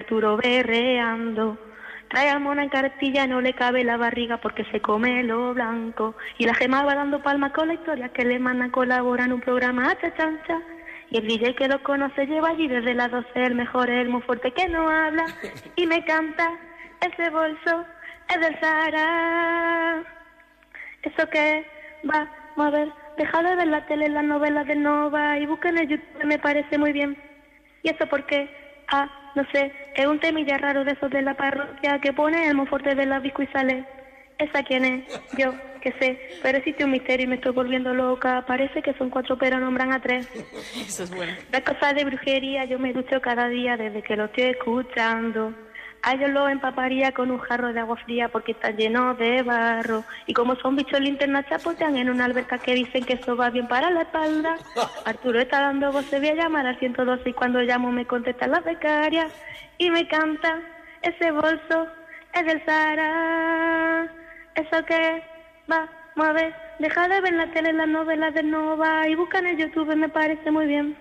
Arturo berreando. Trae a mona en cartilla, no le cabe la barriga porque se come lo blanco. Y la gema va dando palmas con la historia que le mandan colabora en un programa cha chancha. Y el DJ que lo conoce lleva allí desde las 12 el mejor, el muy fuerte que no habla. Y me canta, ese bolso es del Sahara. Eso que va a ver, deja de ver la tele, las novelas de Nova y busquen en YouTube, me parece muy bien. Y eso porque, ah, no sé, es un temilla raro de esos de la parroquia que pone el monforte de la y sale. ¿Esa quién es? Yo, que sé, pero existe un misterio y me estoy volviendo loca. Parece que son cuatro, pero nombran a tres. Eso es bueno. Las cosas de brujería yo me ducho cada día desde que lo estoy escuchando. A ellos lo empaparía con un jarro de agua fría porque está lleno de barro. Y como son bichos linterna chapotean en una alberca que dicen que eso va bien para la espalda. Arturo está dando voces, voy a llamar al 112 y cuando llamo me contesta la becaria y me canta, ese bolso es del Sahara. Eso que va, mueve, deja de ver la tele, las novelas de Nova y buscan en YouTube, me parece muy bien.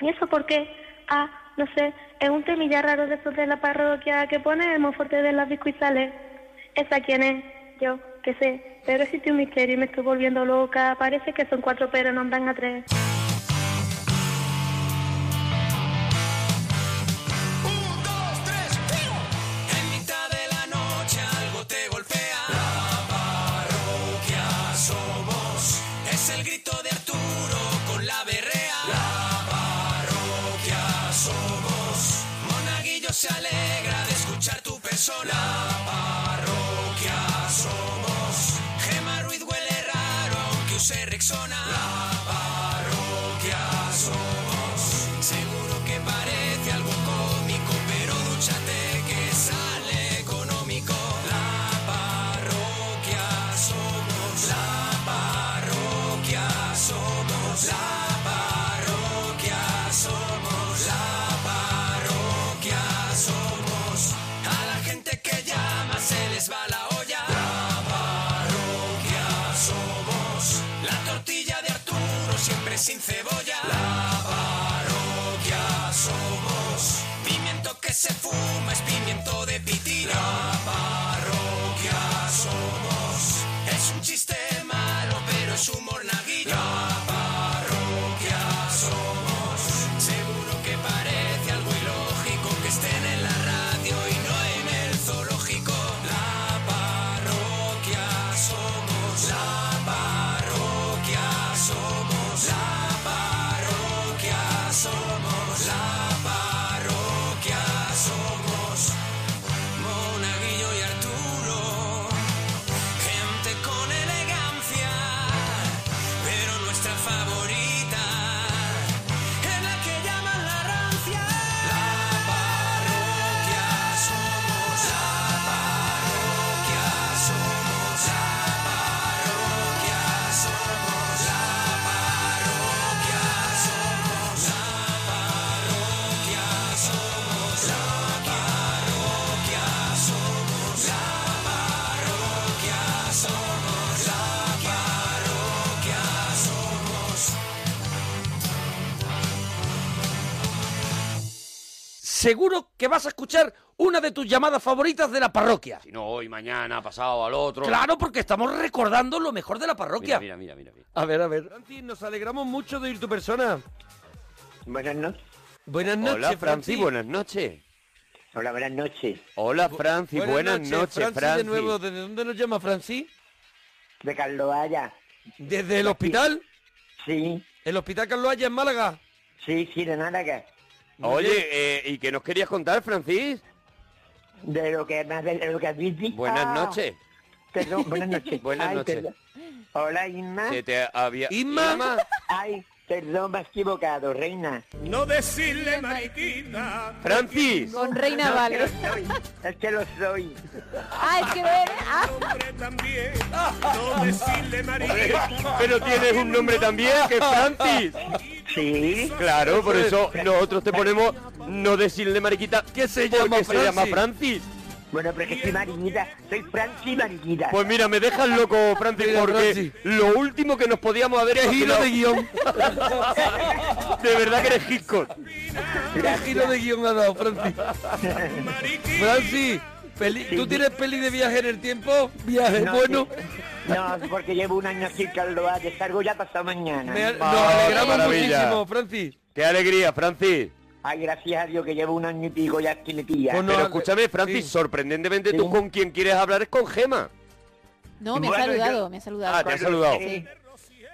¿Y eso porque Ah, no sé, es un temilla raro de esos de la parroquia que pone el monforte de las y sale. ¿Esa quién es? Yo, que sé, pero existe un misterio y me estoy volviendo loca. Parece que son cuatro, pero no andan a tres. Un, dos, tres, En mitad de la noche algo te golpea. La parroquia somos. Es el grito de Arturo con la berrea. La parroquia somos. Monaguillo se alegra de escuchar tu persona. La parroquia somos. Gema Ruiz huele raro aunque use Rexona. La parroquia somos. Seguro que parece algo cómico, pero dúchate que sale económico. La parroquia somos. La parroquia somos. La parroquia somos. La parroquia somos. A la gente que llama se les va la olla. La parroquia somos. La tortilla de Arturo siempre sin cebolla. La parroquia somos. Pimiento que se fuma es pimiento de pitina. La parroquia somos. Es un chiste malo, pero es humor naguillo. La parroquia somos. Seguro que parece algo ilógico que estén en la radio y no en el zoológico. La parroquia somos. La parroquia somos. La parroquia somos. La parroquia somos. Monaguillo y Arturo. Gente con elegancia. Pero nuestra favorita. En la que llaman la rancia La parroquia somos La parroquia somos La parroquia somos La parroquia somos La parroquia somos La parroquia somos La parroquia somos La parroquia somos Seguro que vas a escuchar una de tus llamadas favoritas de la parroquia. Si no, hoy, mañana, pasado, al otro. Claro, porque estamos recordando lo mejor de la parroquia. Mira, mira, mira. mira. A ver, a ver. Francis, nos alegramos mucho de oír tu persona. Buenas noches. Buenas noches, Hola, Franci, Francis. buenas noches. Hola, buenas noches. Hola, Franci, buenas, noches, Francis, Franci. de nuevo, ¿desde dónde nos llama Francis? De Carloaya. ¿Desde el hospital? Sí, ¿El hospital Carlos Haya en Málaga? sí, sí, de Málaga. Oye, eh, ¿y qué nos querías contar, Francis? De lo que más de lo que has dicho. Buenas Ah, noches. Perdón, buenas noches. Buenas Ay, noches. perdón. Hola, Inma. Se te había... Inma. Ay, perdón, me has equivocado, reina. No decirle mariquita. Francis. Con Reina Vale. Es que lo soy. Ah, es que ver. Ah, Hombre también. No decirle mariquita. Pero tienes un nombre también que es Francis. Sí, Claro, por eso nosotros te ponemos no decirle mariquita que se llama, Porque se llama Francis. Bueno, pero es que soy mariquita. Soy Franci Mariquita. Pues mira, me dejas loco, Francis, Mira, porque Francis. lo último que nos podíamos haber ¡Qué giro imaginado- de guión! De verdad que eres Hitchcock. ¡Qué giro de guión ha dado, Francis! Francis, peli- Sí. ¿tú tienes peli de viaje en el tiempo? ¿Viaje No, bueno? sí. No, porque llevo un año aquí, Carlos. ah, Descargo ya pasado mañana. Me al- nos Maravilla. alegramos muchísimo, Francis. Qué alegría, Francis. Ay, gracias a Dios que llevo un año y pico ya aquí metida. Pues No, Pero ale- escúchame, Francis, sí. sorprendentemente tú con quien quieres hablar es con Gema. No, me ha Bueno, yo- saludado, me ha saludado. Ah, te ha saludado. Sí.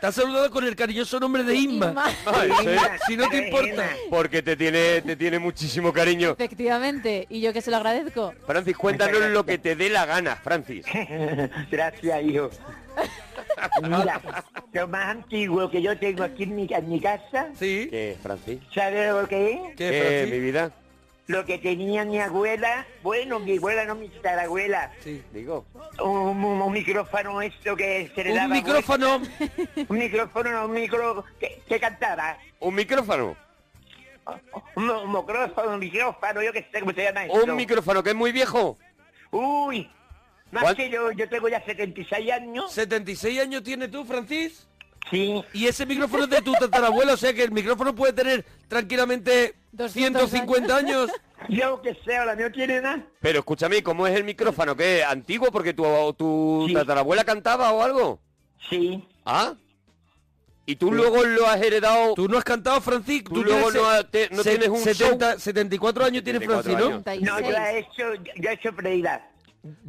Te has saludado con el cariñoso nombre de Inma. Inma. Ay, Reina, sí, Si no te reina. importa. Ah, Porque te tiene, te tiene muchísimo cariño. Efectivamente, y yo que se lo agradezco. Francis, cuéntanos lo que te dé la gana, Francis. Gracias, hijo. Mira, lo más antiguo que yo tengo aquí en mi, en mi casa, ¿Sí? ¿Qué, Francis? ¿sabes lo que es? ¿Qué, ¿Qué, Eh, mi Francis? vida? Lo que tenía mi abuela, bueno, mi abuela, no mi tatarabuela, Sí. Digo. un, un- un micrófono esto que se le daba... Un micrófono. Un micrófono, no, un micro... que, que cantaba. ¿Un micrófono? Un, un micrófono, un micrófono, yo que sé cómo se llama esto. ¿Un micrófono que es muy viejo? Uy, más ¿Cuál? que yo, yo tengo ya 76 años. 76 años tienes tú, Francis. Sí, Y ese micrófono es de tu tatarabuela, o sea que el micrófono puede tener tranquilamente 200 150 años. yo que sé, ahora no tiene nada. Pero escúchame, ¿cómo es el micrófono? ¿Qué? ¿Antiguo? ¿Porque tu, tu Sí. tatarabuela cantaba o algo? Sí, ¿Ah? ¿Y tú luego lo has heredado? Tú no has cantado, Francis. Tú luego no ha- te- no se- tienes un 70 74 años tienes, 74 Francis, ¿no? años. no, yo 36. he hecho, yo he hecho Freida.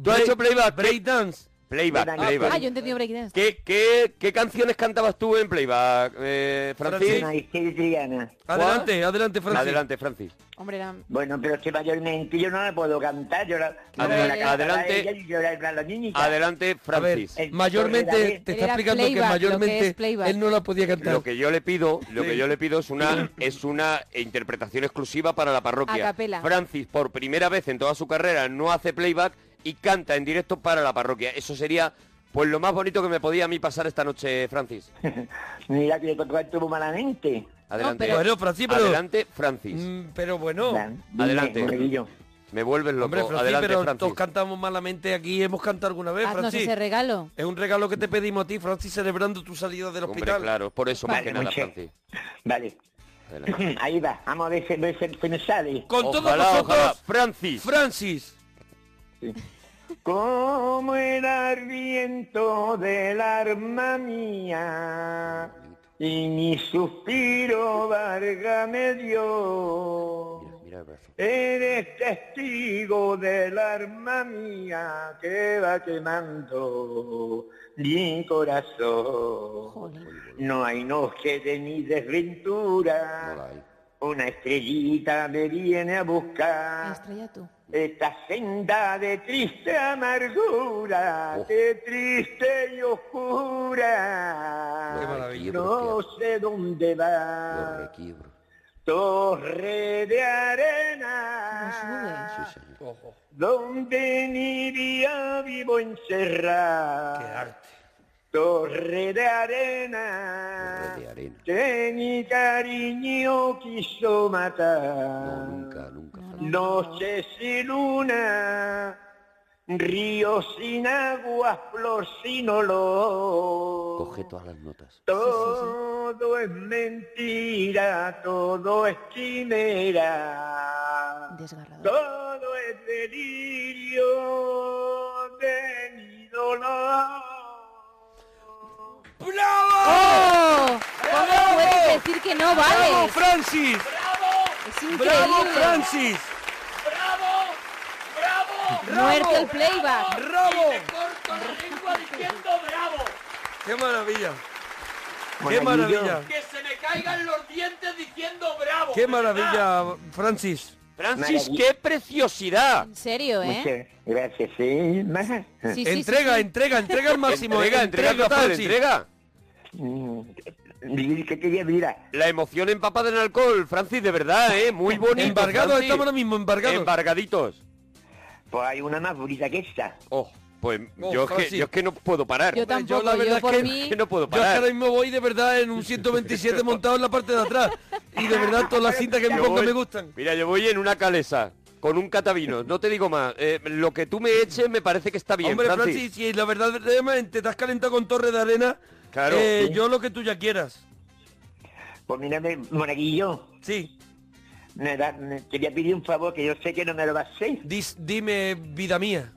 ¿Tú has hecho playback? Breakdance. Playback, Verano. playback. Ah, yo he entendido breakdance. ¿Qué, qué, qué canciones cantabas tú en playback, eh, Francis? Francis. Una histérica. Adelante, adelante, Francis. Adelante, Francis. Hombre, eran... Bueno, pero es que mayormente yo no la puedo cantar, yo la, yo Adela- la cantaba adelante. ella y yo la- la- la niñita. Adelante, A ver, Francis. El- Era mayormente te está playback, explicando lo que que es mayormente playback. él no la podía cantar. Lo que yo le pido, lo Sí. que yo le pido es una es una interpretación exclusiva para la parroquia. A capela. Francis por primera vez en toda su carrera no hace playback y canta en directo para la parroquia. Eso sería pues lo más bonito que me podía a mí pasar esta noche, Francis. Mira que le estuvo malamente. Adelante. pero- Bueno, Francis, pero- Adelante, Francis. Mm, pero bueno, La- dime, Adelante. Morillo. Me vuelves loco. hombre, Oh, Francis, Adelante, pero Francis. todos cantamos malamente aquí. Hemos cantado alguna vez, Haznos Francis. ese regalo. Es un regalo que te pedimos a ti, Francis, celebrando tu salida del Hombre, hospital. claro, por eso más Vale, que nada, Monche. Francis. Vale, Adelante. ahí va. Vamos a ver si, ver si- si me sale. Con Ojalá, todos vosotros, ojalá. Francis. Francis. Como el ardiento del arma mía y mi suspiro varga me dio. Mira, mira el brazo. Eres testigo del arma mía que va quemando mi corazón. Jolín. No hay noche de mi No la desventura. hay. Una estrellita me viene a La buscar. estrella tú. Esta senda de triste amargura, Oh. de triste y oscura. Qué maravilla. No sé dónde Lo va. requiebro. Torre de arena, Sí, señor. donde mi día vivo Qué encerrar. arte. Torre de arena, Torre de arena. que mi cariño quiso No, matar. nunca, nunca. No, no, no, no. Noche sin luna, río sin agua, flor sin olor. Coge todas las notas. Todo es mentira, todo es quimera, Desgarrador. todo es delirio de mi dolor. ¡Bravo! ¿Cómo puedes decir que no ¡Oh! ¡Bravo, vale? Francis! Es increíble. ¡Bravo, Francis! Muerte el playback. ¡Bravo! ¡Qué maravilla! ¡Qué Monaguillo. maravilla! Que se me caigan los dientes diciendo bravo. ¡Qué maravilla, Francis! Francis, Maravilla. qué preciosidad. En serio, ¿eh? Muchas gracias, sí, más. Sí, sí, sí, entrega, sí. entrega, entrega al máximo. entrega, entrega, total, Rafael, sí. entrega. Mm, ¿Qué quería mirar? La emoción empapada en alcohol, Francis, de verdad, ¿eh? Muy bonito. Embargados Francis. estamos ahora mismo, embargados. Embargaditos. Pues hay una más bonita que esta. Oh, pues Oh, yo, es que, Francis. yo es que no puedo parar. Yo tampoco, la verdad yo es por que- mí... que no puedo Yo es que parar. ahora mismo voy de verdad en un 127 montado en la parte de atrás. Y de verdad todas las cintas que me Yo pongo voy- me gustan. Mira, yo voy en una calesa. con un catavino. No te digo más. Eh, lo que tú me eches me parece que está bien. Hombre, Francis. Francis, si la verdad verdaderamente te has calentado con torre de arena, Claro. eh, Sí. yo lo que tú ya quieras. Pues mírame, monaguillo, Sí. me da- me- te voy a pedir un favor que yo sé que no me lo vas a hacer, Dis- dime, vida mía.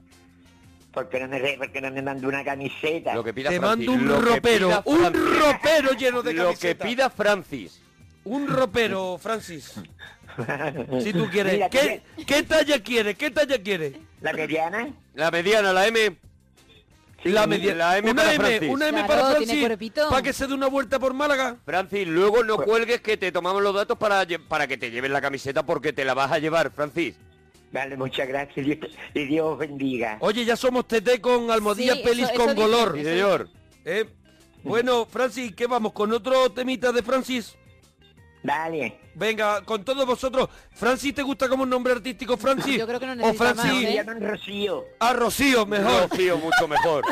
porque no me, re- porque no me mando una camiseta. Lo que pida Te Francis, mando un lo que pida ropero. Un Francis. ropero lleno de Lo que camisetas. pida Francis. Un ropero, Francis. Si tú quieres. Mira, ¿Qué, qué talla quieres? ¿Qué talla quieres? ¿La mediana? La mediana, la M. La media- la M una para M, Francis. una M Claro, para tiene Francis. cuerpito. Para que se dé una vuelta por Málaga. Francis, luego no Pues- cuelgues que te tomamos los datos para, lle- para que te lleven la camiseta porque te la vas a llevar, Francis. Vale, muchas gracias Dios- y Dios os bendiga. Oye, ya somos TT con almohadillas Sí, eso- pelis eso con dice- color. Sí, Eso- señor. Eh, Bueno, Francis, ¿qué vamos? ¿Con otro temita de Francis? Vale. Venga, con todos vosotros. Francis, ¿te gusta como un nombre artístico, Francis? Yo creo que no O necesita Francis más, Me ¿eh? llaman Rocío. a Rocío, mejor. Rocío, mucho mejor.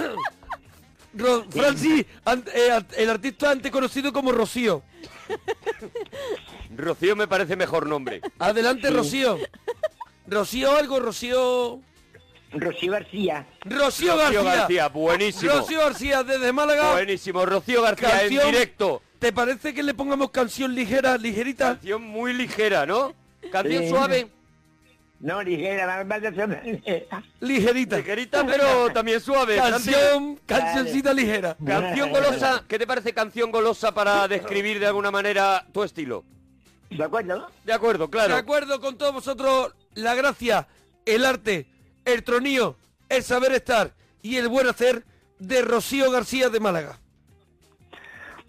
Ro- Francis, an- eh, art- el artista antes conocido como Rocío. Rocío me parece mejor nombre. Adelante, Rocío. Rocío algo, Rocío... Rocío García. Rocío, Rocío García. García, buenísimo. Rocío García desde Málaga. Buenísimo, Rocío García Canción- en directo. ¿Te parece que le pongamos canción ligera, ligerita? Canción muy ligera, ¿no? Canción Sí. suave, No, ligera, ¿eh? más- más de- Ligerita. ligerita, pero también suave. Francis. Canción, cancioncita ligera. Canción golosa, ¿qué te parece canción golosa para describir de alguna manera tu estilo? ¿De acuerdo? De acuerdo, claro. De acuerdo con todos vosotros, la gracia, el arte, el tronío, el saber estar y el buen hacer de Rocío García de Málaga.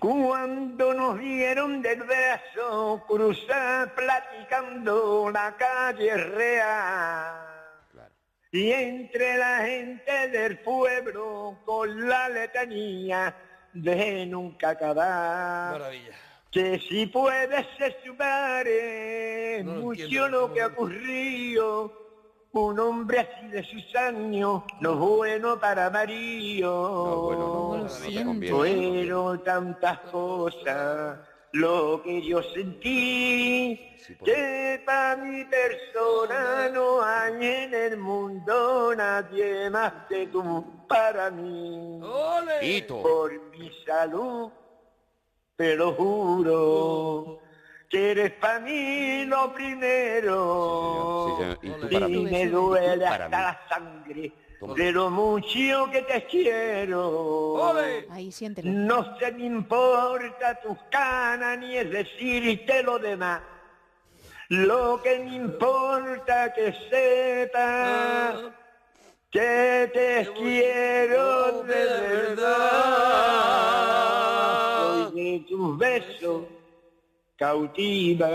Cuando nos dieron del brazo cruzar platicando la calle real. Y entre la gente del pueblo con la letanía de nunca acabar. Maravilla. Que si puedes ser su padre, No lo mucho entiendo, lo no que lo ha ocurrido. Un hombre así de sus años, no bueno para Mario. No, bueno, no, lo no te siento. conviene. Fueron tantas cosas lo que yo sentí que para mi persona no hay en el mundo nadie más que tú para mí Tito. por mi salud te lo juro que eres para mí lo primero Sí, señor. Sí, señor. Y tú y para mí. me duele Y tú para hasta mí. la sangre Toma. de lo mucho que te quiero Ahí siéntelo. no se me importa tus canas ni es decirte lo demás. Lo que me importa que sepas que te quiero de verdad. Soy de tus besos cautiva.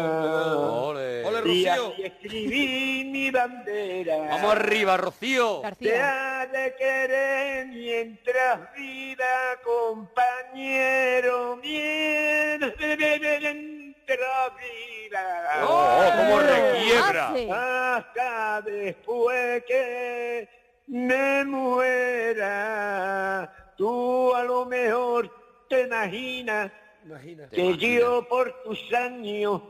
Ole. Ole, Y Rocío. así escribí mi bandera. Vamos arriba, Rocío. Te García. ha de querer mientras vida, compañero, mientras vida. Oh, oh, cómo requiebra. Ah. Hace. Hasta después que me muera, tú a lo mejor te imaginas Imagina. que yo por tus años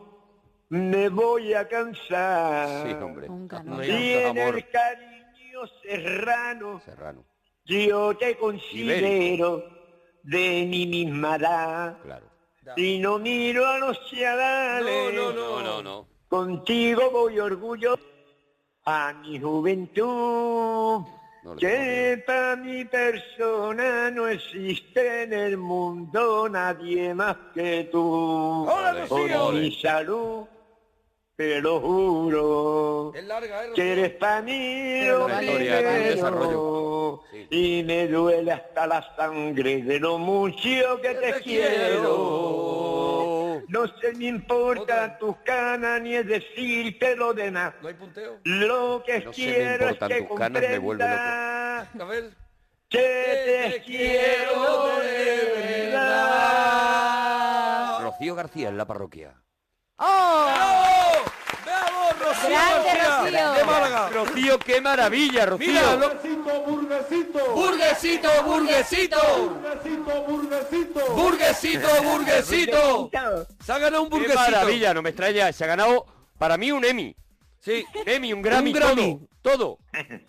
me voy a cansar. Sí, hombre. Nunca, No nunca. hay Y en tanto amor. el cariño serrano Serrano, yo te considero de mi misma edad. claro. Y no miro a los chavales. No, No, no, no. Contigo voy orgullo a mi juventud. No le que para mi persona no existe en el mundo nadie más que tú. Hola, Por mi Rocío. salud, te lo juro. Es larga, ¿eh, Que Rocío? eres pa' mí lo Una historia, primero, tiene desarrollo. Sí. Y me duele hasta la sangre de lo mucho que te te quiero. No se me importa Otra. tus canas ni es decirte lo demás. ¿No hay punteo? Lo que No se me quiero es importan que tus canas, me vuelve loco. comprendas A ver. que Eh, te quiero de verdad. Ah. Rocío García en la parroquia. ¡Oh! ¡Bravo! ¡Bravo, Rocío! Grande, García, Rocío. De Málaga. Rocío, qué maravilla, Rocío. Mira, lo- ¡Burguesito, burguesito! burguesito, burguesito. Se ha ganado un qué burguesito. maravilla, no me extraña. Se ha ganado para mí un Emmy. Sí, Emmy, un Grammy, Un Grammy. todo.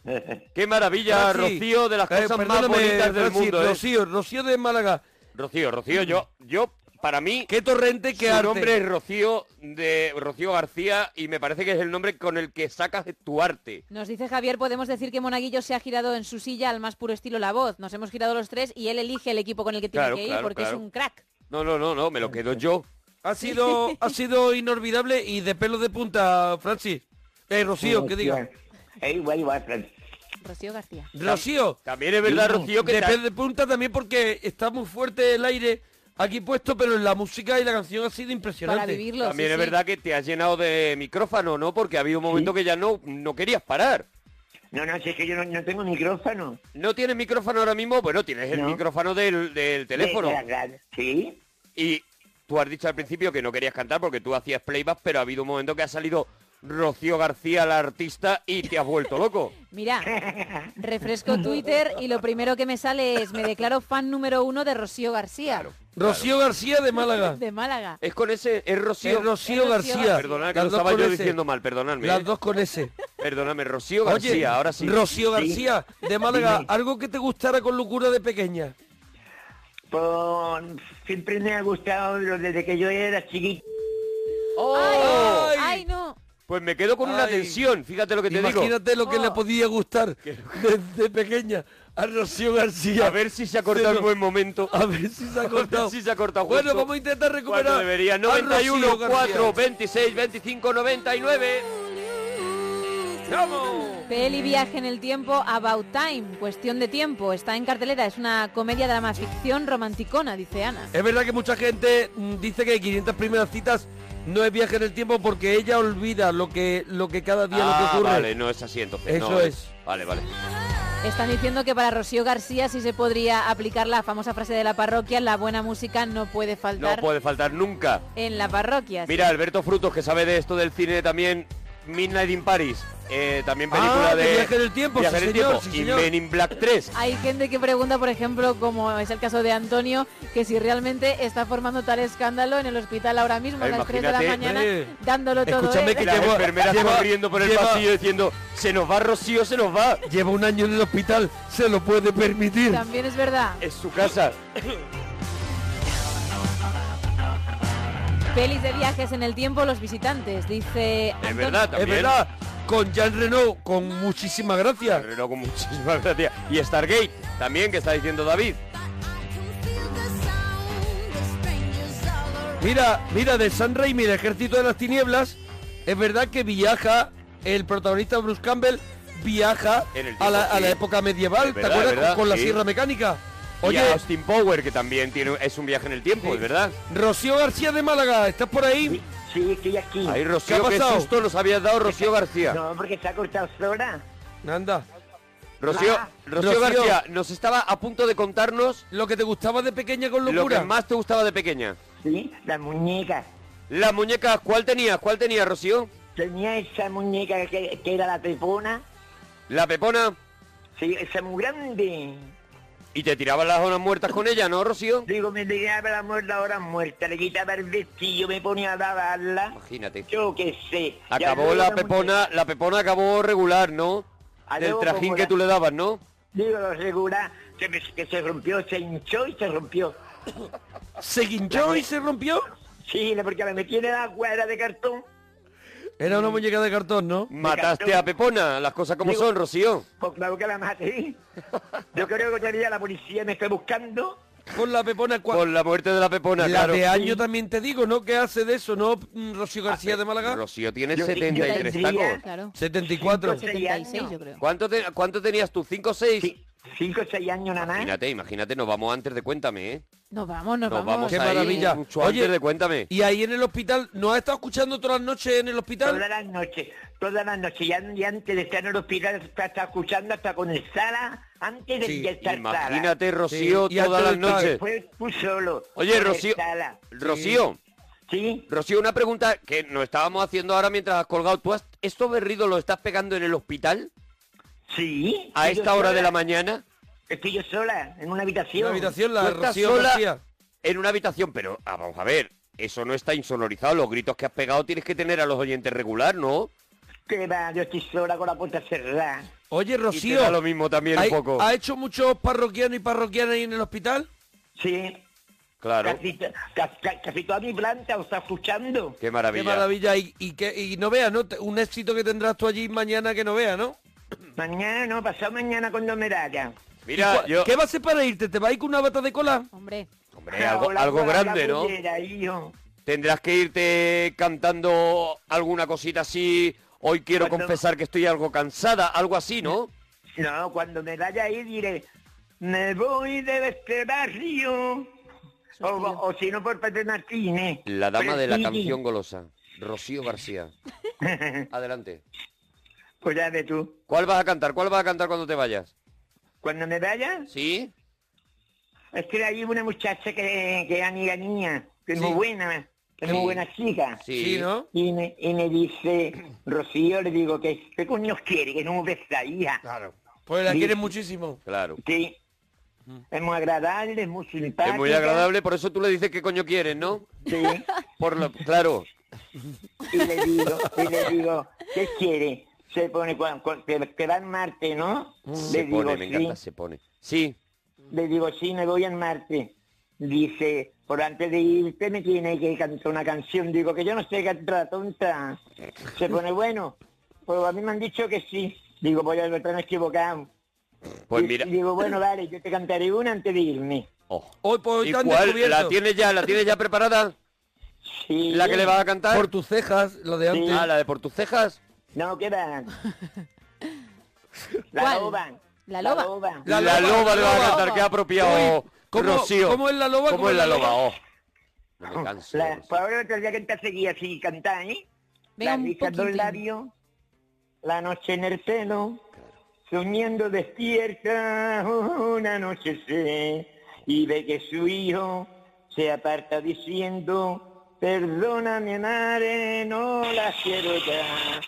todo. Qué maravilla, Francis, Rocío, de las eh, cosas más perdóname, bonitas del Francis, mundo. ¿eh? Rocío, Rocío de Málaga. Rocío, Rocío, yo, yo, para mí, Qué torrente, qué su arte. nombre es Rocío de Rocío García y me parece que es el nombre con el que sacas tu arte. Nos dice Javier, podemos decir que Monaguillo se ha girado en su silla al más puro estilo la voz. Nos hemos girado los tres y él elige el equipo con el que tiene Claro, que ir claro, porque claro. es un crack. No, no, no, no, me lo quedo yo. Ha sido, ha sido inolvidable y de pelo de punta, Francis. Eh, Rocío, que diga. Ey, guay, guay, Francis. Rocío García. Rocío. También es verdad, Rocío, que de te- pelo de punta también porque está muy fuerte el aire aquí puesto, pero en la música y la canción ha sido impresionante. Para vivirlo. también sí, es sí. verdad que te has llenado de micrófono, ¿no? Porque ha habido un momento que ya no, no querías parar. No, no, si es que yo no, no tengo micrófono. ¿No tienes micrófono ahora mismo? Bueno, tienes el No. micrófono del, del teléfono. De la radio. Sí. Y tú has dicho al principio que no querías cantar porque tú hacías playback, pero ha habido un momento que ha salido Rocío García, la artista, y te has vuelto loco. Mira, refresco Twitter y lo primero que me sale es me declaro fan número uno de Rocío García. Rocío García de Málaga. De Málaga. Es con ese, es Rocío. Es Rocío García. Perdonad que Las lo dos estaba con yo ese. diciendo mal, perdonadme. Las eh. dos con ese. Perdóname, Rocío García, Oye, ahora sí. Rocío García de Málaga, Dime. algo que te gustara con locura de pequeña. Pues, siempre me ha gustado lo- desde que yo era chiquito. ¡Oh! ¡Ay! ¡Ay, no! Pues me quedo con una Ay. tensión, fíjate lo que te digo. Imagínate lo que Oh. le podía gustar desde pequeña a Rocío García. A ver si se ha cortado Se el lo- buen momento. A ver si se ha cortado. si se ha cortado Bueno, justo. vamos a intentar recuperar. Cuando debería? a 91, Rocío 4, García. 26, 25, 99. ¡Vamos! Peli Viaje en el Tiempo, About Time, Cuestión de Tiempo. Está en cartelera, es una comedia drama ficción romanticona, dice Ana. Es verdad que mucha gente mm, dice que 500 primeras citas no es viaje en el tiempo porque ella olvida lo que, lo que cada día lo Ah, que ocurre. vale, no es así entonces. Eso no, es. Vale, vale. Están diciendo que para Rocío García sí se podría aplicar la famosa frase de la parroquia, la buena música no puede No faltar puede faltar nunca. en la parroquia. Mira, Alberto Frutos, que sabe de esto del cine también, Midnight in Paris, eh, también Ah, película de de... Viaje en el Tiempo, Viaje sí, en el señor, Tiempo, sí, y señor. Men in Black 3. Hay gente que pregunta, por ejemplo, como es el caso de Antonio, que si realmente está formando tal escándalo en el hospital ahora mismo a las 3 de la Imagínate, mañana, eh. dándolo todo. Escúchame él. que Las lleva- enfermeras lleva- corriendo por el lleva- pasillo diciendo, se nos va Rocío, se nos va. Lleva un año en el hospital, se lo puede permitir. También es verdad. Es su casa. Pelis de viajes en el tiempo, los visitantes, dice Es Antonio. verdad, también. Es verdad, con Jean Renault, con muchísima gracia. Pero con muchísimas gracias. Y Stargate, también, que está diciendo David. Mira, mira, de San Raimi, el ejército de las tinieblas, es verdad que viaja, el protagonista Bruce Campbell viaja En el tiempo, a, la, a la sí. época medieval, Es ¿te verdad, acuerdas? es verdad, con, con la sí. sierra mecánica. Oye, Oye, Austin Power, que también tiene, es un viaje en el tiempo, Sí. es verdad. Rocío García de Málaga, ¿estás por ahí? Sí, sí, estoy aquí. Ahí, ¿Qué Rocío, ha qué pasado? susto nos habías dado, Rocío García. No, porque se ha cortado sola. Anda. Rocío, Ah. Rocío Rocío. García nos estaba a punto de contarnos Lo que te gustaba de pequeña con lo locura. que más te gustaba de pequeña. Sí, la muñeca. Las muñecas, ¿cuál tenías? ¿Cuál tenías, Rocío? Tenía esa muñeca que, que era la pepona. La pepona. Sí, esa muy grande. Y te tirabas las horas muertas con ella, ¿no, Rocío? Digo, me tiraba la muerta ahora muerta, le quitaba el vestido, me ponía a lavarla. Imagínate. Yo qué sé. Ya Acabó luego la muñeca- pepona, la pepona acabó regular, ¿no? Ah, Del luego trajín como que la- tú le dabas, ¿no? Digo, lo segura, que, me- que se rompió, se hinchó y se rompió. ¿Se guinchó y se rompió? Sí, porque la metí en el agua, era de cartón. Era una muñeca de cartón, ¿no? Mataste a Pepona, las cosas como Digo- son, Rocío. Pues claro que la maté. Yo creo que todavía la policía me está buscando. Con la pepona cua- Con la muerte de la Pepona, La claro. Ah, de año también te digo, ¿no? ¿Qué hace de eso, no? Mm, Rocío García de Málaga. Rocío tiene Yo- yo 73 tendría- tacos. Claro. 74. Cinco, seis. 76, yo creo. ¿Cuánto, te- cuánto tenías tú? ¿5 o 6? Sí, cinco o seis años nada más. Imagínate, imagínate, nos vamos antes de Cuéntame, ¿eh? Nos vamos, nos, Nos vamos Qué ahí maravilla. mucho Oye, antes de Cuéntame. Y ahí en el hospital, ¿nos ha estado escuchando todas las noches en el hospital? Todas las noches, todas las noches. Ya, ya antes de estar en el hospital, está, está escuchando hasta con el sala, antes de Sí, de estar sala. Imagínate, Rocío, Sí, y todas las antes del noches. Fue tú solo. Oye, con el Rocío, Sala. Rocío, Sí, Rocío, una pregunta que nos estábamos haciendo ahora mientras has colgado. ¿Tú has, esto berrido lo estás pegando en el hospital sí. a estoy yo esta hora sola. de la mañana? Estoy yo sola, en una En habitación. la habitación, Tú la estás Rocío sola García. en una habitación, pero ah, vamos a ver, eso no está insonorizado, los gritos que has pegado tienes que tener a los oyentes regular, ¿no? Que va, yo estoy sola con la puerta cerrada. Oye, Rocío. da lo mismo también un ¿hay- poco. ¿Ha hecho muchos parroquianos y parroquianas ahí en el hospital? Sí. Claro. Casi, to- ca- ca- casi toda mi planta os está escuchando. Qué maravilla. Qué maravilla. Y, y que, y no veas, ¿no? Te- Un éxito que tendrás tú allí mañana que no veas, ¿no? Mañana, no, pasado mañana cuando me medalla. ¿Y Mira, cua- yo... ¿Qué vas a hacer para irte? ¿Te vas a ir con una bata de cola? Hombre, Hombre, algo, algo grande, ¿no? hijo. Tendrás que irte cantando alguna cosita así. Hoy quiero Cuando- confesar que estoy algo cansada, algo así, ¿no? No, cuando me vaya ahí diré, me voy de este barrio. O, o si no, por Pedro Martínez. La dama de la Prestigio. canción golosa, Rocío García. Adelante. Pues ya ve tú. ¿Cuál vas a cantar? ¿Cuál vas a cantar cuando te vayas? Cuando me vaya, ¿Sí? es que hay una muchacha que, que es amiga mía, que es Sí. muy buena, que es Sí. muy buena chica. Sí. Sí, ¿no? Y me, y me dice, Rocío, le digo, ¿qué, qué coño quiere? Que no me besa, hija. Claro. Pues la Sí. quieres muchísimo. Claro. Sí. Es muy agradable, es muy simpática. Es muy agradable, por eso tú le dices qué coño quieres, ¿no? Sí. Por lo... Claro. Y le digo, y le digo, ¿qué quiere? Se pone, cuan- cuan- te, te va en Marte, ¿no? Mm. Se le digo, pone, me encanta, sí. se pone. Sí. Le digo, sí, me voy en Marte. Dice, por antes de irte me tiene que cantar una canción. Digo, que yo no sé cantar, tonta. Se pone, bueno, pues a mí me han dicho que sí. Digo, "Pues voy a ver, están equivocado. Pues Y- mira. y digo, bueno, vale, yo te cantaré una antes de irme. Oh. Hoy por hoy ¿Y te han cuál? descubierto. ¿La tienes ya? ¿La tienes ya preparada? Sí. ¿La que le vas a cantar? Por tus cejas, lo de antes. Ah, la de por tus cejas. No, ¿qué va? La ¿Cuál? loba. La loba. La loba, La, loba, le vas loba. a cantar, qué apropiado. Uy, ¿cómo- Rocío. cómo es la loba? ¿Cómo es la loba? Oh. No me canso. de Oh, La- Rocío. por ahora tendría que cantar seguida así, cantar, ¿eh? Venga, la un risa dos poquitín. labios, la noche en el pelo, soñando despierta oh, una noche se, y ve que su hijo se aparta diciendo, perdóname madre, no la quiero ya.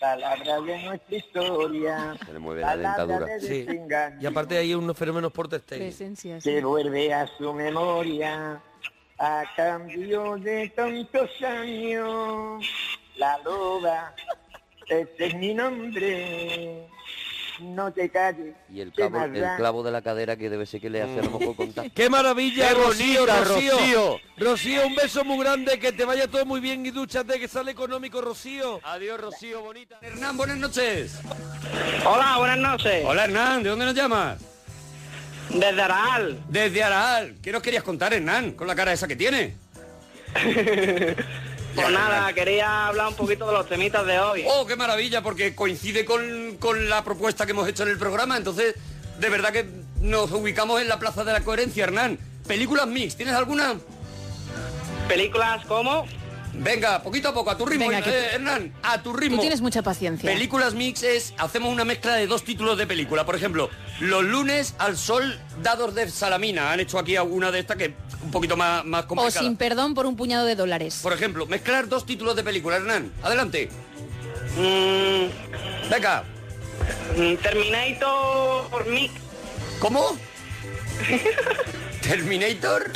Palabra de nuestra historia. Se le mueve la palabra dentadura. de Sí. desengaño Y aparte hay unos fenómenos por testeis. presencia. sí. se vuelve a su memoria a cambio de tantos años. La loba, este es mi nombre. No te calles. Y el, que clavo, más da. el clavo de la cadera que debe ser que le hace a lo mejor contacto. ¡Qué maravilla, Qué Rocío, bonita, Rocío! Rocío. Rocío, un beso muy grande, que te vaya todo muy bien y dúchate, que sale económico, Rocío. Adiós, Rocío, bonita. Hernán, buenas noches. Hola, buenas noches. Hola, Hernán, ¿de dónde nos llamas? Desde Araal. Desde Araal. ¿Qué nos querías contar, Hernán, con la cara esa que tiene? Pues nada, quería hablar un poquito de los temitas de hoy. Oh, qué maravilla, porque coincide con, con la propuesta que hemos hecho en el programa. Entonces, de verdad que nos ubicamos en la Plaza de la Coherencia, Hernán. Películas mix, ¿tienes alguna? Películas como... Venga, poquito a poco, a tu ritmo, Venga, eh, que- Hernán, a tu ritmo. Tú tienes mucha paciencia. Películas mix es, hacemos una mezcla de dos títulos de película. Por ejemplo, Los lunes al sol, dados de salamina. Han hecho aquí alguna de estas que un poquito más, más O complicada. sin perdón por un puñado de dólares. Por ejemplo, mezclar dos títulos de película, Hernán. Adelante. mm, Venga. mm, Terminator por mí. ¿Cómo? ¿Terminator?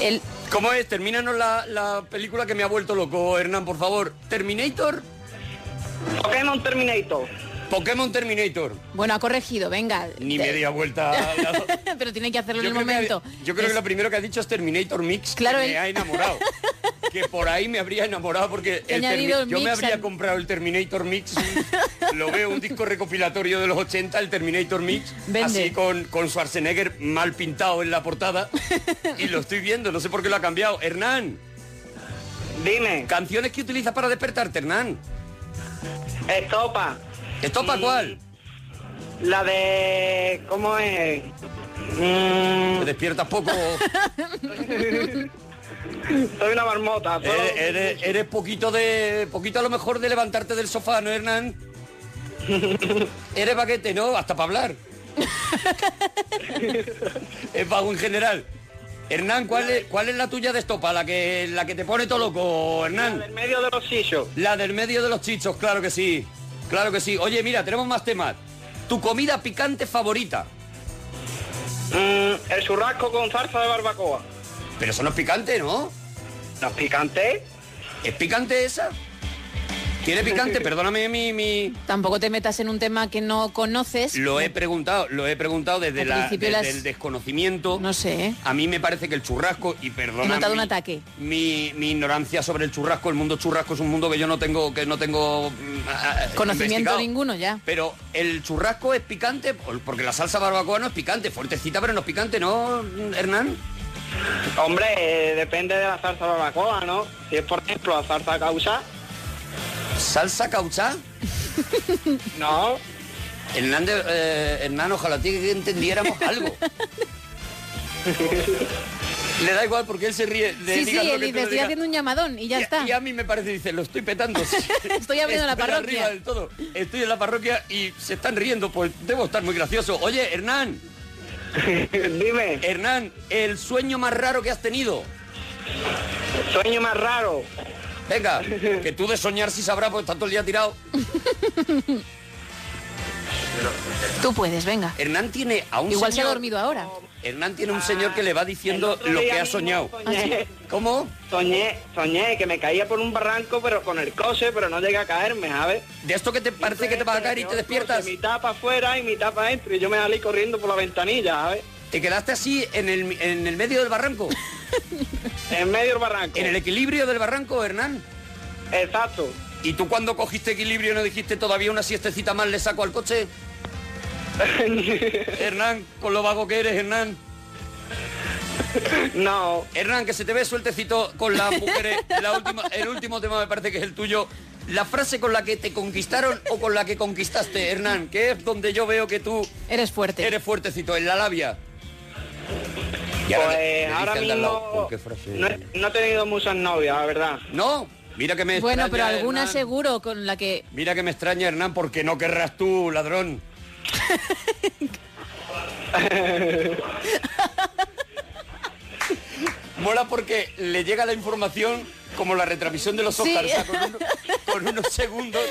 El, ¿Cómo es? Termínanos la, la película que me ha vuelto loco, Hernán, por favor. ¿Terminator? Pokémon Terminator. Pokémon Terminator. bueno, ha corregido, venga. Ni Te- media vuelta. Yo Pero tiene que hacerlo en creo el que ha- momento. yo creo Es- que lo primero que ha dicho es Terminator Mix, Claro, que el- me ha enamorado. que por ahí me habría enamorado porque He el añadido el yo me mix habría al- comprado el Terminator Mix. lo veo un disco recopilatorio de los 80, el Terminator Mix, Vende. así con, con Schwarzenegger mal pintado en la portada. y lo estoy viendo, no sé por qué lo ha cambiado. Hernán, Dime. canciones que utilizas para despertarte, Hernán. Estopa. ¿Esto para Mm, cuál? La de... ¿Cómo es? Mm, Te despiertas poco. soy una marmota. solo- eres, eres- eres poquito de. poquito a lo mejor de levantarte del sofá, ¿no, Hernán? eres baguete, ¿no? Hasta para hablar. es vago en general. Hernán, ¿cuál es, cuál es la tuya de estopa? La que, la que te pone todo loco, La Hernán. del medio de los sillos. La del medio de los chichos, claro que sí. Claro que sí. Oye, mira, tenemos más temas. Tu comida picante favorita. Mm, el churrasco con zarza de barbacoa. Pero eso no es picante, ¿no? ¿No es picante? ¿Es picante esa? Tiene picante, perdóname mi... mi... Tampoco te metas en un tema que no conoces. Lo he preguntado, lo he preguntado desde, Al la- principio desde las- el desconocimiento. No sé. ¿eh? A mí me parece que el churrasco, y He perdona notado un mi- ataque. mi, mi ignorancia sobre el churrasco, el mundo churrasco es un mundo que yo no tengo, que no tengo mm, a- a- Conocimiento investigado. ninguno ya. Pero el churrasco es picante, por- porque la salsa barbacoa no es picante, fuertecita pero no es picante, ¿no, Hernán? Hombre, eh, depende de la salsa barbacoa, ¿no? Si es, por ejemplo, la salsa causa, ¿Salsa cauchá? no. Hernán, de- eh, Hernán, ojalá te- que entendiéramos algo. Le da igual porque él se ríe. le Sí, sí, digas lo él que tú dice, le estoy digas". haciendo un llamadón y ya Y a- está. Y a mí me parece, dice, lo estoy petando. Estoy abriendo la Estoy parroquia. arriba del todo. Estoy en la parroquia y se están riendo, pues debo estar muy gracioso. Oye, Hernán. Dime. Hernán, el sueño más raro que has tenido. Sueño más raro. Venga, que tú de soñar sí sabrás, porque está todo el día tirado. Tú puedes, Pues venga. Hernán tiene a un Igual se ha señor- dormido ahora. Hernán tiene un señor que le va diciendo lo que ha soñado. Soñé, ¿Ah, ¿Cómo? soñé, soñé que me caía por un barranco, pero con el coche, pero no llegué a caerme, ¿sabes? este De esto que te parece que te vas a caer y te despiertas. mitad para afuera y mitad para adentro, y yo me salí corriendo por la ventanilla, ¿sabes? ¿Te quedaste así en el, en el medio del barranco? En medio del barranco. ¿En el equilibrio del barranco, Hernán? Exacto. ¿Y tú cuando cogiste equilibrio no dijiste todavía una siestecita más le saco al coche? Hernán, con lo vago que eres, Hernán. No. Hernán, que se te ve sueltecito con las mujeres. La última, el último tema me parece que es el tuyo. La frase con la que te conquistaron o con la que conquistaste, Hernán, que es donde yo veo que tú Eres fuerte. eres fuertecito, en la labia. Y ahora le- le Pues dice ahora al de al lado, mismo "Uy, qué frase". no he, no he tenido muchas novias, la verdad. No, mira que me Bueno, extraña, pero alguna Hernán. seguro con la que... Mira que me extraña, Hernán, porque no querrás tú, ladrón. Mola porque le llega la información como la retransmisión de los Sí. Oscars. o sea, con, uno- con unos segundos,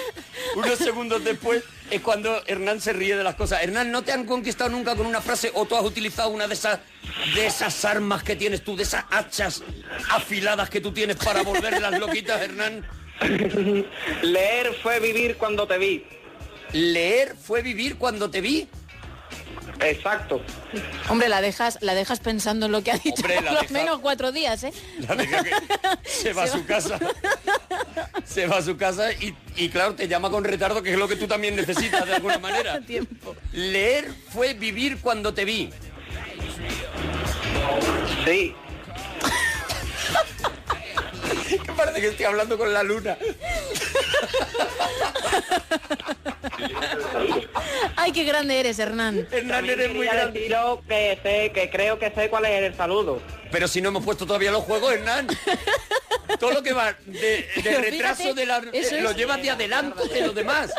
unos segundos después es cuando Hernán se ríe de las cosas. Hernán, ¿no te han conquistado nunca con una frase o tú has utilizado una de esas, de esas armas que tienes tú, de esas hachas afiladas que tú tienes para volverlas loquitas, Hernán? Leer fue vivir cuando te vi. Leer fue vivir cuando te vi. Exacto. Hombre, la dejas, la dejas pensando en lo que ha dicho Hombre, por la lo deja- menos cuatro días, ¿eh? La deja que se va a su casa. Se va a su casa y, y, claro, te llama con retardo, que es lo que tú también necesitas de alguna manera. Tiempo. Leer fue vivir cuando te vi. Sí. Que parece que estoy hablando con la luna. Ay, qué grande eres, Hernán. Hernán, También eres muy quería grande. deciros que sé, que creo que sé cuál es el saludo. Pero si no hemos puesto todavía los juegos, Hernán. Todo lo que va de, de Pero retraso fíjate, de la, eso eh, lo es- llevas de adelanto de los demás.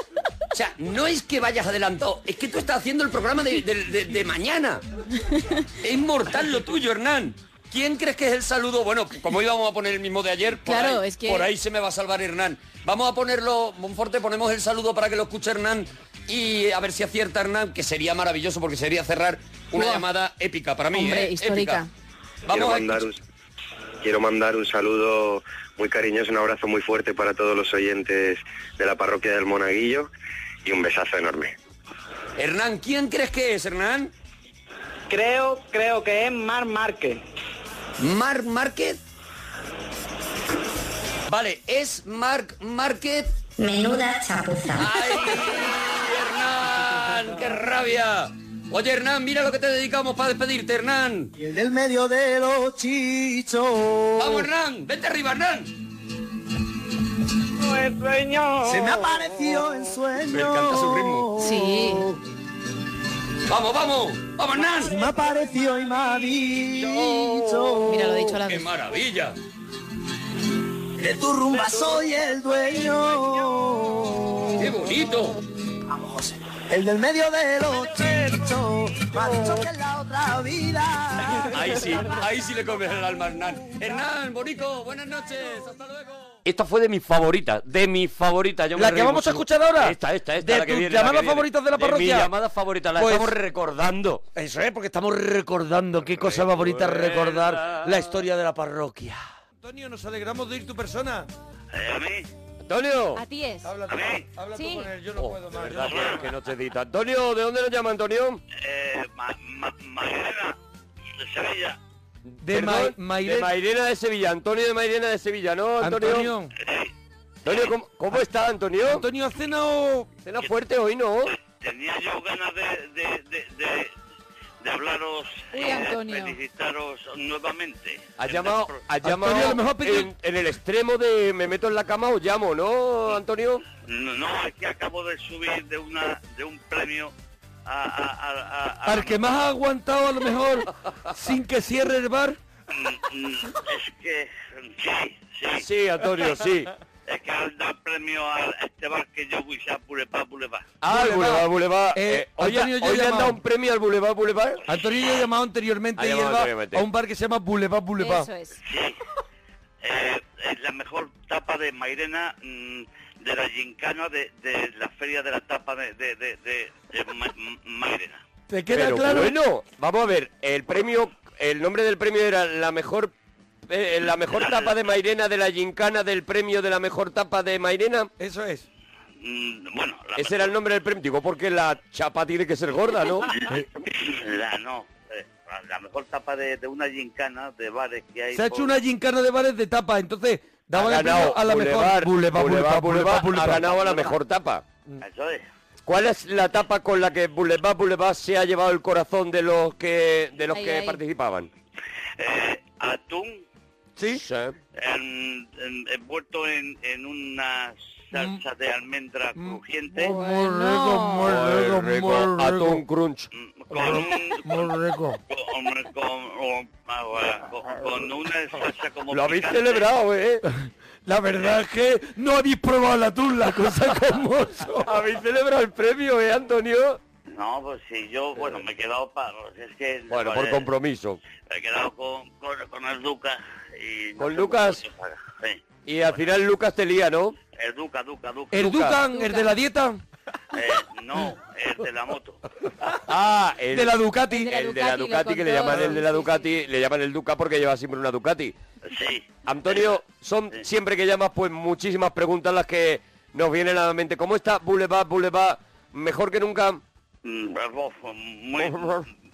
O sea, no es que vayas adelantado, es que tú estás haciendo el programa de, de- de- de mañana. Es mortal lo tuyo, Hernán. ¿Quién crees que es el saludo? Bueno, como íbamos a poner el mismo de ayer, por, Claro, ahí, es que- por ahí se me va a salvar Hernán. Vamos a ponerlo, Monforte, ponemos el saludo para que lo escuche Hernán y a ver si acierta Hernán, que sería maravilloso porque sería cerrar una Buah. llamada épica para mí. Hombre, ¿eh? histórica. Épica. Vamos quiero, a mandar un, quiero mandar un saludo muy cariñoso, un abrazo muy fuerte para todos los oyentes de la parroquia del Monaguillo y un besazo enorme. Hernán, ¿quién crees que es, Hernán? Creo, creo que es Mar Márquez. ¿Mark Márquez? Vale, es Mark Márquez. Menuda chapuza. ¡Ay, Hernán! ¡Qué rabia! Oye, Hernán, mira lo que te dedicamos para despedirte, Hernán. Y el del medio de los chichos. ¡Vamos, Hernán! ¡Vete arriba, Hernán! Se me apareció en sueño. Me encanta su ritmo. Sí. ¡Vamos, vamos! ¡Vamos, Hernán! Se me apareció y me ha dicho. Mira, lo ha dicho a la ¡Qué vez. maravilla! De tu rumba soy el dueño. ¡Qué bonito! El del medio de los chichos. Me ha dicho que en la otra vida. Ahí sí, ahí sí le comes el alma, a Hernán. Hernán, Bonico, buenas noches. Hasta luego. Esta fue de mis favoritas, de mis favoritas. Yo me ¿La que reí vamos a mucho. escuchar ahora? Esta, esta, esta. ¿De la que tus viene, la llamadas que viene. favoritas de la parroquia? mis llamadas favoritas, las Pues- estamos recordando. Eso es, porque estamos recordando. Qué cosa más bonita es recordar la historia de la parroquia. Antonio, nos alegramos de ir tu persona. Antonio. A ti es. Habla tú, habla tú Sí. con él, yo no puedo más. ¿Verdad que, que no te edita? Antonio, ¿de dónde nos llama Antonio? De, Perdón, Ma- Mairena. de Mairena de Sevilla. Antonio de Mairena de Sevilla, ¿no, Antonio? Antonio. Antonio, ¿cómo, cómo está, Antonio? Antonio, ha cenado... Cena fuerte hoy, ¿no? Tenía yo ganas de, de, de, de- de hablaros Uy, y de Antonio. felicitaros nuevamente. Ha llamado, ha Antonio, llamado a lo mejor pidió- en, en el extremo de me meto en la cama o llamo, ¿no, Antonio? No, no, es que acabo de subir de una de un premio a... a- a- a- a- Al que más ha aguantado a lo mejor sin que cierre el bar. Mm, mm, es que... Sí, sí. Sí, Antonio, sí. Es que al dar premio a este bar que yo voy a Purepá, Purepá. Ah, el Boulevard, Boulevard. Eh, Eh, hoy ha- Antonio, yo he hoy le han llamado. dado un premio al Boulevard, Boulevard. Antonio yo he llamado anteriormente Ha y él llamado va anteriormente. a un bar que se llama Boulevard Boulevard. es. Sí. Eh, es la mejor tapa de Mairena mm, de la gincana de, de la feria de la tapa de, de, de- de- de Ma- M- Mairena. ¿Te queda Pero claro? bueno, vamos a ver, el premio, el nombre del premio era la mejor eh, la mejor tapa de Mairena de la gincana del premio de la mejor tapa de Mairena. Eso es. bueno, Ese era el nombre del premio. Digo, porque la chapa tiene que ser gorda, ¿no? Eh, La no, eh, la- la mejor tapa de, de una gincana de bares que hay. Se ha por- hecho una gincana de bares de tapa, entonces daban el premio a la mejor. Boulevard, Boulevard, Boulevard, Boulevard, Boulevard. ha ganado a la mejor tapa. Eso es. ¿Cuál es la tapa con la que Boulevard Boulevard se ha llevado el corazón de los que de los Ahí, que ahí. participaban? Atún ¿Sí? en- en- envuelto en, en una Mm. salsa de almendra crujiente. Oh, Muy rico, Atún crunch. Con un- Muy rico. con, con- con- con una salsa como Lo habéis picante. celebrado, ¿eh? La verdad es que no habéis probado la atún, la cosa como son. Habéis celebrado el premio, ¿eh, Antonio? No, pues sí, yo, bueno, me he quedado para... Es que, Bueno, por vale, compromiso. Me he quedado con, con, con el Duca y... Con Lucas. Sí. Y al final Lucas te lía, ¿no? El Duca, Duca, Duca. ¿El Duca. Ducan, el de la dieta? Eh, no, el de la moto. Ah, el De la Ducati. El de la Ducati, que le llaman el de la Ducati, le llaman el Duca porque lleva siempre una Ducati. Sí. Antonio, son siempre que llamas, pues muchísimas preguntas las que nos vienen a la mente. ¿Cómo está Boulevard, Boulevard? Mejor que nunca. Mm, bravo, Muy,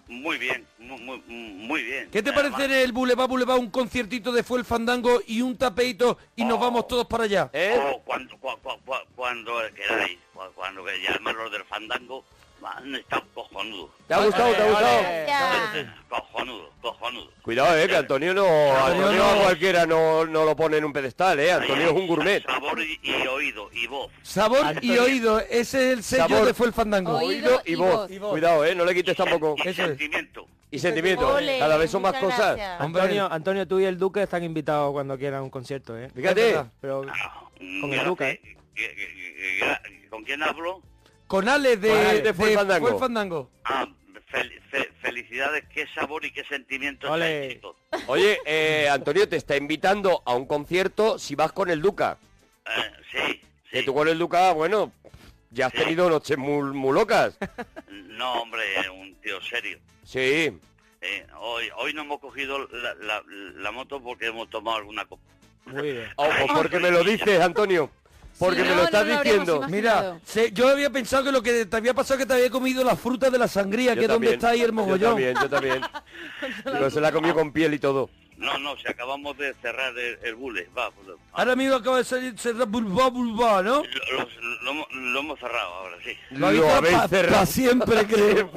muy bien, muy, muy, muy bien. ¿Qué te Además, parece en el Boulevard Boulevard un conciertito de Fue el Fandango y un tapeito y nos vamos todos para allá? ¿Eh? oh, cuando, cua- cua- cua- cuando queráis, cua- cuando que llaman los del fandango, han estado cojonudos. ¿Te ha gustado? ¿Te ha gustado? Cojonudo, cojonudo. Cuidado, eh, que Antonio no, Antonio a cualquiera no, no lo pone en un pedestal, eh. Antonio es un gourmet. Sabor y, y oído y voz. Sabor y Antonio. oído, ese es el sello Sabor, de Fue el Fandango. Oído y voz. Cuidado, eh, no le quites tampoco. Eso es. Y sentimiento. Cada vez son más cosas. Antonio, Antonio, tú y el Duque están invitados cuando quieran a un concierto, ¿eh? Fíjate. Es verdad, Pero Ah, con el Duque, ¿eh? ¿Con quién hablo? Con Ale de, Con Ale de Fue de el Fandango. Fue el Fandango. Ah, fel- fe- felicidades, qué sabor y qué sentimiento. estáis, chicos. Oye, eh, Antonio, te está invitando a un concierto si vas con el Duca. sí. Que tú con el Duca, bueno, ya has tenido noches muy, muy locas. No, hombre, un tío serio. Sí. Eh, hoy, hoy no hemos cogido la, la- la moto porque hemos tomado alguna copa. Muy bien. Oh, pues porque me lo dices, Antonio. Porque me lo estás diciendo. Mira, se- yo había pensado que lo que te había pasado es que te había comido la fruta de la sangría, Yo que es donde también, está ahí el mogollón. Yo también, yo también. Digo, se la comió con piel y todo. No, no, si acabamos de cerrar el, el bule, va. pues, lo, Ahora mismo acaba de salir cerrar bulba bulba, ¿no? lo- lo hemos- lo hemos cerrado ahora, sí. Lo habéis pa- pa' siempre, creo.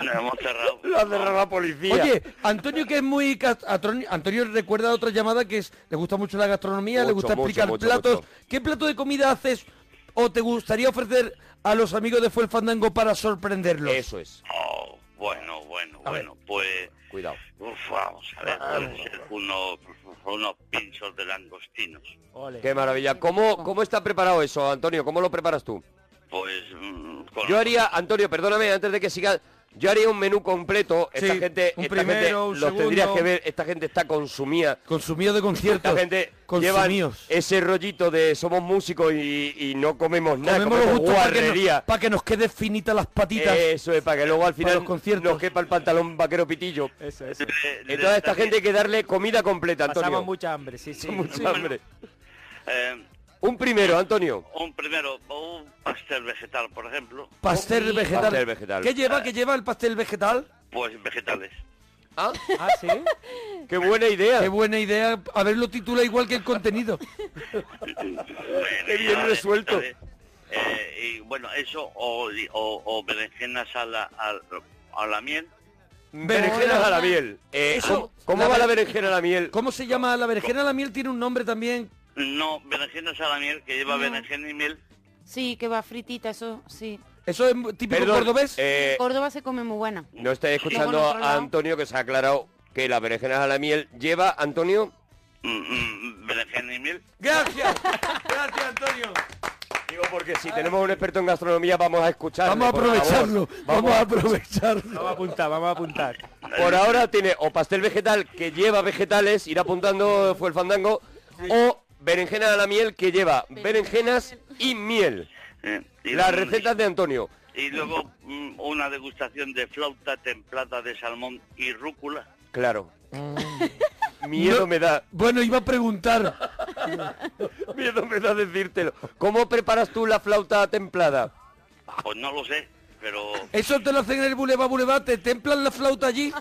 Lo hemos cerrado. Lo ha cerrado la policía. Oye, Antonio que es muy... cas- atron- Antonio recuerda otra llamada que es... Le gusta mucho la gastronomía, le Mucho, gusta explicar mucho, mucho, platos. mucho. ¿Qué plato de comida haces o te gustaría ofrecer a los amigos de Fue el Fandango para sorprenderlos? Eso es. Oh, bueno, bueno, bueno, pues... Cuidado. vamos a ver, puede ser unos, unos pinchos de langostinos. Qué maravilla. ¿Cómo, ¿Cómo está preparado eso, Antonio? ¿Cómo lo preparas tú? Pues... mm, con- Yo haría, Antonio, perdóname, antes de que sigas, yo haría un menú completo. Esta Sí, gente, un esta primero, gente un los tendrías segundo. que ver, esta gente está consumida. Consumida de conciertos. Esta gente lleva Consumidos. ese rollito de somos músicos y, y no comemos nada, Comemos lo comemos justo para que, guarrería. nos, pa' que nos quede finita las patitas. Eso es, para que luego al final los conciertos. nos quepa el pantalón vaquero pitillo. Eso, eso. Entonces a esta gente hay que darle comida completa, Pasamos Antonio. mucha hambre, sí, sí. Mucha hambre. eh, Un primero, Antonio. Un primero, un pastel vegetal, por ejemplo. Pastel Un- vegetal. Pastel vegetal. ¿Qué lleva? ¿Qué lleva el pastel vegetal? Pues vegetales. ¿Ah? sí. Qué buena idea. Qué buena idea. A ver, lo titula igual que el contenido. Qué bien resuelto. eh, y bueno, eso o, o, o berenjenas a la, a, a la miel. Berenjenas a la miel. Eh, ¿cómo- ¿Cómo va la berenjena a la miel? ¿Cómo se llama? La berenjena a la miel tiene un nombre también. No, berenjenas a la miel, que lleva berenjena y miel. Sí, que va fritita, eso sí. Eso es típico Perdón, cordobés. eh, Córdoba se come muy buena. no estáis Sí. escuchando Luego en otro a lado. Antonio que se ha aclarado que la berenjena a la miel lleva, Antonio. Berenjena y miel. Gracias. Gracias, Antonio. Digo porque si tenemos un experto en gastronomía vamos a escucharlo. Vamos a por favor. aprovecharlo, Vamos a aprovecharlo. Vamos a apuntar, vamos a apuntar. Por ahora tiene o pastel vegetal que lleva vegetales, ir apuntando fue el fandango, o berenjena a la miel que lleva berenjenas y miel. Eh, y- Las recetas de Antonio. Y luego mm, una degustación de flauta templada de salmón y rúcula. Claro. Miedo me da. Mm. Bueno, iba a preguntar. Miedo me da decírtelo. ¿Cómo preparas tú la flauta templada? Pues no lo sé, pero Eso te lo hacen en el Boulevard Boulevard, te templan la flauta allí.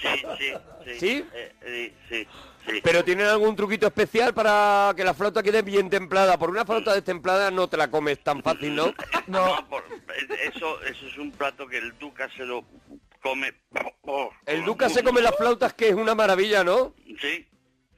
sí, sí, sí. ¿Sí? Eh, eh, sí, ¿Pero tienen algún truquito especial para que la flauta quede bien templada? Porque una flauta destemplada no te la comes tan fácil, ¿no? No, por- eh, eso, eso es un plato que el duca se lo come. Oh, El Duca se come las flautas, que es una maravilla, ¿no? Sí,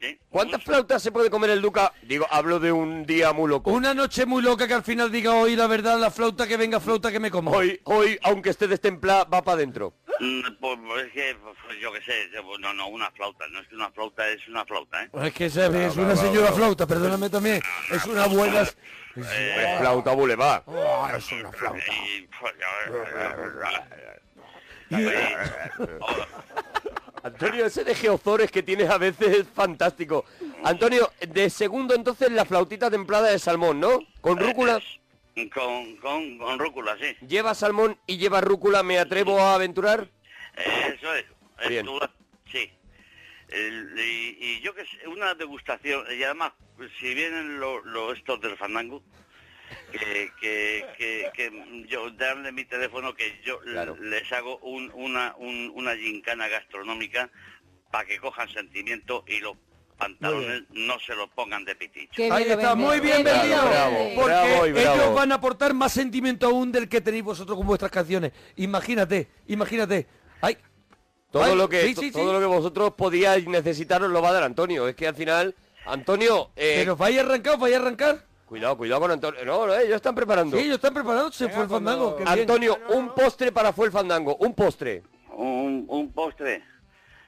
sí. ¿Cuántas flautas se puede comer el Duca? Digo, hablo de un día muy loco. Una noche muy loca que al final diga hoy la verdad, la flauta que venga, flauta que me como. Hoy, hoy, aunque esté destemplada, va para adentro. Mm, Pues, pues es que, pues, yo qué sé, yo- no, no, una flauta, no es que una flauta, es una flauta, ¿eh? Pues Es que ¿sabes? es una señora flauta, perdóname también. Eh, Es una abuela. Eh, Es flauta bulevar. es una flauta. pues, Antonio, ese de geozores que tienes a veces es fantástico. Antonio, de segundo entonces la flautita templada de salmón, ¿no? Con rúcula. Con, eh, con, con rúcula, sí. Lleva salmón y lleva rúcula, me atrevo a aventurar. Eso es. es Bien. tu- sí. El- y, y yo que sé, una degustación, y además, si vienen los estos del fandango, que, que, que- que yo darle mi teléfono, que yo l- les hago un- una, un- una gincana gastronómica para que cojan sentimiento y los pantalones no se los pongan de piticho. Ahí está, muy bien Bravo, vendido. bravo, porque bravo y bravo. ellos van a aportar más sentimiento aún del que tenéis vosotros con vuestras canciones. Imagínate, imagínate. Ay, Todo ay, lo que sí, to- sí, todo sí. lo que vosotros podíais necesitar os lo va a dar Antonio. Es que al final, Antonio. Eh, Pero vais a arrancar, vais a arrancar. Cuidado, cuidado con Antonio. No, no, eh, ellos están preparando. Sí, ellos están preparados, se fue el fandango. qué bien. Antonio, un postre para fue el fandango, un postre. Un, un postre,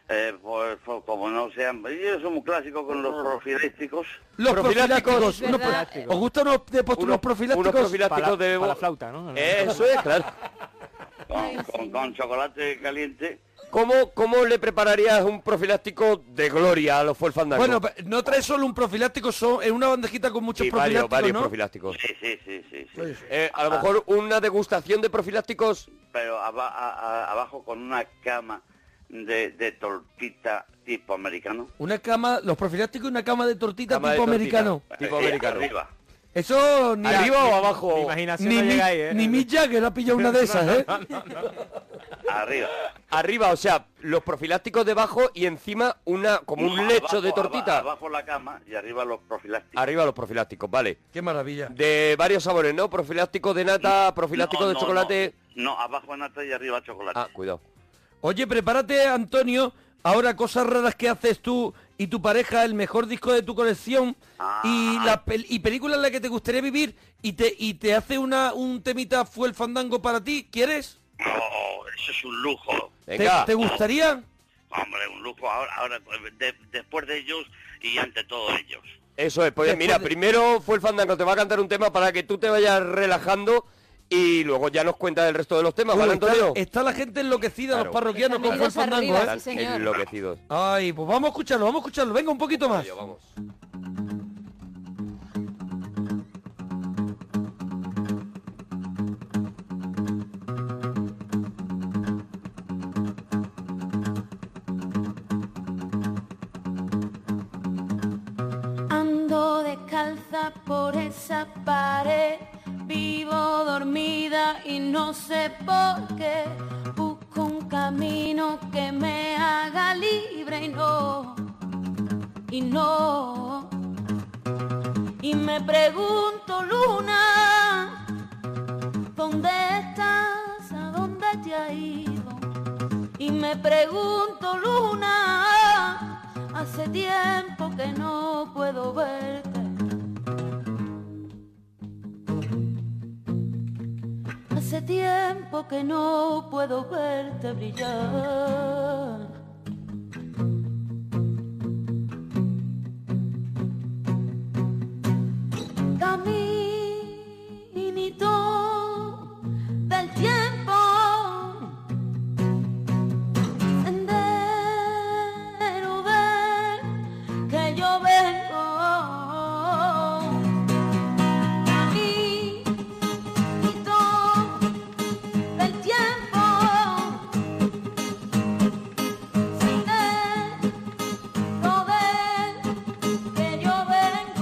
eh, pues, pues, como no sean... Yo soy un clásico con los profiléticos. Los Profilácticos, profilácticos. ¿verdad? unos pro- Profilácticos. ¿Os gustan los, de postre, unos profilácticos? unos profilácticos Para la- de- para la flauta, ¿no? Eso es, claro. con, con- con chocolate caliente. ¿Cómo, ¿Cómo le prepararías un profiláctico de gloria a los fue el fandango? Bueno, pe- no traes solo un profiláctico, son en una bandejita con muchos Sí, varios, profilácticos, varios ¿no? profilácticos. Sí, sí, sí, sí. sí. Eh, a lo ah. mejor una degustación de profilácticos. Pero aba- a- a- abajo con una cama de, de tortita tipo americano. Una cama, los profilácticos, una cama de tortita Cama de tipo tortita. americano. Tipo Eh, americano. arriba. Eso ni Arriba o abajo. Mi imaginación Ni, no Mick- llega ahí, ¿eh? ni Mick Jagger ha pillado una de esas, ¿eh? Arriba. Arriba, o sea, los profilácticos debajo y encima una como un No, lecho abajo, de aba- tortita. abajo la cama y arriba los profilácticos. Arriba los profilácticos, vale. Qué maravilla. De varios sabores, ¿no? Profiláctico de nata, profiláctico No, de no, chocolate. No, No, abajo nata y arriba chocolate. Ah, cuidado. Oye, prepárate, Antonio. Ahora, cosas raras que haces tú y tu pareja, el mejor disco de tu colección y, Ah. la pel- y película en la que te gustaría vivir y te, y te hace una, un temita fue el fandango para ti. ¿Quieres? Oh, eso es un lujo. ¿Te- ¿Te, gustaría? Hombre, un lujo ahora, ahora de- después de ellos y ante todo ellos. Eso es, pues mira, primero fue el fandango, te va a cantar un tema para que tú te vayas relajando y luego ya nos cuentas el resto de los temas, Uy, ¿vale, está- Antonio? Está, la gente enloquecida, Claro. los parroquianos, Están con fue el metidos fandango, arriba, ¿eh? sí, señor. Enloquecidos. Ay, pues vamos a escucharlo, vamos a escucharlo. Venga, un poquito más. Ando descalza pegada por esa pared. Vivo dormida y no sé por qué. Busco un camino que me haga libre y no, y no. Y me pregunto, Luna, ¿dónde estás? ¿A dónde te has ido? Y me pregunto, Luna, hace tiempo que no puedo verte. Hace tiempo que no puedo verte brillar. Caminito del tiempo, sendero ven que yo vengo. Caminito del tiempo, sendero ven que yo vengo.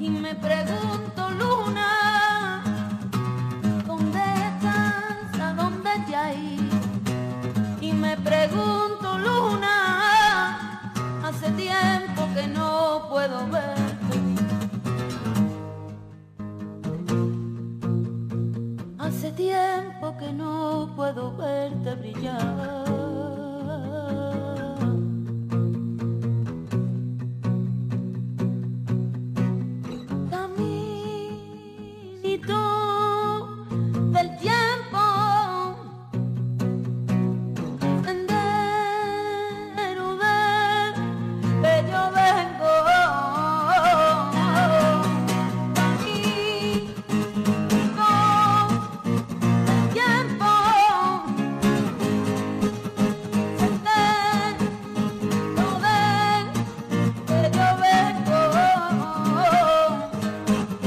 Y me pregunto, Luna, ¿dónde estás? ¿A dónde te has ido? Y me pregunto, Luna, hace tiempo que no puedo verte. Hace tiempo que no puedo verte brillar. Caminito del tiempo. Sendero de que yo vengo aquí con tiempo sendero de que yo vengo aquí con tiempo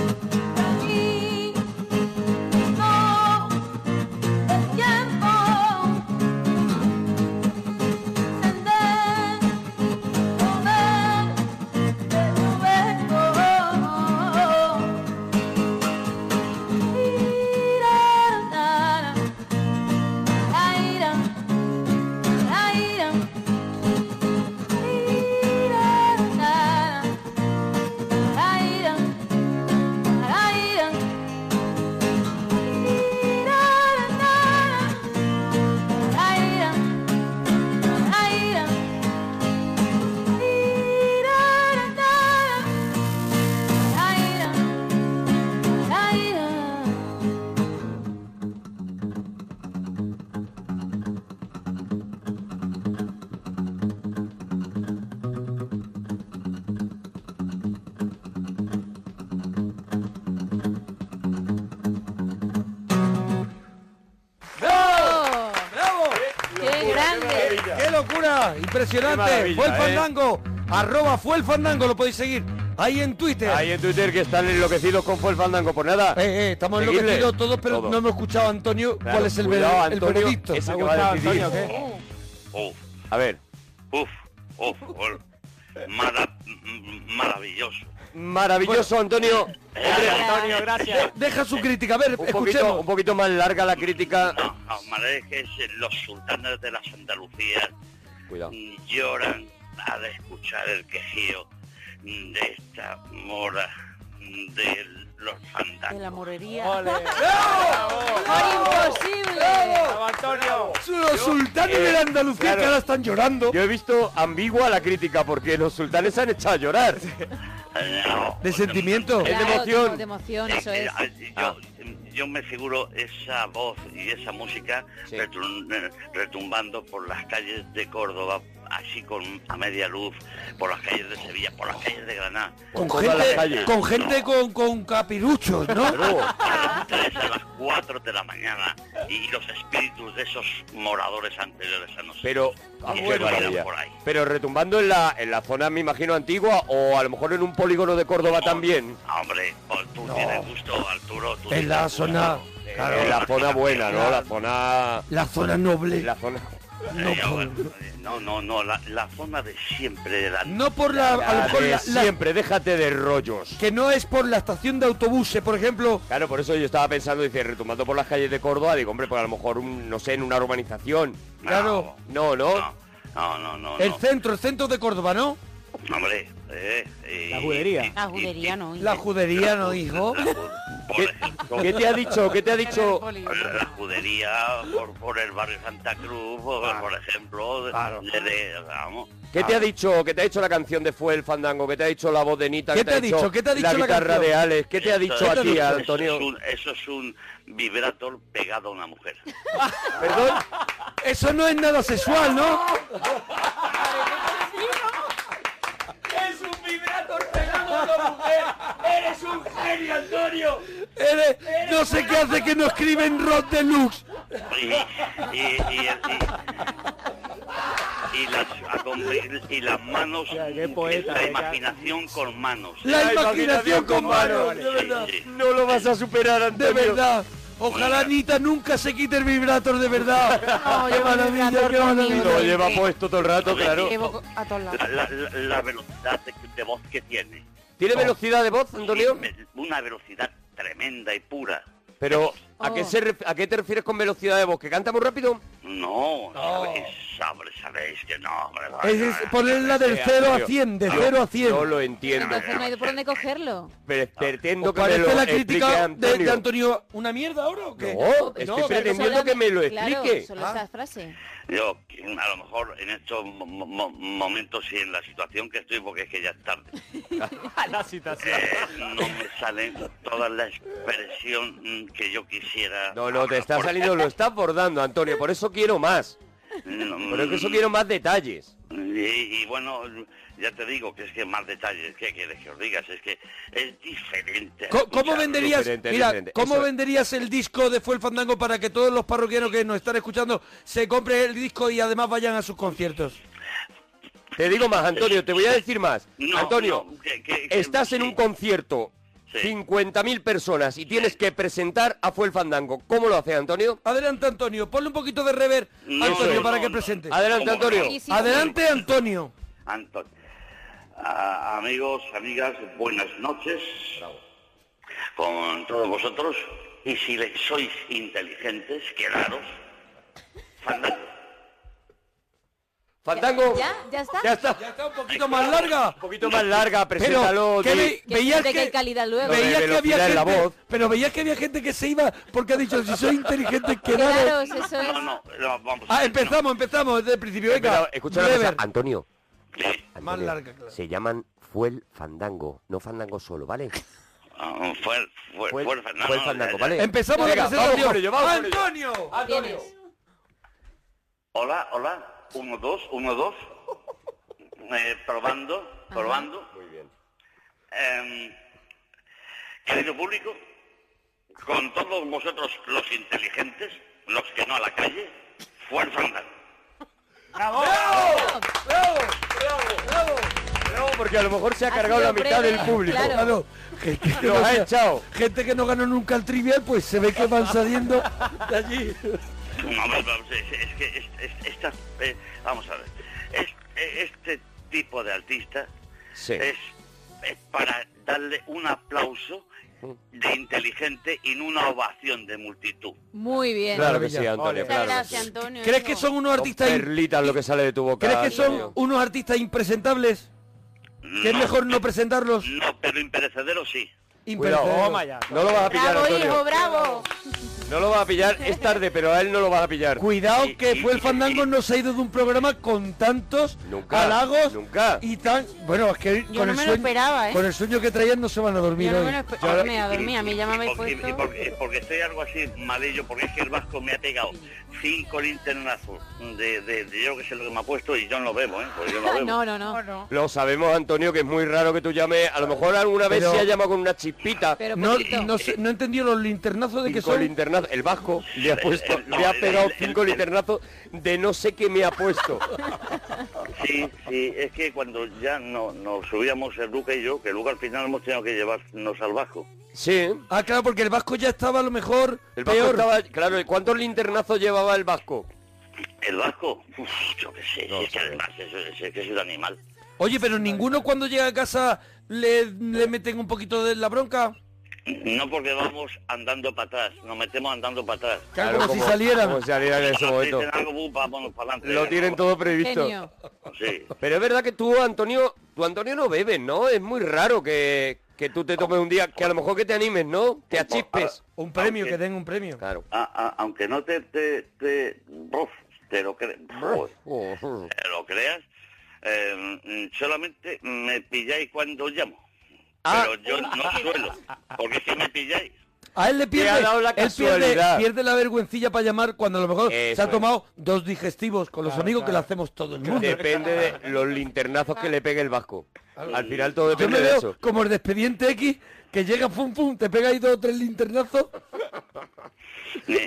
¡Bravo! ¡Bravo! ¡Qué Qué locura, grande! qué maravilla. ¡Qué locura! Qué Impresionante. maravilla, Fue el ¿eh? fandango. Arroba fue el fandango. Lo podéis seguir ahí en Twitter. Ahí en Twitter que están enloquecidos con Fue el Fandango. Por nada. Eh, eh, estamos seguidle. enloquecidos todos, pero Todo. no hemos escuchado, Antonio, Claro, cuál es el, cuidado, ver- el Antonio, veredicto. es el que va a decidir. A ver. Oh. Uf, uf, uf. Mara- m- maravilloso. Maravilloso, Antonio. Antonio, gracias. Deja su crítica, a ver, un poquito, un poquito más larga la crítica. No, madre, es que es- los sultanes de las Andalucías Cuidado. lloran al escuchar el quejío de esta mora de los fandangos. De la morería. imposible! Antonio! Los sultanes de la Andalucía que ahora están llorando. eh, Yo he visto ambigua la crítica porque los sultanes se han echado a llorar. ¿De sentimiento? Es de Claro, emoción. De emoción, eso es. Ah, Yo me figuro esa voz y esa música retum- eh, retumbando por las calles de Córdoba así con a media luz por las calles de Sevilla, por las calles de Granada. Con Todas las gente, calles. con, gente con, con capiruchos, ¿no? Es a las 4 de la mañana y los espíritus de esos moradores anteriores a nosotros. Pero, Ah, qué bueno. barbaridad. por ahí. Pero retumbando en la, en la zona, me imagino, antigua o a lo mejor en un polígono de Córdoba también. Ah, Hombre, pues tú tienes gusto, Arturo. Tú Eh, En la zona... en la zona buena, ¿no? La zona... La zona noble. La zona... No, no, no, no, la, la zona de siempre. de la- No por la... a lo mejor la- la- siempre, déjate de rollos. Que no es por la estación de autobuses, por ejemplo. Claro, por eso yo estaba pensando, dice, retumbando por las calles de Córdoba, digo, hombre, pues a lo mejor, un- no sé, en una urbanización. Claro. No, no. No, no, no. el no. centro, el centro de Córdoba, ¿no? Hombre, eh, eh, La judería. La judería no. La judería, ¿no, hijo? ¿Qué te ha dicho? ¿Qué te ha dicho? Pues La judería por, por el barrio Santa Cruz, por, por ejemplo, de- de- de- vamos. ¿Qué te ha dicho? ¿Qué te ha dicho la canción de Fue el Fandango? ¿Qué te ha dicho la voz de Nita? ¿Qué te ha dicho? ¿Qué te ha dicho la Ah. la guitarra canción? de Alex? ¿Qué te ha dicho Eso- a ti, eso- Eso Antonio? es, un, eso es un vibrator pegado a una mujer. ¿Perdón? Eso no es nada sexual, ¿no? ¡Es un vibrator pegado a la mujer! ¡Eres un genio, Antonio! Eres- no sé qué hace que no escriben Rod Deluxe. Y, y, y, y- y las, y las manos, la imaginación con manos. La imaginación con manos, de verdad. No lo vas a superar, De verdad. Ojalá Anita nunca se quite el vibrator, de verdad. Ah, No, qué lleva el maravilla, vibrator qué maravilla. conmigo, Lo lleva puesto todo el rato, claro. Llevo a todos lados. La, la- la- la velocidad de, de voz que tiene. Oh. ¿Tiene velocidad de voz, Antonio? me- Una velocidad tremenda y pura. Pero, ¿a, qué se ref- ¿a qué te refieres con velocidad de voz? ¿Que canta muy rápido? No, Sabéis, sabéis, sabéis que no, hombre. Es- vaya. es- Ponerla del Eh, 0 a Antonio, 100, de yo- 0 a 100. No lo entiendo. Entonces no hay por dónde cogerlo. Pero pretendo que me Ah, ¿Parece lo la explique crítica de, Antonio. de Antonio una mierda ahora o qué? No, estoy pretendiendo que me lo Claro, explique. solo esta frase. Yo, a lo mejor en estos mo- mo- momentos y en la situación que estoy, porque es que ya es tarde, la situación. eh, no me sale toda la expresión mm, que yo quisiera. No, no, te está saliendo, lo estás bordando, Antonio. Por eso quiero más. Mm, Por eso quiero más detalles. Y, y bueno, ya te digo que es que más detalles, ¿qué quieres que os digas? Es que es diferente. Co- ¿Cómo escucharlo. venderías, mira, ¿cómo venderías el disco de Fue el Fandango para que todos los parroquianos que nos están escuchando se compren el disco y además vayan a sus conciertos? Te digo más, Antonio, te voy a decir más. No, Antonio, no, que- que- que- estás en un concierto, 50.000 personas, y tienes que presentar a Fue el Fandango. ¿Cómo lo hace, Antonio? Adelante, Antonio. Ponle un poquito de rever, Antonio, para que presente. Adelante, Antonio. Adelante, Antonio. Antonio. A- amigos, amigas, buenas noches con todos vosotros. Y si le- sois inteligentes, quedaros. Pues Fandango. Fandango. ¿Ya? ¿Ya está? Ya está. Ya está un poquito más larga. Un poquito más larga, preséntalo. Pero, ¿qué di- ve- Que veías siempre que hay que, calidad luego. veías que había velocidad gente, en la voz. pero veías que había gente que se iba porque ha dicho, si soy inteligente, quedaros. Quedaros, eso es. Ah, empezamos, empezamos desde el principio. Venga, Espera, escucha una rever. cosa, Antonio. Más Antonio, larga, claro. Se llaman Fuel Fandango, no Fandango solo, ¿vale? Ah, Fue, fue, fue, el Fandango. Fue el Fandango, ¿vale? Empezamos Venga, la Vamos presentación. por ello, vamos por ello. Antonio. Antonio. Hola, hola. Uno, dos, uno, dos. Eh, probando, probando. Muy bien. querido público, con todos vosotros los inteligentes, los que no a la calle, fuerza andar. ¡Bravo! ¡Bravo! ¡Bravo! No, porque a lo mejor se ha Ha cargado sido la mitad breve, del público. claro. Claro, Ah, gente que, Nos ha sea- echado. gente que no ganó nunca el trivial, pues se ve que van saliendo de allí. No, hombre, vamos, es, es que es- es- esta- eh, vamos a ver, Es- eh, este tipo de artista es, es para darle un aplauso de inteligente y no una ovación de multitud. Muy bien. Claro que sí, Antonio. Muchas claro. gracias, Antonio. ¿Crees que son unos artistas in- Perlitas lo que sale de tu boca. ¿Crees que son Antonio. unos artistas impresentables? Que es mejor no presentarlos. No, pero imperecedero sí. Cuidado. Imperecedero. No lo vas a pillar, Bravo, Antonio. hijo, bravo. No lo va a pillar, es tarde, pero a él no lo va a pillar. Cuidado que fue el fandango no se ha ido de un programa con tantos halagos y tan bueno es que Yo con, el no me lo sueño, esperaba, ¿eh? con el sueño que traían no se van a dormir Yo no hoy. me lo espe- Yo- me a dormir, a mí ya me habéis porque, puesto. y porque, porque estoy algo así malillo, porque es que el Vasco me ha pegado cinco linternazos de, de, de yo que sé lo que me ha puesto y yo no bebo, ¿eh? Porque yo no bebo. No, no, no. Lo sabemos, Antonio, que es muy raro que tú llames. A lo mejor alguna vez Pero- se ha llamado con una chispita. no, no, sé- no entendió los linternazos de que Cinco son linternazos. El vasco le ha puesto, No, le ha el- pegado el- cinco linternazos de no sé qué me ha puesto. Sí, sí, es que cuando ya no, nos subíamos el Luca y yo, que Luca al final hemos tenido que llevarnos al Vasco. Sí. Ah, claro, porque el vasco ya estaba a lo mejor El vasco peor. estaba, claro, ¿y ¿cuántos linternazos llevaba el vasco? El Vasco, uf, yo qué sé, es que además es, es- es que es un animal. Oye, pero ninguno cuando llega a casa le, le meten un poquito de la bronca. No porque vamos andando para atrás, nos metemos andando para atrás. Claro, como si como- salieran. como Pues, si salieran en ese momento. Dicen algo, bu, vámonos para adelante. Lo tienen todo previsto. Genio. Sí. Pero es verdad que tú, Antonio, tú, Antonio, no bebes, ¿no? Es muy raro que, que tú te tomes un día, que a lo mejor que te animes, ¿no? Te achispes. ah, Un premio, que den un premio. Claro. A- a- aunque no te te, te, bruf, te lo cre- bruf, te lo creas, eh, mm, solamente me pilláis cuando llamo. Pero yo no suelo, porque si me pilláis, A él le pierde, ha dado la él pierde, casualidad. pierde la vergüencilla para llamar cuando a lo mejor se Eso ha es. tomado dos digestivos con los amigos que claro. lo hacemos todo el mundo. Depende de los linternazos que le pegue el vasco. Al final todo Yo depende me de veo eso. como el de expediente X que llega pum pum, te pega ahí dos o tres linternazos.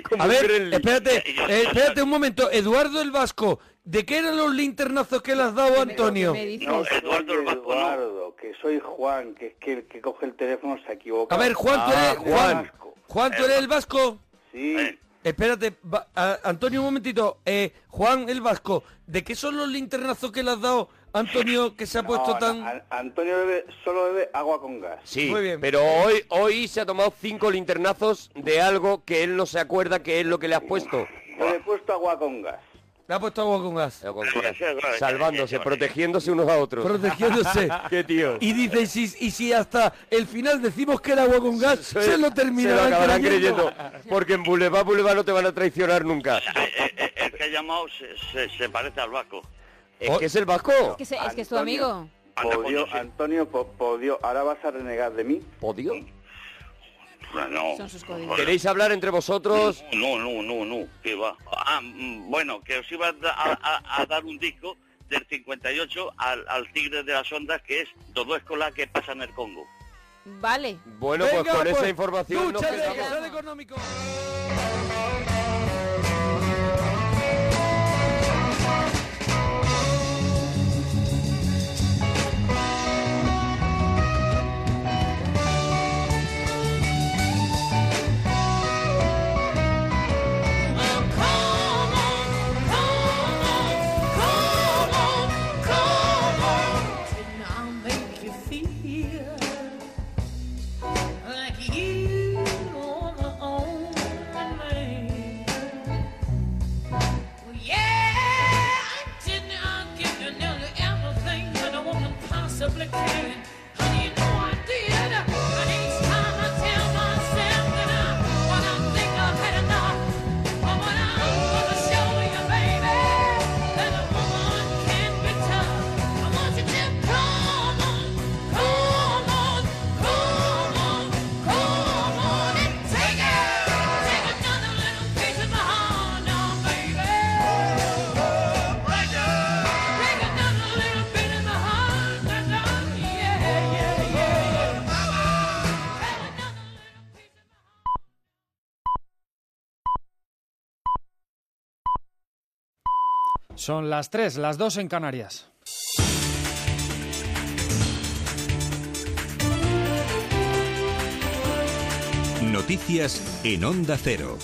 Como A ver, Pirelli. espérate, eh, espérate un momento, Eduardo el Vasco, ¿de qué eran los linternazos que le has dado a Antonio? No, Eduardo, Eduardo, que soy Juan, que es que el que coge el teléfono se Ah. equivoca. A ver, Juan, tú eres Juan, Juan, tú eres el Vasco. Eh, Sí. Espérate, va- a- Antonio, un momentito. Eh, Juan, el Vasco, ¿de qué son los linternazos que le has dado, Antonio, que se ha puesto No, no, tan... An- Antonio bebe- solo bebe agua con gas. Sí, pero hoy, hoy se ha tomado cinco linternazos de algo que él no se acuerda que es lo que le has puesto. Yo le he puesto agua con gas. Le ha puesto agua con gas. Salvándose, protegiéndose unos a otros. Protegiéndose. Qué tío. Y dice, y si, y si hasta el final decimos que era agua con gas, se lo terminarán Se lo acabarán creyendo. creyendo. Porque en Boulevard Boulevard no te van a traicionar nunca. el que ha llamado se, se- se parece al vasco. Es que es el vasco. Que se- es que es tu amigo. Podio, Antonio, po- podio, ahora vas a renegar de mí. ¿Podio? No. Son sus códigos. ¿Queréis hablar entre vosotros? No, no, no, no, que va. Ah, mm, bueno, que os iba a, da- a- a- a dar un disco del 58 al, al Tigre de las Ondas, que es Todo Escolar que pasa en el Congo. Vale. Bueno, pues Venga, con pues, esa información nos dúchate, que quedamos. sale económico. Oh, Possibly can. Honey, you know I did. But each time I tell myself that I, what I think I've had enough. But what I'm gonna show you, baby, that a woman can be tough. I want you to come on, come on, come on, come on and take it. Take another little piece of my heart now, baby. Take another little bit of my heart now, yeah, yeah, yeah. Son las 3, las 2 en Canarias. Noticias en Onda Cero.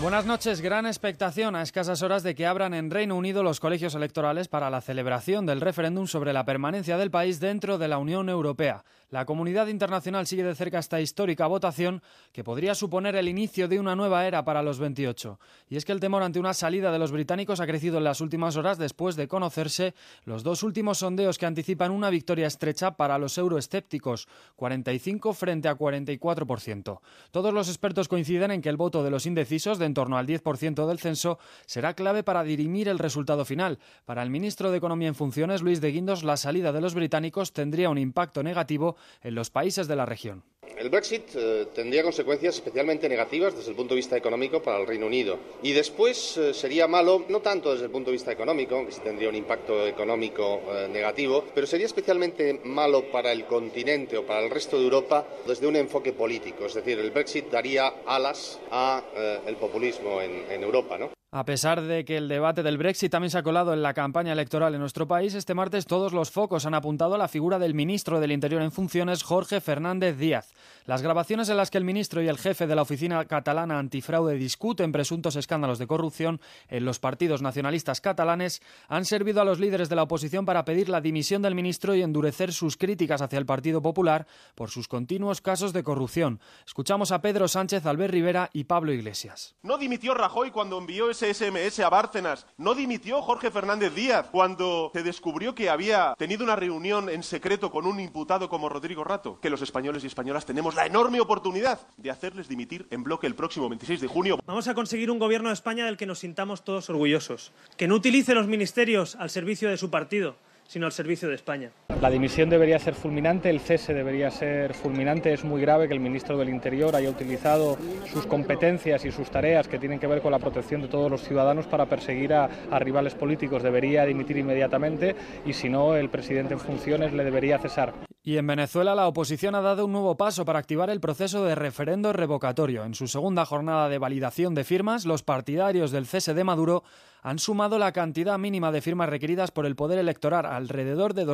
Buenas noches, gran expectación a escasas horas de que abran en Reino Unido los colegios electorales para la celebración del referéndum sobre la permanencia del país dentro de la Unión Europea. la comunidad internacional sigue de cerca esta histórica votación que podría suponer el inicio de una nueva era para los 28. Y es que el temor ante una salida de los británicos ha crecido en las últimas horas después de conocerse los dos últimos sondeos que anticipan una victoria estrecha para los euroescépticos, 45 frente a 44%. Todos los expertos coinciden en que el voto de los indecisos, de en torno al 10% del censo, será clave para dirimir el resultado final. Para el ministro de Economía en funciones, Luis de Guindos, la salida de los británicos tendría un impacto negativo en los países de la región. El Brexit eh, tendría consecuencias especialmente negativas desde el punto de vista económico para el Reino Unido. Y después eh, sería malo, no tanto desde el punto de vista económico, aunque sí tendría un impacto económico eh, negativo, pero sería especialmente malo para el continente o para el resto de Europa desde un enfoque político. Es decir, el Brexit daría alas al populismo en, en Europa, ¿no? A pesar de que el debate del Brexit también se ha colado en la campaña electoral en nuestro país, este martes todos los focos han apuntado a la figura del ministro del Interior en funciones, Jorge Fernández Díaz. Las grabaciones en las que el ministro y el jefe de la Oficina Catalana Antifraude discuten presuntos escándalos de corrupción en los partidos nacionalistas catalanes han servido a los líderes de la oposición para pedir la dimisión del ministro y endurecer sus críticas hacia el Partido Popular por sus continuos casos de corrupción. Escuchamos a Pedro Sánchez, Albert Rivera y Pablo Iglesias. No dimitió Rajoy cuando envió ese SMS a Bárcenas. No dimitió Jorge Fernández Díaz cuando se descubrió que había tenido una reunión en secreto con un imputado como Rodrigo Rato. Que los españoles y españolas tenemos la enorme oportunidad de hacerles dimitir en bloque el próximo 26 de junio. Vamos a conseguir un gobierno de España del que nos sintamos todos orgullosos. Que no utilice los ministerios al servicio de su partido, sino al servicio de España. La dimisión debería ser fulminante, el cese debería ser fulminante. Es muy grave que el ministro del Interior haya utilizado sus competencias y sus tareas que tienen que ver con la protección de todos los ciudadanos para perseguir a, a rivales políticos. Debería dimitir inmediatamente y si no, el presidente en funciones le debería cesar. Y en Venezuela la oposición ha dado un nuevo paso para activar el proceso de referendo revocatorio. En su segunda jornada de validación de firmas, los partidarios del cese de Maduro han sumado la cantidad mínima de firmas requeridas por el Poder Electoral, alrededor de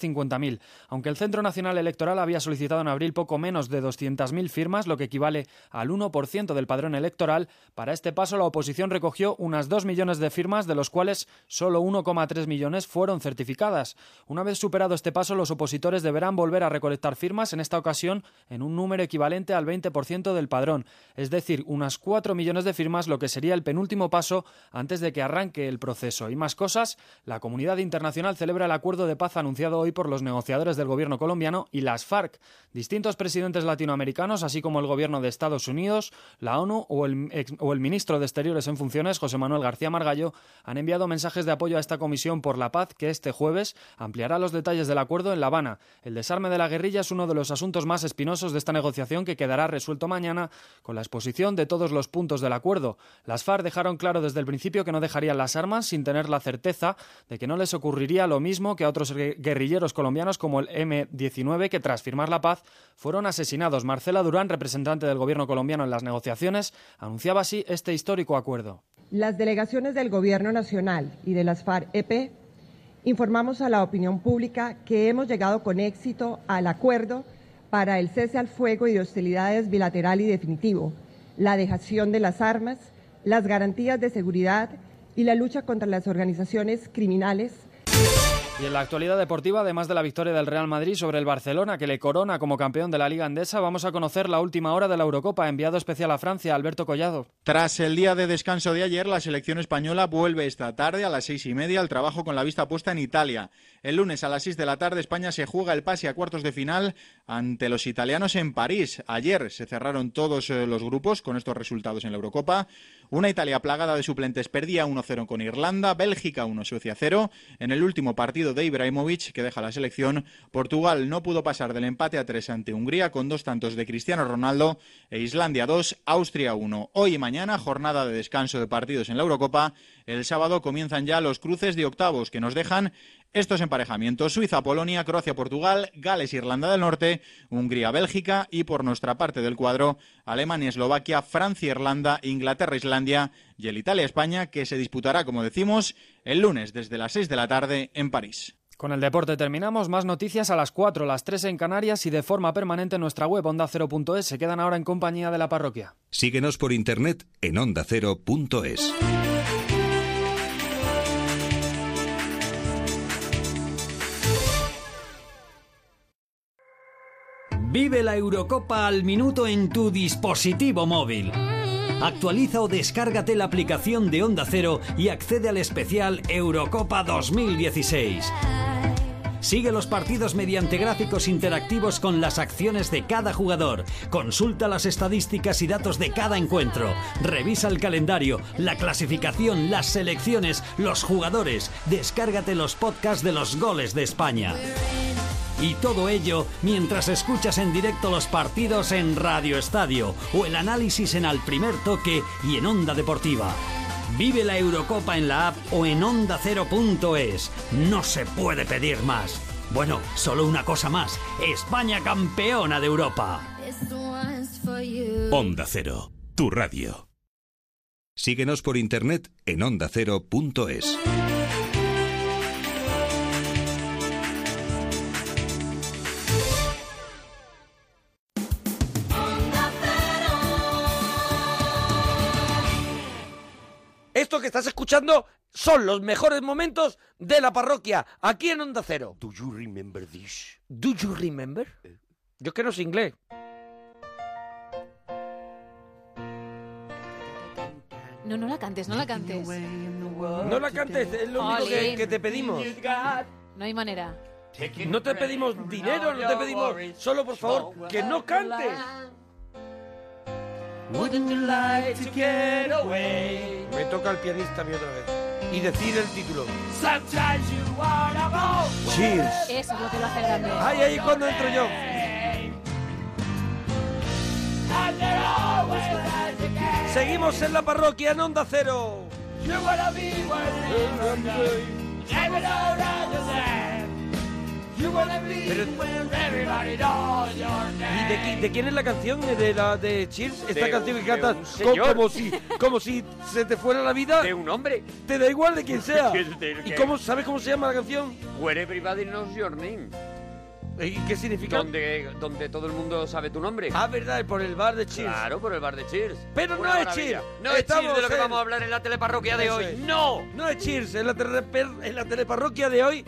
250.000. Aunque el Centro Nacional Electoral había solicitado en abril poco menos de 200.000 firmas, lo que equivale al 1% del padrón electoral, para este paso la oposición recogió unas 2 millones de firmas, de los cuales solo 1,3 millones fueron certificadas. Una vez superado este paso, los opositores deberán volver a recolectar firmas, en esta ocasión en un número equivalente al 20% del padrón, es decir, unas 4 millones de firmas, lo que sería el penúltimo paso antes de que arranque el proceso. Y más cosas, la comunidad internacional celebra el acuerdo de paz anunciado hoy por los negociadores del gobierno colombiano y las FARC. Distintos presidentes latinoamericanos, así como el gobierno de Estados Unidos, la ONU o el, ex- o el ministro de Exteriores en funciones, José Manuel García Margallo, han enviado mensajes de apoyo a esta comisión por la paz que este jueves ampliará los detalles del acuerdo en La Habana. El desarme de la guerrilla es uno de los asuntos más espinosos de esta negociación que quedará resuelto mañana con la exposición de todos los puntos del acuerdo. Las FARC dejaron claro desde el principio que no dejarían las armas sin tener la certeza de que no les ocurriría lo mismo que a otros gue- guerrilleros colombianos como el M-19 que tras firmar la paz fueron asesinados. Marcela Durán, representante del gobierno colombiano en las negociaciones, anunciaba así este histórico acuerdo. Las delegaciones del Gobierno Nacional y de las FARC-EP E informamos a la opinión pública que hemos llegado con éxito al acuerdo para el cese al fuego y de hostilidades bilateral y definitivo, la dejación de las armas, las garantías de seguridad y la lucha contra las organizaciones criminales Y en la actualidad deportiva, además de la victoria del Real Madrid sobre el Barcelona, que le corona como campeón de la Liga Andesa, vamos a conocer la última hora de la Eurocopa, enviado especial a Francia, Alberto Collado. Tras el día de descanso de ayer, la selección española vuelve esta tarde a las seis y media al trabajo con la vista puesta en Italia. El lunes a las seis de la tarde, España se juega el pase a cuartos de final ante los italianos en París. Ayer se cerraron todos eh, los grupos con estos resultados en la Eurocopa. Una Italia plagada de suplentes perdía 1-0 con Irlanda, Bélgica 1, Suecia 0. En el último partido de Ibrahimovic, que deja la selección, Portugal no pudo pasar del empate a 3 ante Hungría con dos tantos de Cristiano Ronaldo e Islandia 2, Austria 1. Hoy y mañana, jornada de descanso de partidos en la Eurocopa. El sábado comienzan ya los cruces de octavos que nos dejan estos emparejamientos, Suiza-Polonia, Croacia-Portugal, Gales-Irlanda del Norte, Hungría-Bélgica y por nuestra parte del cuadro, Alemania-Eslovaquia, Francia-Irlanda, Inglaterra-Islandia y el Italia-España que se disputará, como decimos, el lunes desde las 6 de la tarde en París. Con el deporte terminamos, más noticias a las 4, las 3 en Canarias y de forma permanente en nuestra web onda0.es. Se quedan ahora en compañía de la parroquia. Síguenos por internet en ondacero.es. Vive la Eurocopa al minuto en tu dispositivo móvil. Actualiza o descárgate la aplicación de Onda Cero y accede al especial Eurocopa 2016. Sigue los partidos mediante gráficos interactivos con las acciones de cada jugador. Consulta las estadísticas y datos de cada encuentro. Revisa el calendario, la clasificación, las selecciones, los jugadores. Descárgate los podcasts de los goles de España. Y todo ello mientras escuchas en directo los partidos en Radio Estadio o el análisis en Al Primer Toque y en Onda Deportiva. Vive la Eurocopa en la app o en ondacero.es. No se puede pedir más. Bueno, solo una cosa más. España campeona de Europa. This one's for you. Onda Cero, tu radio. Síguenos por internet en ondacero.es. Esto que estás escuchando son los mejores momentos de la parroquia, aquí en Onda Cero. Do you remember this? Eh. ¿Do you remember? Yo es que no sé inglés. No, no la cantes, no la cantes. No No la cantes, es lo único que, que te pedimos. No hay manera. No te pedimos dinero, no te pedimos... Solo, por favor, que no cantes. Wouldn't you like to get away? Me toca el pianista a mí otra vez. Y decir el título. Sometimes you wanna go. Cheers. Eso es lo que lo hace grande. Ay, ahí cuando entro yo. And there always lies a gap. Seguimos en la parroquia en Onda Cero. You wanna be worthy. Never know others have. You wanna be where everybody knows your Hmm. name. ¿Y de, qui- de quién es la canción? ¿De la de Cheers? Esta De canción que un- cantas de un co- señor. como si como si se te fuera la vida. De un hombre. Te da igual de quién sea. Del que- ¿Y cómo sabes cómo se llama la canción? Where everybody knows your name. ¿Y qué significa? Donde, donde todo el mundo sabe tu nombre. Ah, verdad, por el bar de Cheers. Claro, por el bar de Cheers. Pero Una no es maravilla. Cheers. No es Cheers de lo que en- vamos a hablar en la teleparroquia de Eso hoy. es. ¡No! No es Cheers. En la, teleper- en la teleparroquia de hoy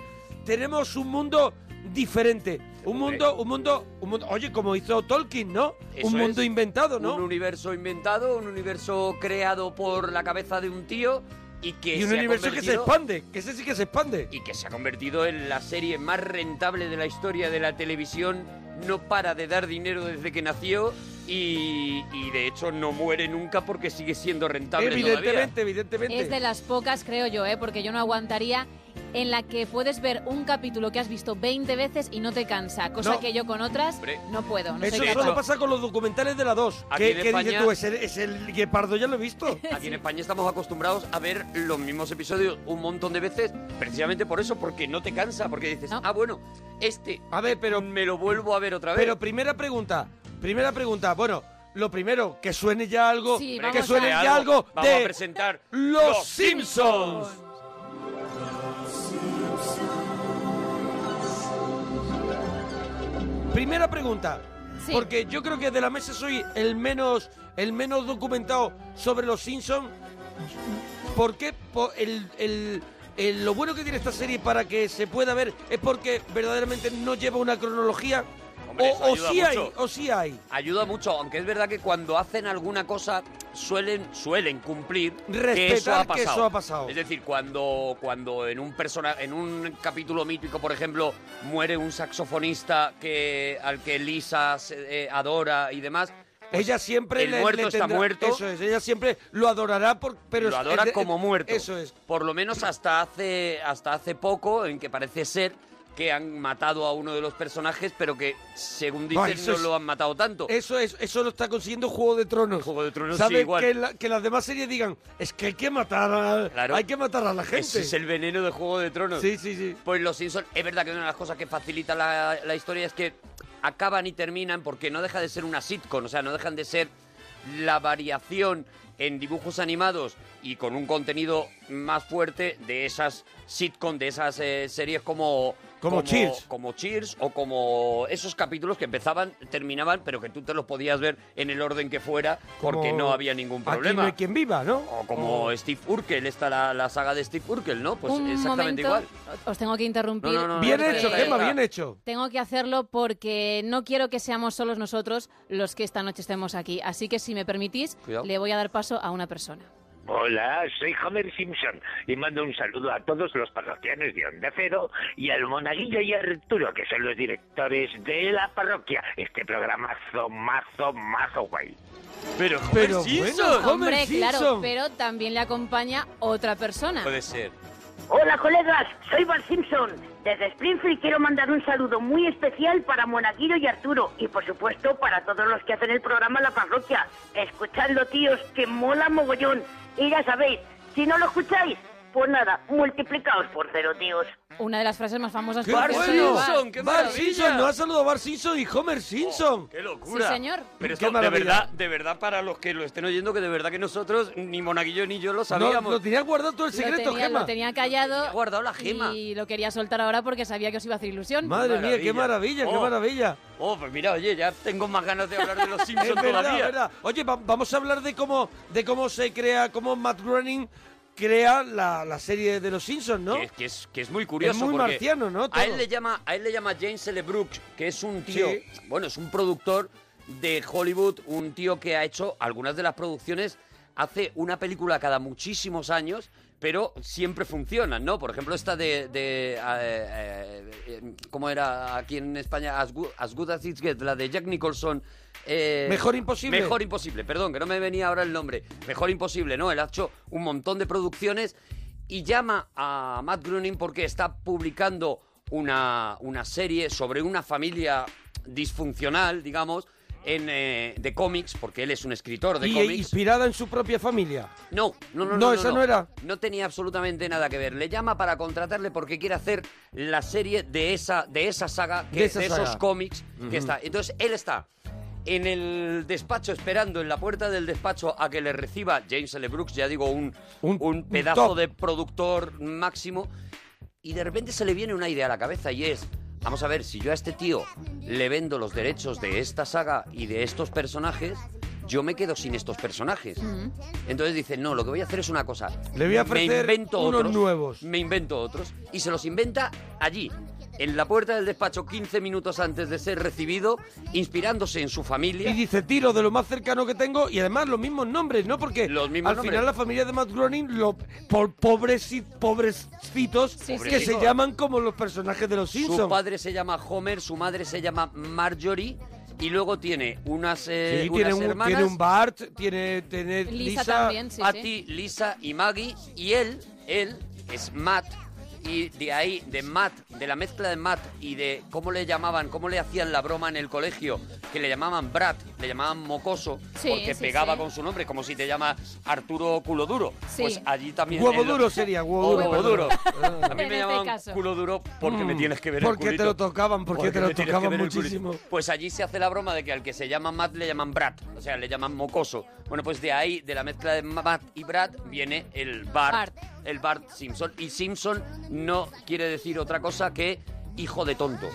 tenemos un mundo diferente. Un mundo, un mundo, un mundo. Oye, como hizo Tolkien, ¿no? Eso un mundo es. inventado, ¿no? Un universo inventado, un universo creado por la cabeza de un tío y que y un se ha universo que se convertido- expande, que ese sí que se expande. y que se ha convertido en la serie más rentable de la historia de la televisión. No para de dar dinero desde que nació y, y de hecho no muere nunca porque sigue siendo rentable Evidentemente, todavía. evidentemente. Es de las pocas, creo yo, ¿eh? porque yo no aguantaría en la que puedes ver un capítulo que has visto 20 veces y no te cansa, cosa No. que yo con otras no puedo. No Eso soy solo capaz. pasa con los documentales de la 2. Aquí ¿Qué, en qué dices España- tú? ¿Es el, es el guepardo? ¿Ya lo he visto? Aquí en España estamos acostumbrados a ver los mismos episodios un montón de veces, precisamente por eso, porque no te cansa, porque dices, ah, bueno, este A ver, pero... me lo vuelvo a ver otra vez. Pero primera pregunta, primera pregunta. Bueno, lo primero, que suene ya algo, Sí, que vamos suene a- ya algo Vamos a de presentar Los Los Simpsons. Primera pregunta. Porque yo creo que de la mesa soy el menos el menos documentado sobre los Simpsons. ¿Por qué? Por el- el- el- lo bueno que tiene esta serie para que se pueda ver es porque verdaderamente no lleva una cronología. Hombre, o, eso o ayuda sí hay, mucho. o sí hay. ayuda mucho, aunque es verdad que cuando hacen alguna cosa suelen, suelen cumplir que eso, Respetar ha que pasado. eso ha pasado. Es decir, cuando, cuando en un persona, en un capítulo mítico, por ejemplo, muere un saxofonista que, al que Lisa se- eh, adora y demás. pues Ella siempre el le- muerto le está tendrá- muerto. Eso es, ella siempre lo adorará por, pero lo es- adora es de- como muerto. Eso es. Por lo menos hasta hace, hasta hace poco, en que parece ser que han matado a uno de los personajes, pero que según No, dicen eso no es- lo han matado tanto. Eso es, eso lo está consiguiendo Juego de Tronos. Juego de Tronos ¿Sabe sí, igual. Que, la- que las demás series digan, es que hay que matar a, Claro. hay que matar a la gente. Ese es el veneno de Juego de Tronos. Sí, sí, sí. Pues los Simpsons, es verdad que una de las cosas que facilita la, la historia es que acaban y terminan porque no deja de ser una sitcom, o sea, no dejan de ser la variación en dibujos animados y con un contenido más fuerte de esas sitcom, de esas eh, series como Como Cheers. Como Cheers o como esos capítulos que empezaban, terminaban, pero que tú te los podías ver en el orden que fuera porque Como no había ningún Aquí problema. no hay quien viva, ¿no? O Como Steve Urkel, está la, la saga de Steve Urkel, ¿no? Pues Oh. Un exactamente momento, igual. os tengo que interrumpir. No, no, no, Bien no, no, hecho, no, Gemma, no. bien hecho. Tengo que hacerlo porque no quiero que seamos solos nosotros los que esta noche estemos aquí. Así que si me permitís, Cuidado. le voy a dar paso a una persona. Hola, soy Homer Simpson y mando un saludo a todos los parroquianos de Onda Cero y al Monaguillo y a Arturo, que son los directores de la parroquia. Este programazo, mazo, mazo, guay. Pero, Pero Simpson. bueno, Hombre, claro, pero también le acompaña otra persona. Puede ser. Hola colegas, soy Val Simpson. Desde Springfield quiero mandar un saludo muy especial para Monaguillo y Arturo y por supuesto para todos los que hacen el programa La Parroquia. Escuchadlo tíos, que mola mogollón. Y ya sabéis, si no lo escucháis, pues nada, multiplicaos por cero tíos. Una de las frases más famosas ¡Qué por bueno! cierto, de Bart. Bart Simpson, nos ha saludado Bart Simpson y Homer Simpson. ¡Qué locura! Sí, señor. Pero Qué esto, de maravilla. verdad, de verdad, para los que lo estén oyendo, que de verdad que nosotros, ni Monaguillo ni yo lo sabíamos. lo tenías guardado todo el lo tenía, lo tenía callado guardado la gema. y lo quería soltar ahora porque sabía que os iba a hacer ilusión. Madre mía, qué maravilla, qué Oh. maravilla. Oh, pues mira, oye, ya tengo más ganas de hablar de los Simpsons Es verdad, todavía. verdad. Oye, va- vamos a hablar de cómo, de cómo se crea, cómo Matt Groening crea la, la serie de los Simpsons, ¿no? que es, que es muy curioso. Es muy porque marciano, ¿no? A Todo. él, le llama, a él le llama James L. Brooks, que es un tío, Sí. bueno, es un productor de Hollywood, un tío que ha hecho algunas de las producciones, hace una película cada muchísimos años, pero siempre funcionan, ¿no? Por ejemplo, esta de, de, eh, eh, eh, ¿cómo era aquí en España? As Good As, Good As It Gets, la de Jack Nicholson. eh, Mejor Imposible. Mejor Imposible, perdón, que no me venía ahora el nombre. Mejor Imposible, ¿no? Él ha hecho un montón de producciones y llama a Matt Groening porque está publicando una, una serie sobre una familia disfuncional, digamos, en, eh, de cómics, porque él es un escritor de Y- cómics. inspirada en su propia familia. No, no, no, no. No, esa no era. No tenía absolutamente nada que ver. Le llama para contratarle porque quiere hacer la serie de esa, de esa saga, que, De de, esa saga. esos cómics Ujú. que está. Entonces él está en el despacho, esperando en la puerta del despacho a que le reciba James L. Brooks, ya digo, un, un, pedazo top. de productor máximo. Y de repente se le viene una idea a la cabeza y es, vamos a ver, si yo a este tío le vendo los derechos de esta saga y de estos personajes, yo me quedo sin estos personajes. Entonces dice, no, lo que voy a hacer es una cosa. Le voy a ofrecer me invento unos otros, nuevos. Me invento otros. Y se los inventa allí, en la puerta del despacho, 15 minutos antes de ser recibido, inspirándose en su familia. Y dice, tiro de lo más cercano que tengo y además los mismos nombres, ¿no? Porque mismos al nombres. final la familia de Matt Groening, lo, por pobreci- pobrecitos, sí. que se llaman como los personajes de los Simpsons. Su padre se llama Homer, su madre se llama Marjorie. Y luego tiene unas, eh, Sí, unas tiene, un, hermanas. tiene un Bart, tiene, tiene Lisa, Lisa. Patty, Lisa y Maggie. Y él, él es Matt. Y de ahí, de Matt, de la mezcla de Matt y de cómo le llamaban, cómo le hacían la broma en el colegio, que le llamaban Brad, le llamaban mocoso, Sí, porque sí, pegaba sí. con su nombre, como si te llama Arturo Culo Duro. Sí. Pues allí también. Huevo en lo- duro sería, huevo duro. Huevo perdón. duro. Ah. A mí me llamaban Culo Duro porque me Mm, tienes que ver el Porque te culito. lo tocaban, porque, te lo me tienes que tocaban ver el culito. muchísimo. Pues allí se hace la broma de que al que se llama Matt le llaman Brad, o sea, le llaman mocoso. Bueno, pues de ahí, de la mezcla de Matt y Brad, viene el Bart, Bart. el Bart Simpson. Y Simpson no quiere decir otra cosa que hijo de tonto.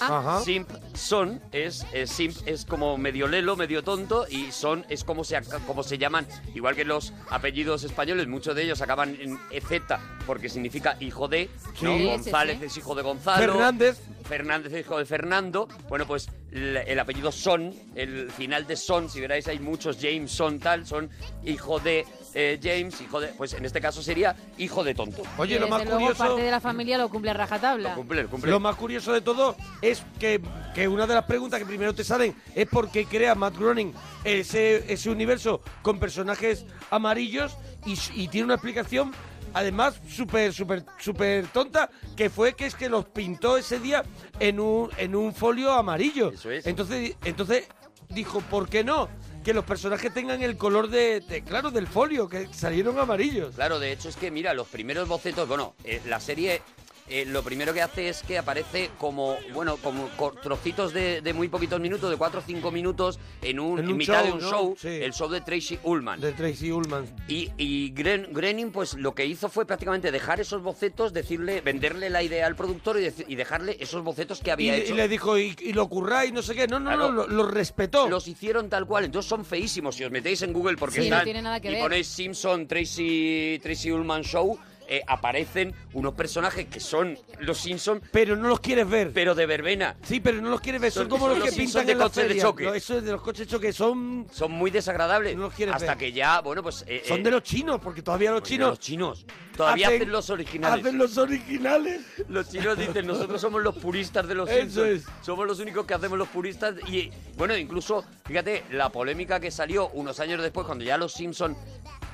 Ah. Ajá. Simp son es, eh, simp es como medio lelo, medio tonto y son es como se ac- como se llaman, igual que los apellidos españoles, muchos de ellos acaban en EZ porque significa hijo de, ¿no? Sí. Sí, sí, González sí. es hijo de Gonzalo. Fernández. Fernández es hijo de Fernando. Bueno, pues l- el apellido Son, el final de Son, si veráis hay muchos James Son tal, son hijo de eh, James, hijo de pues en este caso sería hijo de tonto. Oye, Y lo más desde luego, curioso... parte de la familia lo cumple a rajatabla. Cumple, cumple. Lo más curioso de todo es que, que una de las preguntas que primero te salen es por qué crea Matt Groening ese, ese universo con personajes amarillos y, s- y tiene una explicación además súper súper súper tonta que fue que es que los pintó ese día en un en un folio amarillo. Entonces entonces dijo, ¿por qué no? Que los personajes tengan el color de, de- claro, del folio, que salieron amarillos. Claro, de hecho es que, mira, los primeros bocetos, bueno, eh, la serie eh, lo primero que hace es que aparece como, bueno, como co- trocitos de, de muy poquitos minutos, de 4 o 5 minutos, en, un, En en un mitad de show, un ¿no? show, Sí. el show de Tracy Ullman. De Tracy Ullman. Y, y Gren- Groening, pues lo que hizo fue prácticamente dejar esos bocetos, decirle, venderle la idea al productor y, deci- y dejarle esos bocetos que Y, había hecho. y le dijo, y, y lo curráis, no sé qué. No, no, Claro. no, lo, lo respetó. Los hicieron tal cual, entonces son feísimos. Si os metéis en Google porque Sí, no están tiene nada que y ver. ponéis Simpson, Tracy, Tracy Ullman Show, eh, aparecen unos personajes que son los Simpson, pero no los quieres ver. Pero de verbena. Sí, pero no los quieres ver. Son, Son- como son los que los Simpsons pintan de en la coches de feria. choque. Lo- Eso es de los coches de choque. Son, son muy desagradables. No los quieres hasta ver. que ya, bueno, pues eh, Son eh, de los chinos, porque todavía los chinos... los chinos. Todavía hacen los originales. Hacen los originales. Los chinos dicen, nosotros somos los puristas de los Eso Simpsons. Somos los únicos que hacemos los puristas. Y bueno, incluso, fíjate, la polémica que salió unos años después, cuando ya los Simpsons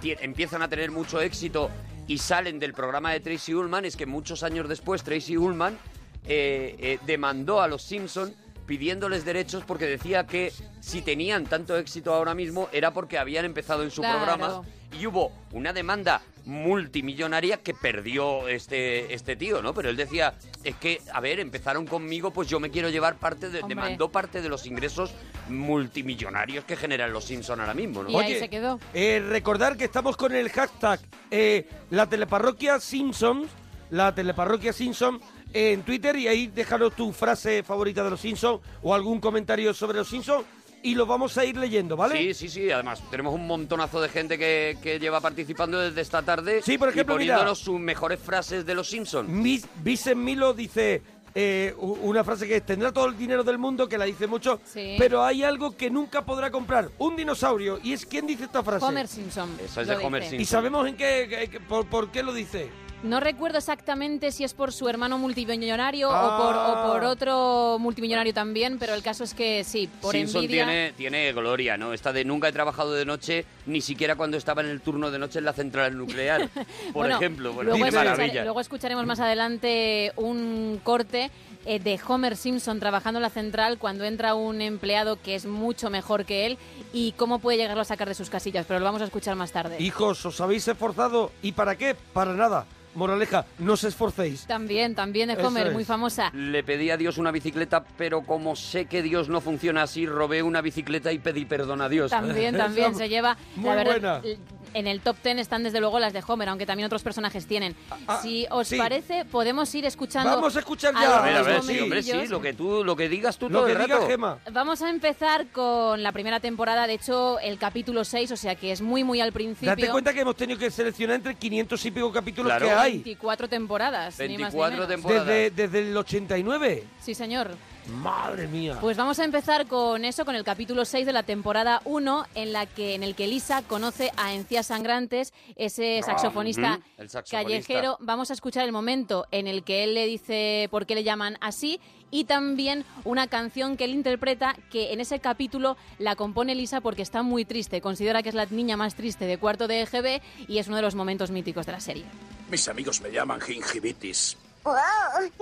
empiezan a tener mucho éxito y salen del programa de Tracy Ullman, es que muchos años después Tracy Ullman eh, eh, demandó a los Simpson pidiéndoles derechos porque decía que si tenían tanto éxito ahora mismo era porque habían empezado en su Claro. programa y hubo una demanda multimillonaria que perdió este, este tío, ¿no? Pero él decía, es que, a ver, empezaron conmigo, pues yo me quiero llevar parte, de, Hombre. demandó parte de los ingresos multimillonarios que generan los Simpson ahora mismo, ¿no? Y ahí se quedó. Eh, recordar que estamos con el hashtag eh, la teleparroquia Simpsons, la teleparroquia Simpsons eh, en Twitter y ahí déjanos tu frase favorita de los Simpsons o algún comentario sobre los Simpsons y lo vamos a ir leyendo, ¿vale? Sí, sí, sí. Además, tenemos un montonazo de gente que, que lleva participando desde esta tarde. Sí, por ejemplo, y mira. poniéndonos sus mejores frases de los Simpsons. Mis- Vicent Milo dice eh, u- una frase que es, tendrá todo el dinero del mundo, que la dice mucho, Sí. pero hay algo que nunca podrá comprar, un dinosaurio. ¿Y es quién dice esta frase? Homer Simpson. es de lo Homer dice. ¿Y sabemos en qué, qué- qué- por, por qué lo dice? No recuerdo exactamente si es por su hermano multimillonario Ah. o, por, o por otro multimillonario también, pero el caso es que sí, por Simpson envidia. tiene, tiene gloria, ¿no? Esta de nunca he trabajado de noche, ni siquiera cuando estaba en el turno de noche en la central nuclear, por Bueno, ejemplo. Bueno, luego, qué escuchare- maravilla. luego escucharemos más adelante un corte eh, de Homer Simpson trabajando en la central cuando entra un empleado que es mucho mejor que él y cómo puede llegarlo a sacar de sus casillas, pero lo vamos a escuchar más tarde. Hijos, os habéis esforzado. ¿Y para qué? Para nada. Moraleja, no os esforcéis. También, también de Eso Homer, es. muy famosa. Le pedí a Dios una bicicleta, pero como sé que Dios no funciona así, robé una bicicleta y pedí perdón a Dios. También, también se lleva. muy la verdad, buena. En el top ten están desde luego las de Homer, aunque también otros personajes tienen. si os sí. parece, podemos ir escuchando. Ah, Vamos a escuchar A ya. ver, a ver, algunos sí, hombre, sí, momentillos. lo que tú, lo que digas tú Lo todo que el diga rato. Gema. Vamos a empezar con la primera temporada, de hecho, el capítulo 6, o sea que es muy, muy al principio. Date cuenta que hemos tenido que seleccionar entre 500 y pico capítulos Claro. que hay. 24 temporadas, ni más ni menos. Desde, desde el 89. Sí, señor. Madre mía. Pues vamos a empezar con eso, con el capítulo 6 de la temporada 1, en, la que, en el que Lisa conoce a Encías Sangrantes, ese saxofonista, Ah, ujú, el saxofonista. callejero. Vamos a escuchar el momento en el que él le dice por qué le llaman así y también una canción que él interpreta que en ese capítulo la compone Lisa porque está muy triste. Considera que es la niña más triste de cuarto de EGB y es uno de los momentos míticos de la serie. Mis amigos me llaman gingivitis. ¡Wow!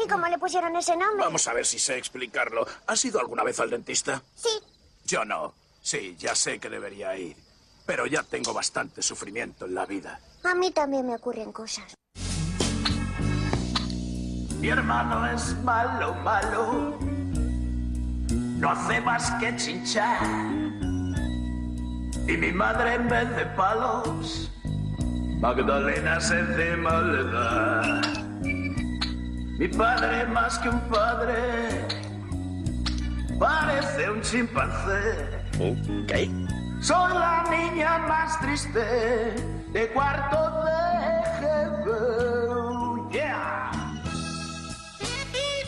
¿Y cómo le pusieron ese nombre? Vamos a ver si sé explicarlo. ¿Has ido alguna vez al dentista? Sí. Yo no. Sí, ya sé que debería ir. Pero ya tengo bastante sufrimiento en la vida. A mí también me ocurren cosas. Mi hermano es malo, malo. No hace más que chinchar. Y mi madre en vez de palos, magdalenas encima le da. Mi padre más que un padre, parece un chimpancé. ¿Qué? Soy la niña más triste de cuarto de GB. Yeah.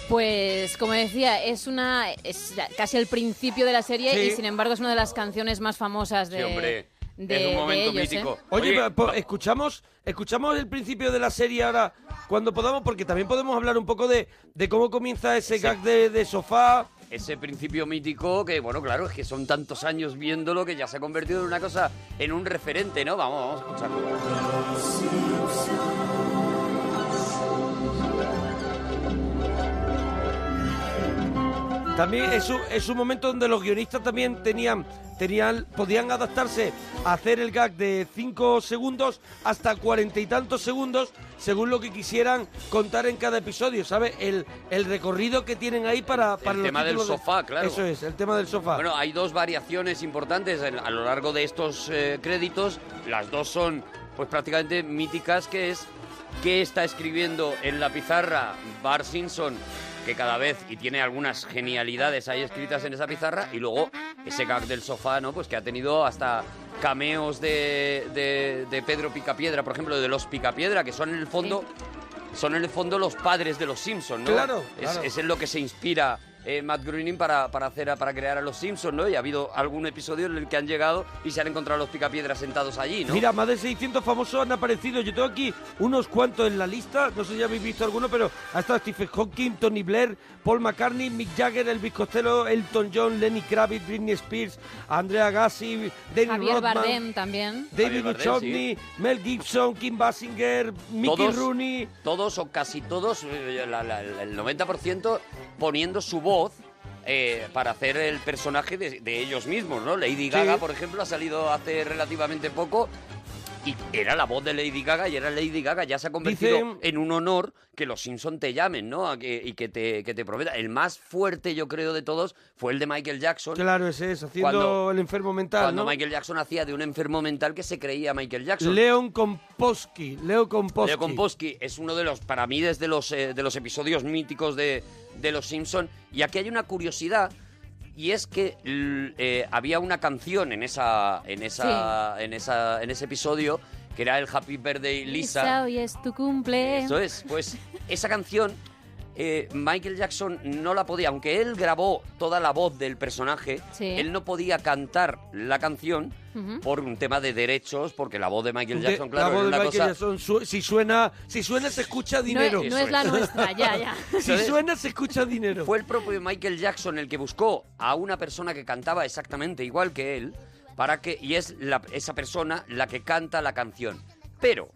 Pues como decía, es una es casi el principio de la serie Sí. y sin embargo es una de las canciones más famosas de, Sí, hombre. de- Es un de momento ellos. ¿eh? mítico. Oye, Oye, pa- po- escuchamos, escuchamos el principio de la serie ahora cuando podamos, porque también podemos hablar un poco de, de cómo comienza ese gag de, de sofá. Ese principio mítico que, bueno, claro, es que son tantos años viéndolo que ya se ha convertido en una cosa, en un referente, ¿no? Vamos, vamos a escucharlo. También es un, es un momento donde los guionistas también tenían, tenían, podían adaptarse a hacer el gag de 5 segundos hasta cuarenta y tantos segundos según lo que quisieran contar en cada episodio, ¿sabes? El, el recorrido que tienen ahí para, para el los tema del títulos de- sofá, claro. Eso es, el tema del sofá. Bueno, hay dos variaciones importantes en- a lo largo de estos eh, créditos. Las dos son, pues, prácticamente míticas, que es qué está escribiendo en la pizarra Bar Simpson, que cada vez y tiene algunas genialidades ahí escritas en esa pizarra, y luego ese gag del sofá, ¿no? Pues que ha tenido hasta cameos de, de, de Pedro Picapiedra, por ejemplo, de los Picapiedra, que son en el fondo son en el fondo los padres de los Simpsons, ¿no? Claro, Es, claro. es en lo que se inspira eh, Matt Groening para, para, hacer, a- para crear a los Simpsons, ¿no? Y ha habido algún episodio en el que han llegado y se han encontrado los picapiedras sentados allí, ¿no? Mira, más de 600 famosos han aparecido. Yo tengo aquí unos cuantos en la lista. No sé si habéis visto alguno, pero ha estado Stephen Hawking, Tony Blair, Paul McCartney, Mick Jagger, Elvis Costello, Elton John, Lenny Kravitz, Britney Spears, Andrea Gassi, Danny Javier Rodman, Bardem también. David Bardem, Duchovny, Mel Gibson, Kim Basinger, Mickey Todos- Rooney. Todos o casi todos, eh, la- la- la- el 90% poniendo su voz eh, para hacer el personaje de, de ellos mismos, ¿no? Lady Gaga, por ejemplo, ha salido hace relativamente poco y era la voz de Lady Gaga y era Lady Gaga. Ya se ha convertido Dicen- en un honor que los Simpson te llamen, ¿no? A que- y que te, que te prometa. El más fuerte, yo creo, de todos fue el de Michael Jackson. Claro, ese es, haciendo Cuando- el enfermo mental. Cuando ¿no? Michael Jackson hacía de un enfermo mental que se creía Michael Jackson. Leon Komposky. Leo Komposky. Leo Komposky es uno de los, para mí, desde los, eh, de los episodios míticos de, de Los Simpson. Y aquí hay una curiosidad, y es que l- eh, había una canción en, esa, en, esa, en, esa, en ese episodio, que era el Happy Birthday Lisa. hoy es tu cumple. Eso es, pues esa canción eh, Michael Jackson no la podía, aunque él grabó toda la voz del personaje, Sí. él no podía cantar la canción Ujú. por un tema de derechos, porque la voz de Michael De- Jackson, claro, la voz era de una Michael cosa... Jackson, su- si suena, si suena se escucha No dinero. es- no es la nuestra, ya, ya. si suena se escucha dinero. Fue el propio Michael Jackson el que buscó a una persona que cantaba exactamente igual que él para que y es la- esa persona la que canta la canción. Pero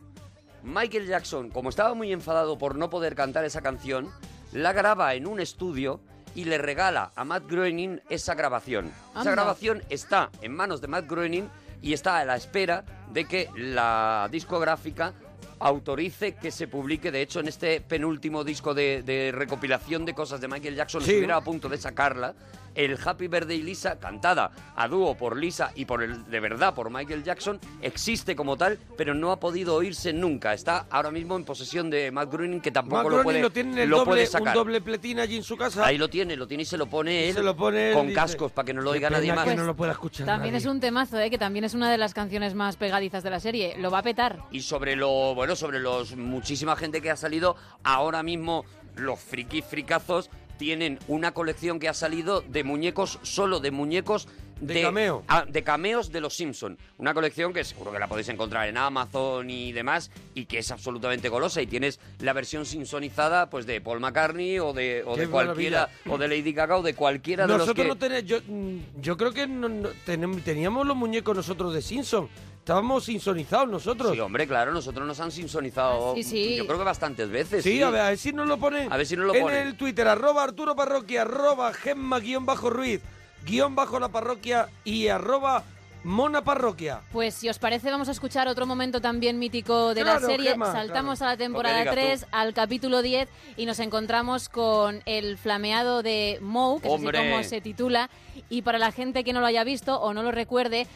Michael Jackson, como estaba muy enfadado por no poder cantar esa canción, la graba en un estudio y le regala a Matt Groening esa grabación. Esa Anda. grabación está en manos de Matt Groening y está a la espera de que la discográfica autorice que se publique. De hecho, en este penúltimo disco de, de recopilación de cosas de Michael Jackson Sí. estuviera a punto de sacarla. El Happy Birthday Lisa, cantada a dúo por Lisa y por el de verdad por Michael Jackson, existe como tal, pero no ha podido oírse nunca. Está ahora mismo en posesión de Matt Groening, que tampoco Matt lo Groening puede, lo tiene en el lo doble- puede sacar. un doble pletina allí en su casa. Ahí lo tiene, lo tiene y se lo pone Y él se lo pone él, con dice, cascos para que no lo "Qué oiga nadie pena más. que no lo pueda escuchar también También es un temazo, ¿eh? que también es una de las canciones más pegadizas de la serie. Lo va a petar. y sobre lo bueno sobre los muchísima gente que ha salido ahora mismo los frikis fricazos tienen una colección que ha salido de muñecos solo de muñecos De cameo. ah, de cameos de los Simpson una colección que seguro que la podéis encontrar en Amazon y demás y que es absolutamente golosa y tienes la versión simpsonizada pues de Paul McCartney o de o Qué de cualquiera maravilla. o de Lady Gaga o de cualquiera de los Nosotros que no tenemos, yo, mm, yo creo que no- no- tenem- teníamos los muñecos nosotros de Simpson. Estábamos simpsonizados nosotros. Sí, hombre, claro, nosotros nos han simpsonizado Sí, sí. Oh, yo creo que bastantes veces. Sí, a ver, a ver si nos lo Eh, ponen. A ver si nos lo en ponen. el Twitter, arroba Arturo Parroquia, arroba Gemma guión bajo Ruiz, guión bajo la parroquia y arroba Mona Parroquia. Pues si os parece vamos a escuchar otro momento también mítico de Claro, la serie. Gemma, Saltamos claro. a la temporada Lo que digas 3, al capítulo 10 y nos encontramos con el flameado de Moe, que es Hombre. así como se titula. Y para la gente que no lo haya visto o no lo recuerde,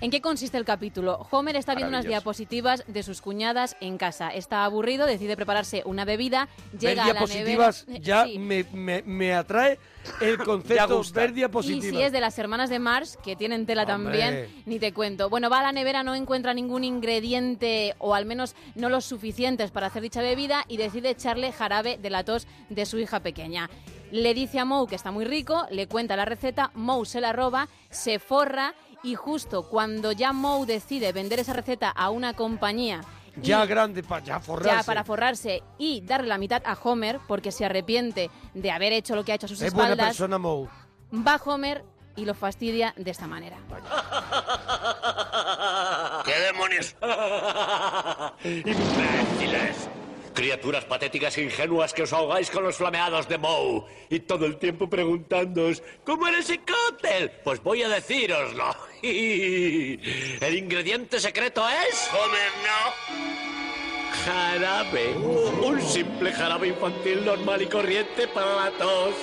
¿en qué consiste el capítulo? Homer está viendo unas Maravilloso. diapositivas de sus cuñadas en casa. Está aburrido, decide prepararse una bebida, Ver llega a la nevera... diapositivas ya Sí. me, me- me atrae el concepto gusta. ver Y diapositivas. si es de las hermanas de Mars, que tienen tela Hombre. también, ni te cuento. Bueno, va a la nevera, no encuentra ningún ingrediente o al menos no los suficientes para hacer dicha bebida y decide echarle jarabe de la tos de su hija pequeña. Le dice a Moe que está muy rico, le cuenta la receta, Moe se la roba, se forra y justo cuando ya Moe decide vender esa receta a una compañía y- Ya grande, pa- ya forrarse. ya para forrarse y darle la mitad a Homer porque se arrepiente de haber hecho lo que ha hecho a sus Es buena espaldas persona, Moe. va Homer y lo fastidia de esta manera. ¿Qué demonios? Imbéciles. Criaturas patéticas e ingenuas que os ahogáis con los flameados de Moe y todo el tiempo preguntándoos ¿Cómo era ese cóctel? Pues voy a decíroslo. El ingrediente secreto es... ¡Joder, no! Jarabe. Un simple jarabe infantil normal y corriente para la tos.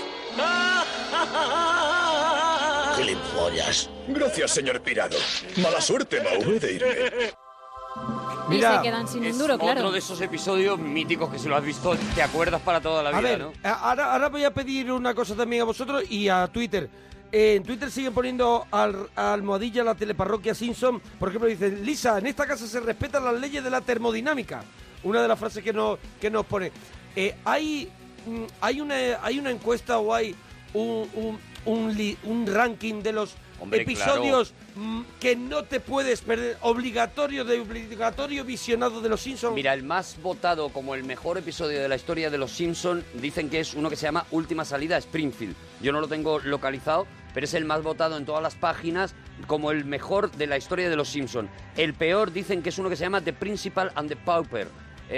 ¡Gilipollas! Gracias, señor Pirado. Mala suerte, Mau, he de irme. y se quedan sin un duro, otro claro. de esos episodios míticos que si lo has visto te acuerdas para toda la a vida, ver, ¿no? a- Eh, ahora, ahora voy a pedir una cosa también a vosotros y a Twitter. Eh, en Twitter siguen poniendo al, a almohadilla la teleparroquia Simpson. Por ejemplo, dicen, Lisa, en esta casa se respetan las leyes de la termodinámica. Una de las frases que, nos que nos pone. Eh, hay, mm, hay, una, hay una encuesta o hay un, un, un li- un ranking de los Hombre, episodios mm, que no te puedes perder, obligatorio de obligatorio visionado de los Simpsons. Mira, el más votado como el mejor episodio de la historia de Los Simpson dicen que es uno que se llama Última Salida a Springfield. Yo no lo tengo localizado, pero es el más votado en todas las páginas como el mejor de la historia de Los Simpson. El peor dicen que es uno que se llama The Principal and the Pauper.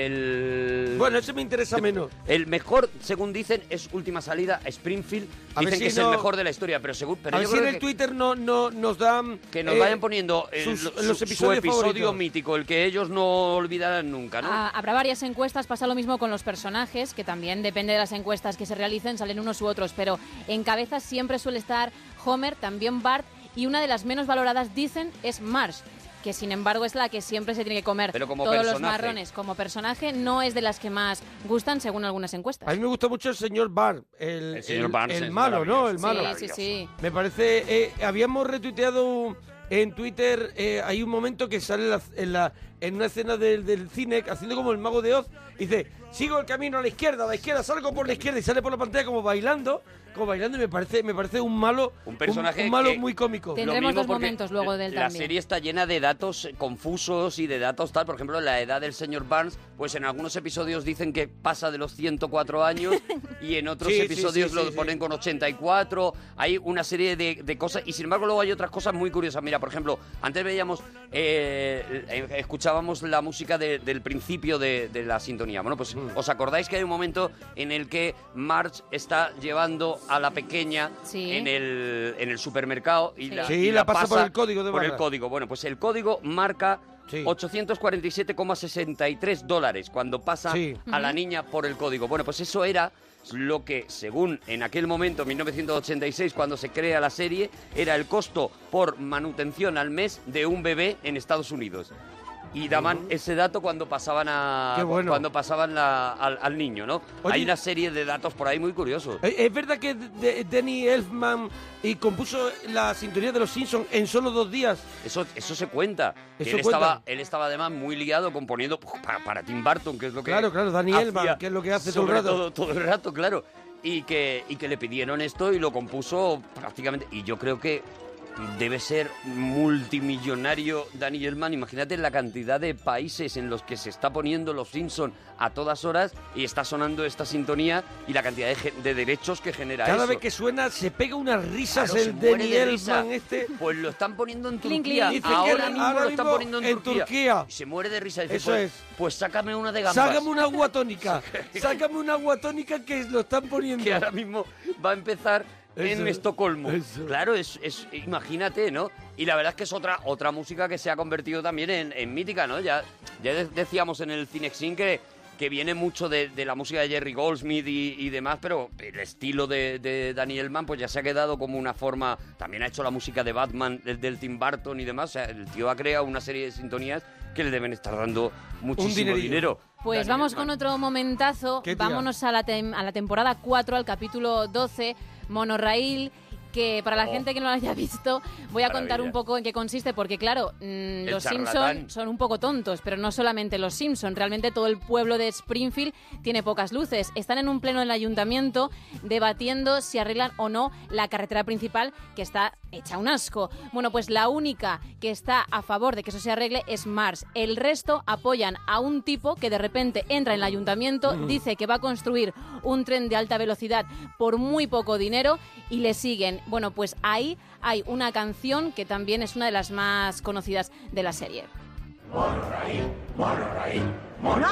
El... Bueno, ese me interesa menos. El mejor, según dicen, es Última Salida a Springfield. A ver dicen si que es no- el mejor de la historia, pero según... Pero a ver yo si en creo el que- Twitter no, no, nos dan... que nos eh, vayan poniendo eh, sus- lo- su, los su episodios episodio favoritos. mítico, el que ellos no olvidarán nunca, ¿no? Ah, habrá varias encuestas, pasa lo mismo con los personajes, que también depende de las encuestas que se realicen, salen unos u otros, pero en cabeza siempre suele estar Homer, también Bart, y una de las menos valoradas, dicen, es Marsh, que sin embargo es la que siempre se tiene que comer Pero como todos los personaje. marrones. Como personaje no es de las que más gustan, según algunas encuestas. A mí me gusta mucho el señor Barr, el, el, señor Barnes el es malo, ¿no? El Sí, malo. sí, sí. Me parece, eh, habíamos retuiteado un- en Twitter, eh, hay un momento que sale en, la, en, la- en una escena del, del cine haciendo como el mago de Oz, y dice, sigo el camino a la izquierda, a la izquierda, salgo por la izquierda y sale por la pantalla como bailando, como bailando y me parece, me parece un malo, un, personaje un malo que- muy cómico. Lo Tendremos mismo dos porque momentos luego del La también. serie está llena de datos confusos y de datos tal. Por ejemplo, la edad del señor Barnes, pues en algunos episodios dicen que pasa de los 104 años y en otros Sí, sí, episodios sí, lo sí, ponen con 84. Hay una serie de, de cosas y sin embargo luego hay otras cosas muy curiosas. Mira, por ejemplo, antes veíamos, eh, eh, escuchábamos la música de- del principio de, de la sintonía. Bueno, pues Mm. os acordáis que hay un momento en el que Marge está llevando a la pequeña Sí. en, el, en el supermercado y Sí. la, Sí, y la pasa por el código de por el barra. código. Bueno, pues el código marca 847,63 dólares cuando pasa Sí. a la Ujú. niña por el código. Bueno, pues eso era lo que, según en aquel momento, 1986, cuando se crea la serie, era el costo por manutención al mes de un bebé en Estados Unidos. Y daban ese dato cuando pasaban a Qué bueno. cuando pasaban la- al, al niño, ¿no? Oye. Hay una serie de datos por ahí muy curiosos. Eh, ¿Es verdad que de- de- Danny Elfman y compuso la sintonía de los Simpsons en solo dos días? Eso, eso se cuenta. que Eso él, cuenta. Estaba, él estaba además muy liado componiendo pues, pa- para, Tim Burton, que es lo que. Claro, claro, Danny hacía Elfman, que es lo que hace todo el sobre rato. Todo, todo el rato, claro. Y que, y que le pidieron esto y lo compuso prácticamente. Y yo creo que debe ser multimillonario Danny Elfman. Imagínate la cantidad de países en los que se está poniendo los Simpson a todas horas y está sonando esta sintonía y la cantidad de, gen- de derechos que genera Cada eso. vez que suena se pega unas risas Claro, se el muere Danny de risa. Elfman este. Pues lo están poniendo en Clink, Turquía. clink. Dicen que Ahora ahora- mismo ahora lo están mismo poniendo en, en Turquía. Y Se muere de risa. y dice, Eso pues, es. pues sácame una de gambas. Sácame una agua tónica. Sácame una agua tónica que lo están poniendo. Que ahora mismo va a empezar Eso, en Estocolmo. eso. Claro, es, es- imagínate, ¿no? Y la verdad es que es otra, otra música que se ha convertido también en, en mítica, ¿no? Ya, ya de- decíamos en el Cinexin que, que viene mucho de, de la música de Jerry Goldsmith y, y demás, pero el estilo de, de Daniel Mann pues ya se ha quedado como una forma... También ha hecho la música de Batman, del, del Tim Burton y demás. O sea, el tío ha creado una serie de sintonías que le deben estar dando muchísimo dinerillo. dinero. Pues Daniel vamos Mann. con otro momentazo. ¿Qué, tía? Vámonos a la, tem- a la temporada 4, al capítulo 12, Monorraíl, que para la Oh. gente que no lo haya visto, voy a contar Maravilla. un poco en qué consiste, porque claro, mm, los charlatán. Simpson son un poco tontos, pero no solamente los Simpson, realmente todo el pueblo de Springfield tiene pocas luces. Están en un pleno del ayuntamiento debatiendo si arreglan o no la carretera principal, que está hecha un asco. Bueno, pues la única que está a favor de que eso se arregle es Mars. El resto apoyan a un tipo que de repente entra en el ayuntamiento, Mm. dice que va a construir un tren de alta velocidad por muy poco dinero y le siguen. Bueno, pues ahí hay una canción que también es una de las más conocidas de la serie.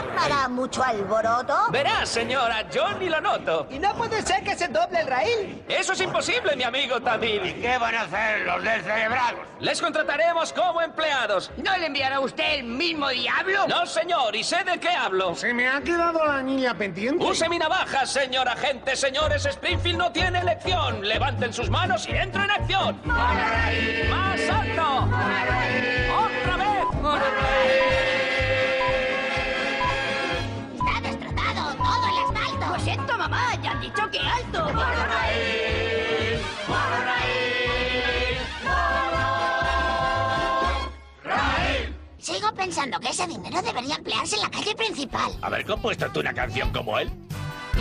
¿No hará mucho alboroto? Verás, señora, yo ni lo noto. Y no puede ser que se doble el raíl. Eso es imposible, mi amigo Tamil. ¿Y qué van a hacer los descerebrados? Les contrataremos como empleados. ¿No le enviará usted el mismo diablo? No, señor, y sé de qué hablo. Se me ha quedado la niña pendiente. Use mi navaja, señor agente, señores. Springfield no tiene elección. Levanten sus manos y entren en acción. ¡Más alto! ¡Otra vez! ¡Está destrozado todo el asfalto! Lo siento, mamá, ya han dicho que alto. Sigo pensando que ese dinero debería emplearse en la calle principal. Haber compuesto tú una canción como él.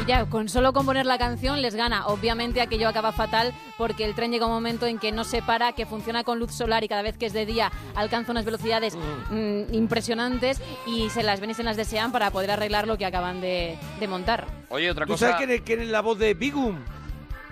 Y ya, con solo componer la canción les gana. Obviamente aquello acaba fatal porque el tren llega un momento en que no se para, que funciona con luz solar y cada vez que es de día alcanza unas velocidades mm, impresionantes y se las ven y se las desean para poder arreglar lo que acaban de, de montar. Oye, otra ¿Tú cosa. sabes quién es, quién es la voz de Bigum?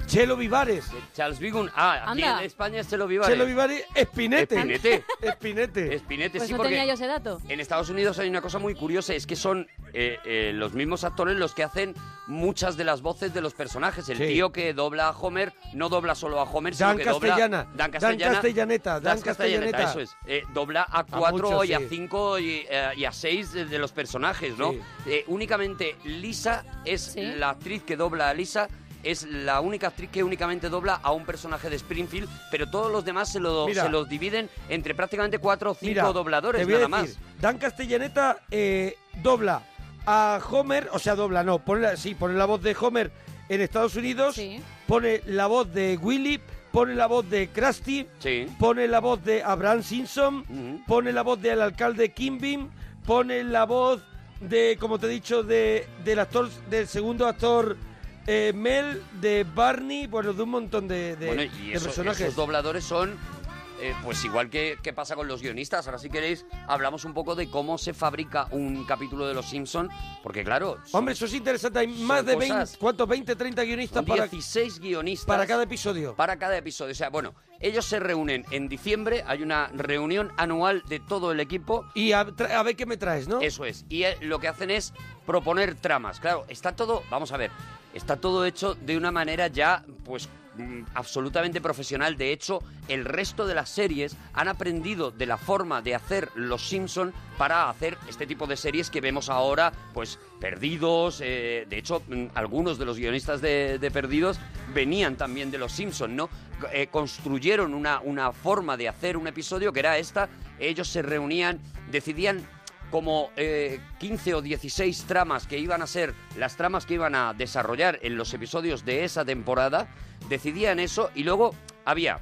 Chelo Vivares. Charles Vigun. Ah, aquí Anda. en España es Chelo Vivares. Chelo Vivares, Espinete. Espinete. Espinete. Espinete, Pues sí, no porque tenía yo ese dato. en Estados Unidos hay una cosa muy curiosa, es que son eh, eh, los mismos actores los que hacen muchas de las voces de los personajes. El Sí. tío que dobla a Homer no dobla solo a Homer, Dan sino que Castellana. dobla... Dan Castellaneta, Dan Castellaneta. Eso es. Eh, dobla a cuatro muchos, y a sí. cinco y, eh, y a seis de, de los personajes, ¿no? Sí. Eh, únicamente Lisa es la actriz que dobla a Lisa. Es la única actriz que únicamente dobla a un personaje de Springfield, pero todos los demás se, lo, Mira. se los dividen entre prácticamente cuatro o cinco Mira, dobladores te voy a nada decir, más. Dan Castellaneta eh, dobla a Homer, o sea, dobla, no, pone la, sí, pone la voz de Homer en Estados Unidos, pone la voz de Willy, pone la voz de Krusty, pone la voz de Abraham Simpson, pone la voz del alcalde Kimbim, pone la voz de, como te he dicho, de, del actor, del segundo actor eh, Mel, de Barney, bueno, de un montón de, de- bueno, y de eso- personajes. esos dobladores son, eh, pues igual que, que pasa con los guionistas. Ahora, si queréis, hablamos un poco de cómo se fabrica un capítulo de Los Simpson, porque claro, Hombre, eso es interesante. Hay más son de cosas- 20, ¿cuántos? 20, 30 guionistas Son para... 16 guionistas. Para cada episodio. Para cada episodio. O sea, bueno, ellos se reúnen en diciembre, hay una reunión anual de todo el equipo. Y a, tra- a ver qué me traes, ¿no? Eso es. Y eh, lo que hacen es proponer tramas. Claro, está todo, vamos a ver, está todo hecho de una manera ya, pues mm, absolutamente profesional. De hecho, el resto de las series han aprendido de la forma de hacer Los Simpson para hacer este tipo de series que vemos ahora, pues Perdidos. eh, de hecho, mm, algunos de los guionistas de, de Perdidos venían también de Los Simpson, ¿no? Eh, construyeron una, una forma de hacer un episodio que era esta. Ellos se reunían, decidían como eh, 15 o 16 tramas que iban a ser las tramas que iban a desarrollar en los episodios de esa temporada, decidían eso y luego había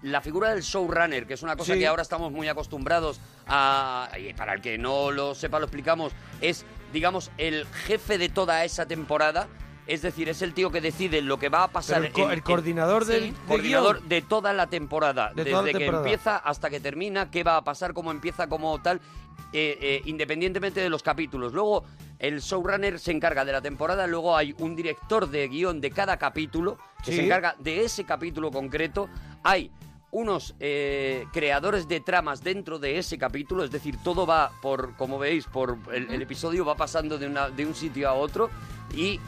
la figura del showrunner, que es una cosa Sí. que ahora estamos muy acostumbrados a... Y para el que no lo sepa, lo explicamos. Es, digamos, el jefe de toda esa temporada. Es decir, es el tío que decide lo que va a pasar. Pero el co- el coordinador del- de coordinador guión. de toda la temporada. De desde toda la que temporada. empieza hasta que termina, qué va a pasar, cómo empieza, cómo tal, eh, eh, independientemente de los capítulos. Luego el showrunner se encarga de la temporada, luego hay un director de guión de cada capítulo que Sí. se encarga de ese capítulo concreto. Hay unos eh, creadores de tramas dentro de ese capítulo, es decir, todo va por, como veis, por el, el episodio va pasando de, una- de un sitio a otro y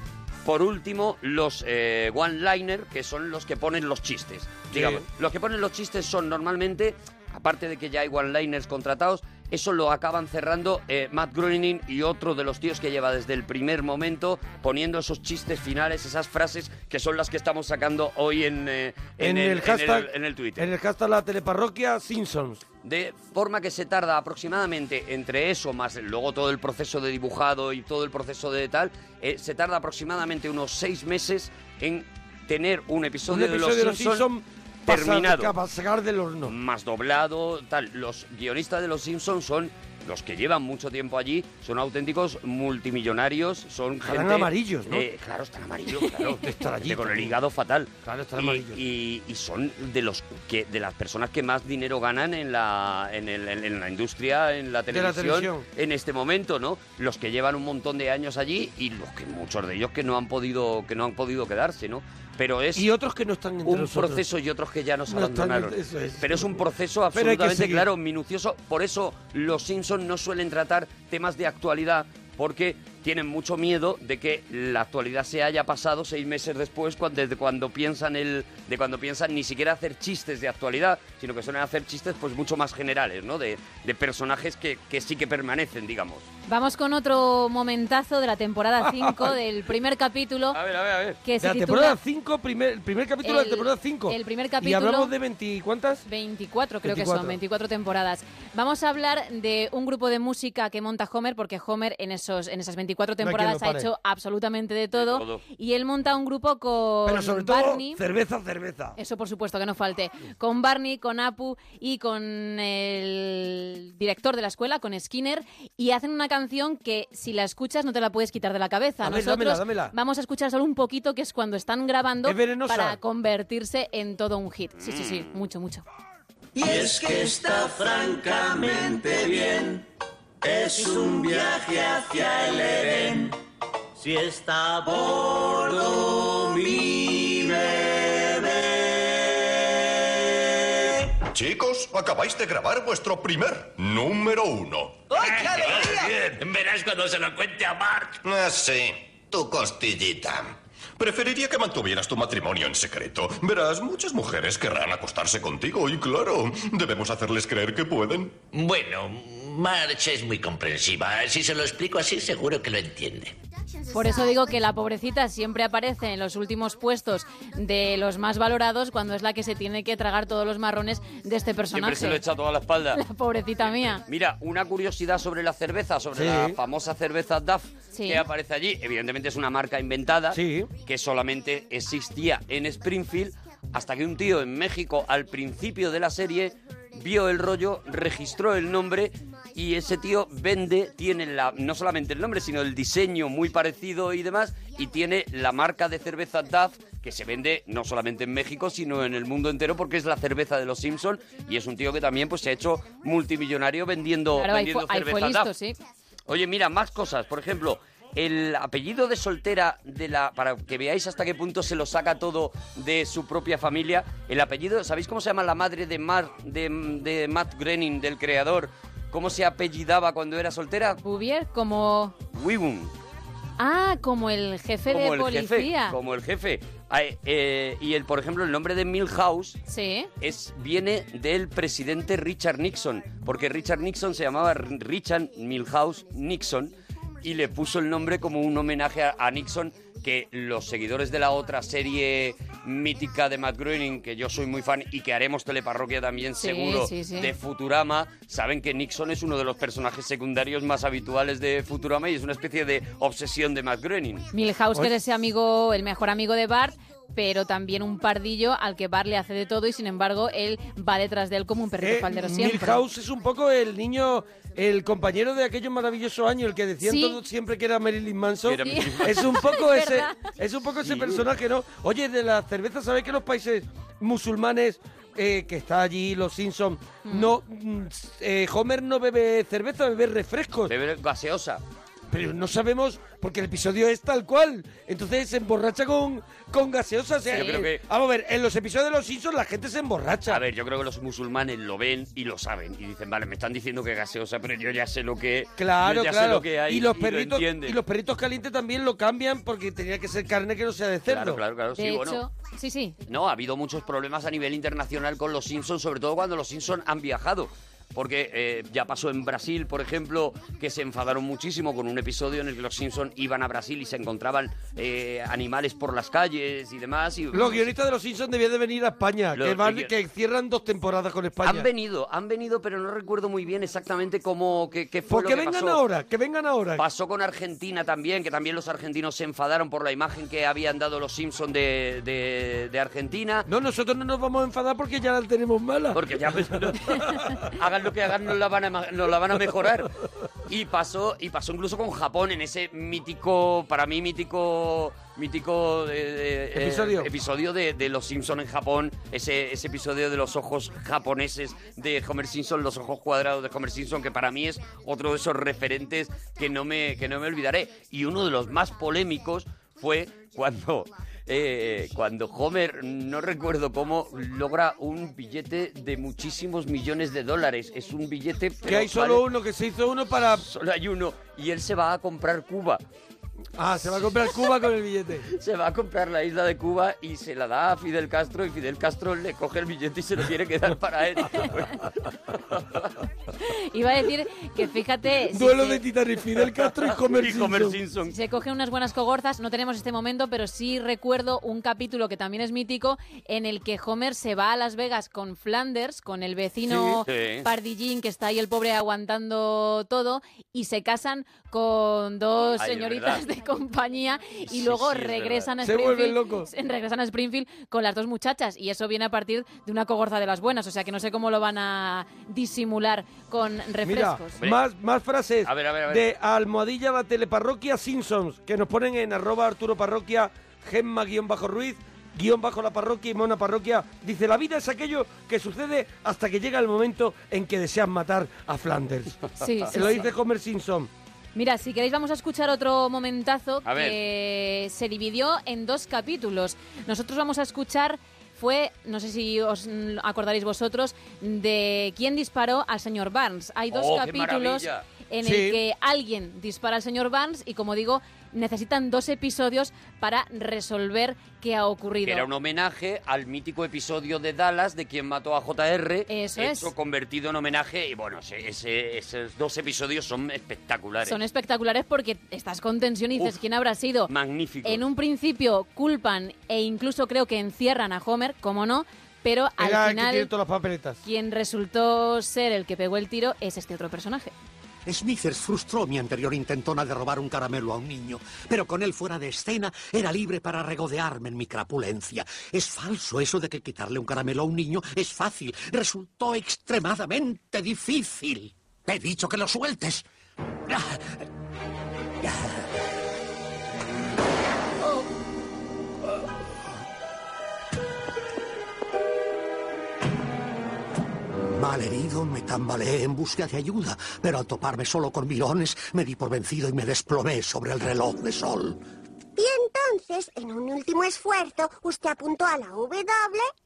por último, los eh, one-liner, que son los que ponen los chistes. Digamos, los que ponen los chistes son normalmente, aparte de que ya hay one-liners contratados, eso lo acaban cerrando eh, Matt Groening y otro de los tíos que lleva desde el primer momento poniendo esos chistes finales, esas frases que son las que estamos sacando hoy en, eh, en, el, hashtag... en el Twitter. En el hashtag la teleparroquia Simpsons. De forma que se tarda aproximadamente entre eso, más luego todo el proceso de dibujado y todo el proceso de tal, eh, se tarda aproximadamente unos seis meses en tener un episodio, Un episodio de Los Simpsons terminado Para sacar del horno. más doblado, tal. Los guionistas de Los Simpsons son los que llevan mucho tiempo allí, son auténticos multimillonarios, son Estarán gente... amarillos, ¿no? eh, claro, están amarillos, claro. Estarán allí, gente con el ¿no? hígado fatal. Claro, están Y- amarillos. Y, y son de los que de las personas que más dinero ganan en la, en el- en- en la industria, en la De la televisión. en este momento, ¿no? Los que llevan un montón de años allí y los que muchos de ellos que no han podido que no han podido quedarse, ¿no? Pero es Y otros que no están entre un nosotros. proceso y otros que ya nos No están abandonaron. entre- eso es. Pero es un proceso Pero hay que absolutamente seguir. claro, minucioso. Por eso los Simpsons no suelen tratar temas de actualidad porque tienen mucho miedo de que la actualidad se haya pasado seis meses después cuan- desde cuando piensan el de cuando piensan ni siquiera hacer chistes de actualidad sino que suelen hacer chistes pues mucho más generales no de, de personajes que, que sí que permanecen digamos Vamos con otro momentazo de la temporada 5 del primer capítulo. A ver, a ver, a ver. Que De se la titula temporada 5, primer, el primer capítulo de El- la temporada 5. el primer capítulo- Y hablamos de 20, ¿cuántas? 24, creo que son 24. 24 temporadas. Vamos a hablar de un grupo de música que monta Homer, porque Homer en esos en esas 24 quien lo temporadas ha pare. hecho absolutamente de todo, todo. y él monta un grupo con Pero sobre todo, Barney. cerveza, cerveza. Eso por supuesto que no falte. Con Barney, con Apu y con el director de la escuela, con Skinner, y hacen una canción que si la escuchas no te la puedes quitar de la cabeza. A ver, Nosotros dámela, dámela. vamos a escuchar solo un poquito, que es cuando están grabando ¿Es venenosa? Mm. para convertirse en todo un hit. Sí, sí, sí, mucho, mucho. Y es que está francamente bien. Es un viaje hacia el Edén. Si está a bordo mi bebé. Chicos, acabáis de grabar vuestro primer número uno. ¡Ay, qué alegría! Verás cuando se lo cuente a Mark. Ah, sí, tu costillita. Preferiría que mantuvieras tu matrimonio en secreto. Verás, muchas mujeres querrán acostarse contigo y claro, debemos hacerles creer que pueden. Bueno, March es muy comprensiva. Si se lo explico así, seguro que lo entiende. Por eso digo que la pobrecita siempre aparece en los últimos puestos de los más valorados cuando es la que se tiene que tragar todos los marrones de este siempre se lo personaje. echa toda la espalda La pobrecita mía. Mira, una curiosidad sobre la cerveza, sobre Sí. la famosa cerveza DAF Sí. que aparece allí. Evidentemente es una marca inventada que solamente existía en Springfield hasta que un tío en México al principio de la serie vio el rollo, registró el nombre y ese tío vende, tiene la, no solamente el nombre, sino el diseño muy parecido y demás, y tiene la marca de cerveza DAF que se vende no solamente en México, sino en el mundo entero, porque es la cerveza de los Simpson y es un tío que también pues, se ha hecho multimillonario vendiendo, Claro, ahí fue, vendiendo ahí fue cerveza listo, DAF. sí. Oye, mira, más cosas. Por ejemplo, el apellido de soltera de la. Para que veáis hasta qué punto se lo saca todo de su propia familia. El apellido, ¿sabéis cómo se llama la madre de, Mar, de, de Matt Groening, del creador? ¿Cómo se apellidaba cuando era soltera? Bouvier como... Wiggum. Ah, como el jefe Como de el jefe. policía. Como el jefe. Ay, eh, y el, por ejemplo, el nombre de Milhouse Sí. es, viene del presidente Richard Nixon, porque Richard Nixon se llamaba R- Richard Milhouse Nixon y le puso el nombre como un homenaje a, a Nixon que los seguidores de la otra serie mítica de Matt Groening, que yo soy muy fan y que haremos teleparroquia también Sí, seguro, sí, sí. de Futurama, saben que Nixon es uno de los personajes secundarios más habituales de Futurama y es una especie de obsesión de Matt Groening. Milhouse, que Oye. es ese amigo, el mejor amigo de Bart, pero también un pardillo al que Bart le hace de todo y sin embargo él va detrás de él como un perrito faldero siempre. Eh, Milhouse es un poco el niño, el compañero de aquellos maravillosos años, el que decían Sí. todos siempre que era Marilyn Manson. Era Marilyn Es Manson. un poco Es ese, verdad. es un poco ese Sí. personaje, ¿no? Oye, de la cerveza, ¿sabéis que los países musulmanes eh, que está allí, los Simpsons, no, mm, eh, Homer no bebe cerveza, bebe refrescos. Bebe gaseosa. Pero no sabemos, porque el episodio es tal cual. Entonces se emborracha con, con gaseosa. o sea, eh, Yo creo que- Vamos a ver, en los episodios de los Simpsons la gente se emborracha. A ver, yo creo que los musulmanes lo ven y lo saben. Y dicen, vale, me están diciendo que gaseosa, pero yo ya sé lo que Claro, yo ya claro. Sé lo que hay y los lo perritos entienden. y los perritos calientes también lo cambian porque tenía que ser carne que no sea de Claro, cerdo. claro, claro. De sí, hecho, bueno. sí, sí. No, ha habido muchos problemas a nivel internacional con los Simpsons, sobre todo cuando los Simpsons han viajado. Porque eh, ya pasó en Brasil, por ejemplo, que se enfadaron muchísimo con un episodio en el que los Simpsons iban a Brasil y se encontraban eh, animales por las calles y demás. Y, Los guionistas de los Simpsons debían de venir a España, Los- que, van- los- que cierran dos temporadas con España. Han venido, han venido, pero no recuerdo muy bien exactamente cómo, qué, qué fue Pues lo que que vengan pasó. ahora, que vengan ahora. Pasó con Argentina también, que también los argentinos se enfadaron por la imagen que habían dado los Simpson de, de- de Argentina. No, nosotros no nos vamos a enfadar porque ya la tenemos mala. Porque ya hagan lo que hagan, nos la van a, ma- nos la van a mejorar. Y pasó, y pasó incluso con Japón en ese mítico, para mí mítico, mítico de- de- eh, Episodio. episodio de, de los Simpson en Japón, ese, ese episodio de los ojos japoneses de Homer Simpson, los ojos cuadrados de Homer Simpson, que para mí es otro de esos referentes que no me, que no me olvidaré. Y uno de los más polémicos fue cuando eh, cuando Homer, no recuerdo cómo, logra un billete de muchísimos millones de dólares. Es un billete... Que hay solo uno, que se hizo uno para... Solo hay uno. Y él se va a comprar Cuba. Ah, se va a comprar Cuba con el billete. Se va a comprar la isla de Cuba y se la da a Fidel Castro y Fidel Castro le coge el billete y se lo quiere quedar para Ah, él. Iba a decir que fíjate. si Duelo se- de Titanic, Fidel Castro y Homer Simpson. Simpson. Se cogen unas buenas cogorzas, no tenemos este momento, pero sí recuerdo un capítulo que también es mítico, en el que Homer se va a Las Vegas con Flanders, con el vecino Sí, sí. Pardillín, que está ahí el pobre aguantando todo, y se casan con dos Ay, es señoritas verdad. de compañía, y Sí, luego sí, es regresan a verdad. Se vuelven Springfield. locos. se- Regresan a Springfield con las dos muchachas, y eso viene a partir de una cogorza de las buenas, o sea que no sé cómo lo van a disimular con Mira, refrescos. más, más frases a ver, a ver. de Almohadilla la Teleparroquia Simpsons, que nos ponen en arroba Arturo Parroquia, Gemma guión bajo Ruiz, guión bajo la parroquia y Mona Parroquia. Dice, la vida es aquello que sucede hasta que llega el momento en que deseas matar a Flanders. Sí, sí, Lo sí. dice Homer Simpson. Mira, si queréis vamos a escuchar otro momentazo A ver. que se dividió en dos capítulos. Nosotros vamos a escuchar fue, no sé si os mm, acordaréis vosotros, de quién disparó al señor Barnes. Hay dos Oh, qué capítulos maravilla. en Sí. el que alguien dispara al señor Barnes y, como digo, necesitan dos episodios para resolver qué ha ocurrido. Que era un homenaje al mítico episodio de Dallas de quien mató a JR. Eso hecho, es. convertido en homenaje. Y bueno, ese- ese- esos dos episodios son espectaculares. Son espectaculares porque estás con tensión y dices, Uf. ¿quién habrá sido? Magníficos. En un principio culpan e incluso creo que encierran a Homer, como no, pero al Era el que tiene final todas las papeletas. quien resultó ser el que pegó el tiro es este otro personaje. Smithers frustró mi anterior intentona de robar un caramelo a un niño, pero con él fuera de escena era libre para regodearme en mi crapulencia. Es falso eso de que quitarle un caramelo a un niño es fácil. Resultó extremadamente difícil. He dicho que lo sueltes. Ah, Malherido, me tambaleé en busca de ayuda, pero al toparme solo con mirones, me di por vencido y me desplomé sobre el reloj de sol. Y entonces, en un último esfuerzo, usted apuntó a la W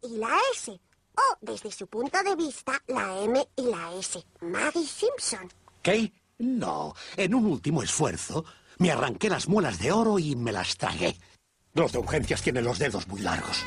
y la S. O, desde su punto de vista, la M y la S. Maggie Simpson. ¿Qué? No, en un último esfuerzo, me arranqué las muelas de oro y me las tragué. Los de urgencias tienen los dedos muy largos.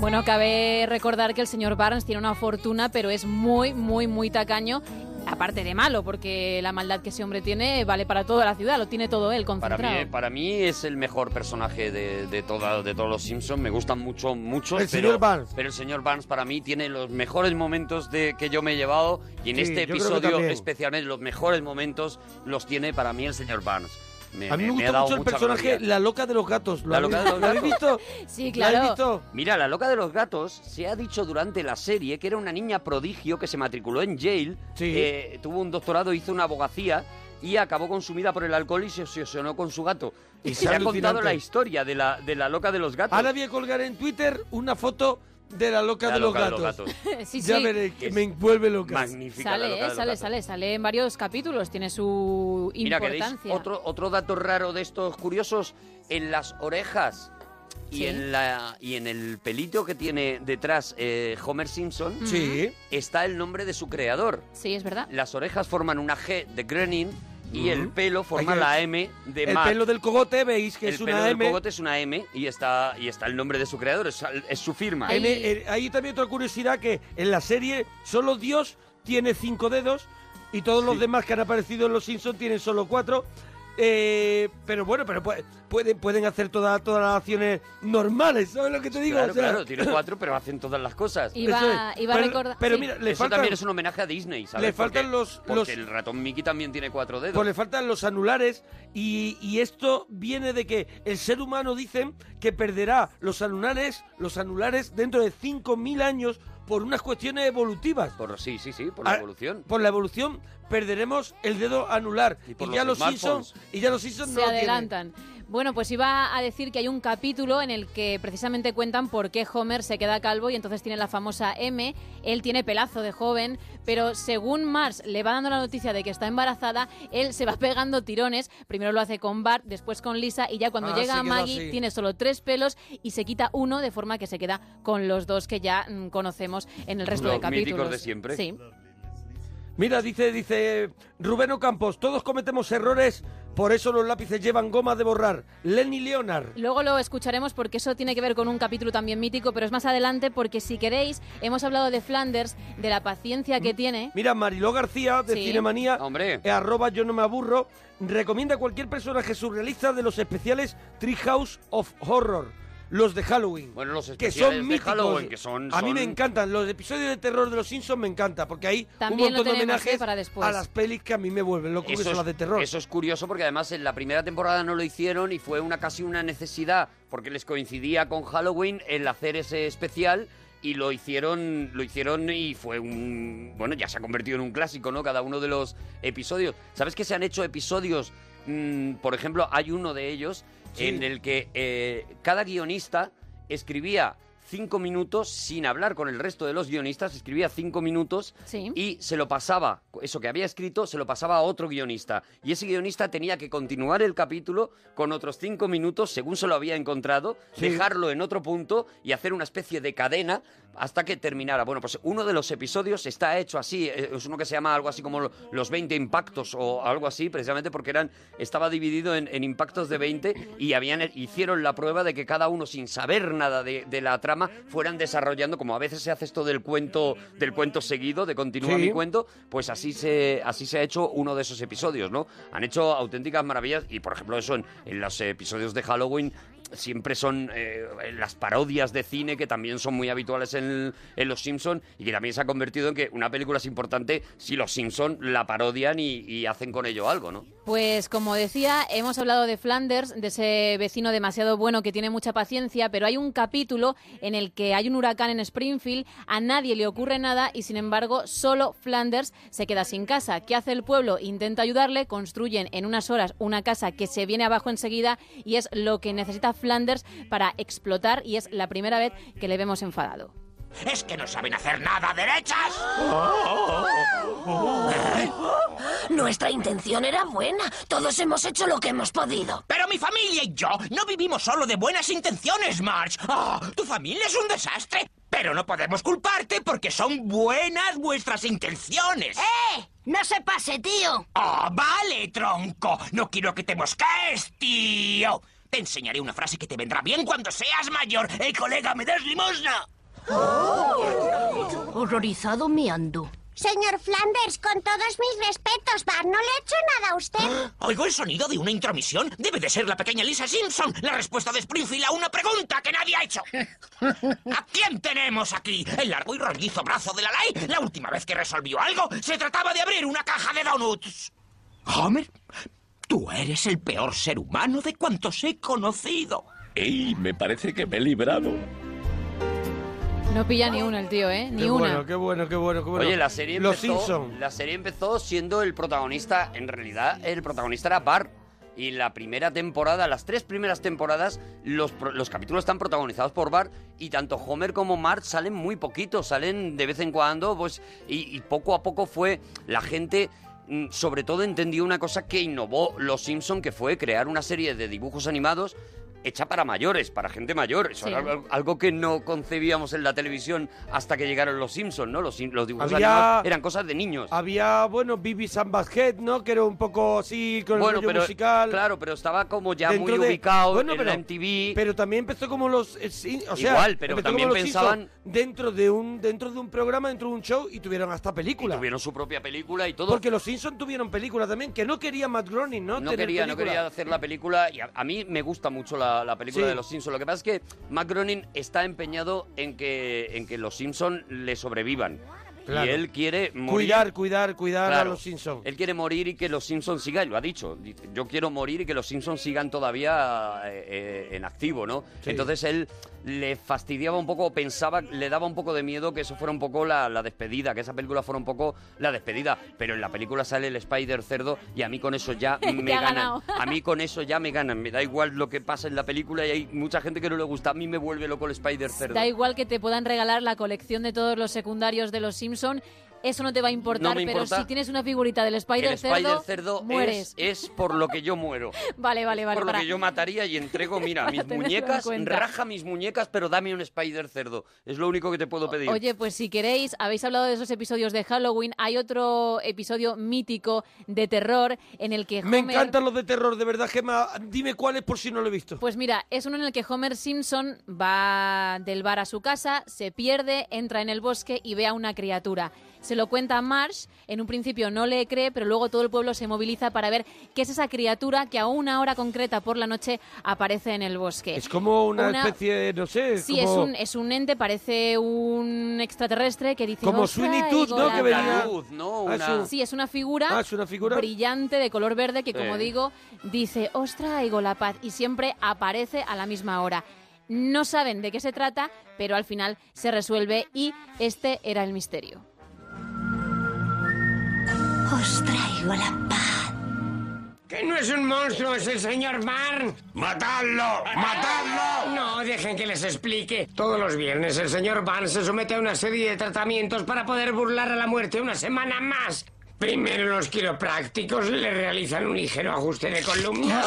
Bueno, cabe recordar que el señor Barnes tiene una fortuna, pero es muy, muy, muy tacaño. Aparte de malo, porque la maldad que ese hombre tiene vale para toda la ciudad, lo tiene todo él Para concentrado. mí, para mí es el mejor personaje de, de, toda- de todos los Simpsons. Me gustan mucho, muchos. El pero, señor Barnes. Pero el señor Barnes para mí tiene los mejores momentos de, que yo me he llevado. Y en Sí, este yo creo que episodio también. especialmente los mejores momentos los tiene para mí el señor Barnes. Eh, Me, A mí me ha gusta dado mucho el mucha personaje gloria. La Loca de los Gatos. ¿Lo La habéis- loca de los ¿lo habéis gatos. visto? Sí, ¿La habéis visto? Mira, la loca de los gatos se ha dicho durante la serie que era una niña prodigio que se matriculó en Yale, eh, tuvo un doctorado, hizo una abogacía y acabó consumida por el alcohol y se obsesionó con su gato. Y Es se ha contado alucinante. la historia de la, de la loca de los gatos. Ahora voy a colgar en Twitter una foto de La Loca, La de, Loca de los los Gatos. Sí, ya sí. veré, que me envuelve loca. Magnífica la loca Sale, de eh, los sale, gatos. sale, sale en varios capítulos, tiene su Mira, ¿queréis importancia. otro, otro dato raro de estos curiosos? En las orejas y, Sí. en, la, y en el pelito que tiene detrás eh, Homer Simpson Sí. está el nombre de su creador. Sí, es verdad. Las orejas forman una G de Groening y Ujú. el pelo forma Hay que- la M de El Mark. pelo del cogote, veis que El es pelo una del M. cogote es una M y está, y está el nombre de su creador, es, es su firma. En- en- eh, hay también otra curiosidad que en la serie solo Dios tiene cinco dedos y todos los demás que han aparecido en Los Simpsons tienen solo cuatro. Eh, pero bueno, pero pu- pueden, pueden hacer toda- todas las acciones normales, ¿sabes lo que te digo? Claro, O sea, claro, tiene cuatro, pero hacen todas las cosas. Iba- Eso es. iba a Pero- recordar- pero sí. mira, le Eso faltan- también es un homenaje a Disney, ¿sabes? Le faltan Porque- los- Porque los- el ratón Mickey también tiene cuatro dedos. Pues le faltan los anulares y, y esto viene de que el ser humano dicen que perderá los anulares, los anulares dentro de 5.000 años por unas cuestiones evolutivas. Por, sí, sí, sí, por la Ah, evolución. Por la evolución perderemos el dedo anular y, por ya los los Simpsons smartphones. y ya los Simpsons Se no lo tienen. adelantan. Bueno, pues iba a decir que hay un capítulo en el que precisamente cuentan por qué Homer se queda calvo y entonces tiene la famosa M. Él tiene pelazo de joven, pero según Mars le va dando la noticia de que está embarazada, él se va pegando tirones. Primero lo hace con Bart, después con Lisa y ya cuando Ah, llega se a quedó Maggie así. tiene solo tres pelos y se quita uno de forma que se queda con los dos que ya mm, conocemos en el resto Los de capítulos. míticos de siempre. Sí. Mira, dice, dice Rubén Ocampos, todos cometemos errores, por eso los lápices llevan goma de borrar. Lenny Leonard. Luego lo escucharemos porque eso tiene que ver con un capítulo también mítico, pero es más adelante porque si queréis, hemos hablado de Flanders, de la paciencia que tiene. Mira, Mariló García de Sí. Cinemanía, eh, arroba yo no me aburro, recomienda cualquier personaje surrealista de los especiales Treehouse of Horror, los de Halloween. Bueno, los que especiales son de míticos. Halloween, que son- A mí me son- encantan, los episodios de terror de los Simpsons me encanta, porque hay También un lo montón de tenemos, ¿eh? homenajes para después. a las pelis que a mí me vuelven loco, que son las de terror. eso es curioso porque además en la primera temporada no lo hicieron y fue una casi una necesidad porque les coincidía con Halloween el hacer ese especial y lo hicieron lo hicieron y fue un bueno ya se ha convertido en un clásico no cada uno de los episodios sabes que se han hecho episodios mm, por ejemplo hay uno de ellos Sí. en el que eh, cada guionista escribía cinco minutos sin hablar con el resto de los guionistas escribía cinco minutos y se lo pasaba, eso que había escrito, se lo pasaba a otro guionista. Y ese guionista tenía que continuar el capítulo con otros cinco minutos, según se lo había encontrado, Sí. dejarlo en otro punto y hacer una especie de cadena hasta que terminara. Bueno, pues uno de los episodios está hecho así, eh, es uno que se llama algo así como los 20 impactos o algo así, precisamente porque eran, estaba dividido en, en impactos de 20 y habían, hicieron la prueba de que cada uno, sin saber nada de, de la trama, fueran desarrollando, como a veces se hace esto del cuento, del cuento seguido, de continúa Sí. mi cuento, pues así se, así se ha hecho uno de esos episodios, ¿no? Han hecho auténticas maravillas y, por ejemplo, eso en, en los episodios de Halloween siempre son eh, las parodias de cine que también son muy habituales en, en Los Simpson y que también se ha convertido en que una película es importante si Los Simpson la parodian y, y hacen con ello algo, ¿no? Pues como decía, hemos hablado de Flanders, de ese vecino demasiado bueno que tiene mucha paciencia, pero hay un capítulo en el que hay un huracán en Springfield, a nadie le ocurre nada y sin embargo solo Flanders se queda sin casa. ¿Qué hace el pueblo? Intenta ayudarle, construyen en unas horas una casa que se viene abajo enseguida y es lo que necesita Flanders para explotar y es la primera vez que le vemos enfadado. Es que no saben hacer nada derechas. Ah, Nuestra intención era buena. Todos hemos hecho lo que hemos podido. Pero mi familia y yo no vivimos solo de buenas intenciones, Marge. Ah, tu familia es un desastre. Pero no podemos culparte porque son buenas vuestras intenciones. ¡Eh! ¡No se pase, tío! Ah, vale, tronco. No quiero que te mosques, tío. Te enseñaré una frase que te vendrá bien cuando seas mayor. ¡Eh, colega, me das limosna! Horrorizado miando. Señor Flanders, con todos mis respetos, Bart, no le he hecho nada a usted. Oigo el sonido de una intromisión. Debe de ser la pequeña Lisa Simpson. La respuesta de Springfield a una pregunta que nadie ha hecho. ¿A quién tenemos aquí? El largo y rollizo brazo de la ley. La última vez que resolvió algo, se trataba de abrir una caja de donuts. Homer, tú eres el peor ser humano de cuantos he conocido. ¡Ey! Me parece que me he librado. No pilla ni una el tío, ¿eh? Ni qué una. bueno, qué bueno, qué bueno, qué bueno. Oye, la serie, Los empezó, Simpson. la serie empezó siendo el protagonista, en realidad el protagonista era Bart. Y la primera temporada, las tres primeras temporadas, los, pro- los capítulos están protagonizados por Bart y tanto Homer como Marge salen muy poquitos, salen de vez en cuando, pues, y, y poco a poco fue la gente mm, sobre todo entendió una cosa que innovó Los Simpson, que fue crear una serie de dibujos animados hecha para mayores, para gente mayor. Eso Sí. era algo- algo que no concebíamos en la televisión hasta que llegaron los Simpsons, ¿no? Los, sim- los dibujos Había- animados eran cosas de niños. Había, bueno, Bibi Head, ¿no? Que era un poco así, con el Bueno, rollo pero musical. claro, pero estaba como ya dentro muy de- ubicado bueno, en pero, la MTV. Pero también empezó como los... eh, sí, o sea, Igual, pero empezó también como los pensaban- Simpson Dentro de, un, dentro de un programa, dentro de un show, y tuvieron hasta película. Tuvieron su propia película y todo. Porque los Simpsons tuvieron película también, que no quería Matt Groening, ¿no? no Tener quería, no película. quería hacer la película y a, a mí me gusta mucho la, la película Sí. de Los Simpsons. Lo que pasa es que Matt Groening está empeñado en que, en que Los Simpsons le sobrevivan. Y Claro. él quiere morir. Cuidar, cuidar, cuidar a Claro. Eh, los Simpsons. Él quiere morir y que los Simpsons sigan, lo ha dicho. Dice, Yo quiero morir y que los Simpsons sigan todavía eh, eh, en activo, ¿no? Sí. Entonces él le fastidiaba un poco, pensaba, le daba un poco de miedo que eso fuera un poco la, la despedida, que esa película fuera un poco la despedida. Pero en la película sale el Spider Cerdo y a mí con eso ya Te me ha ganan. ganado. A mí con eso ya me ganan. Me da igual lo que pasa en la película y hay mucha gente que no le gusta. A mí me vuelve loco el Spider Cerdo. Da igual que te puedan regalar la colección de todos los secundarios de los Simpson, eso no te va a importar, me importa. pero si tienes una figurita del El Spider Spider Cerdo, Cerdo mueres. es, es por lo que yo muero. Vale, vale, vale. por lo para- que yo mataría y entrego, mira, para mis tenerlo en muñecas, cuenta. raja mis muñecas, pero dame un Spider cerdo. Es lo único que te puedo pedir. Oye, pues si queréis, habéis hablado de esos episodios de Halloween, hay otro episodio mítico de terror en el que Me Homer- encantan los de terror, de verdad, Gemma. Dime cuáles por si no lo he visto. Pues mira, es uno en el que Homer Simpson va del bar a su casa, se pierde, entra en el bosque y ve a una criatura. Se lo cuenta a Marsh, en un principio no le cree, pero luego todo el pueblo se moviliza para ver qué es esa criatura que a una hora concreta por la noche aparece en el bosque. es como una, Una- especie, de, no sé. Sí, es como- un, es un ente, parece un extraterrestre que dice... Como "Os Sweeney Todd, ¿no? traigo Que la venía- Luz, ¿no? Ah, es Una- un- Sí, es una figura, Ah, es una figura. brillante de color verde que, Sí. como digo, dice, os traigo la paz y siempre aparece a la misma hora. No saben de qué se trata, pero al final se resuelve y este era el misterio. Os traigo la Que no es un monstruo, es el señor Barnes. ¡Matadlo! ¡Matadlo! No, dejen que les explique. Todos los viernes el señor Barnes se somete a una serie de tratamientos para poder burlar a la muerte una semana más. Primero los quiroprácticos le realizan un ligero ajuste de columna.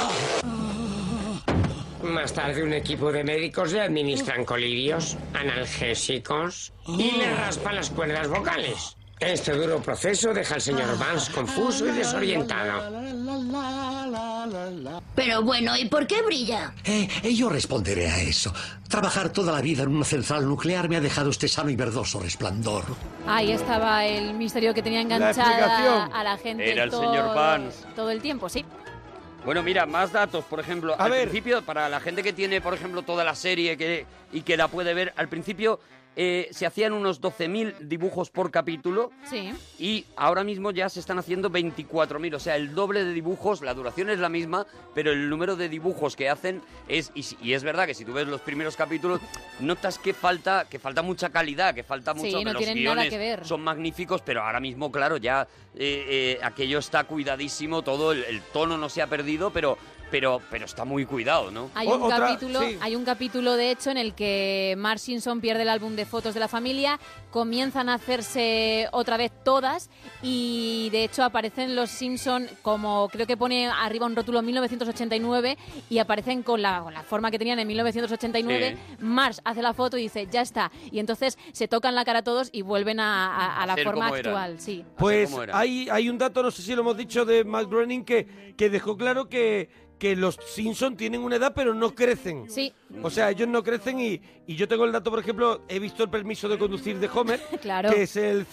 Más tarde un equipo de médicos le administran colirios, analgésicos y le raspan las cuerdas vocales. Este duro proceso deja al señor Barnes confuso y desorientado. Pero bueno, ¿y por qué brilla? Eh, eh, yo responderé a eso. Trabajar toda la vida en una central nuclear me ha dejado este sano y verdoso resplandor. Ahí estaba el misterio que tenía enganchada explicación. a la gente Era el todo, señor Barnes. todo el tiempo, sí. Bueno, mira, más datos, por ejemplo, al principio, para la gente que tiene, por ejemplo, toda la serie que, y que la puede ver, al principio eh, se hacían unos 12.000 dibujos por capítulo Sí. y ahora mismo ya se están haciendo 24.000, o sea, el doble de dibujos, la duración es la misma, pero el número de dibujos que hacen es, y, si- y es verdad que si tú ves los primeros capítulos, notas que falta, que falta mucha calidad, que falta Sí, mucho, que no los tienen nada guiones que ver. son magníficos, pero ahora mismo, claro, ya eh, eh, aquello está cuidadísimo, todo el, el tono no se ha perdido, pero, pero, pero está muy cuidado, ¿no? Hay un, capítulo, hay un capítulo, de hecho, en el que Marge Simpson pierde el álbum de fotos de la familia, comienzan a hacerse otra vez todas y, de hecho, aparecen los Simpson como, creo que pone arriba un rótulo 1989 y aparecen con la, con la forma que tenían en 1989. Sí. Marge hace la foto y dice, ya está. Y entonces se tocan la cara a todos y vuelven a, a- a la ser forma como eran. actual. Sí. Pues hay, hay un dato, no sé si lo hemos dicho, de Matt Groening que, que dejó claro que, que los Simpson tienen una edad pero no crecen. Sí. O sea, ellos no crecen y, y yo tengo el dato, por ejemplo, he visto el permiso de conducir de Homer, Claro. que es el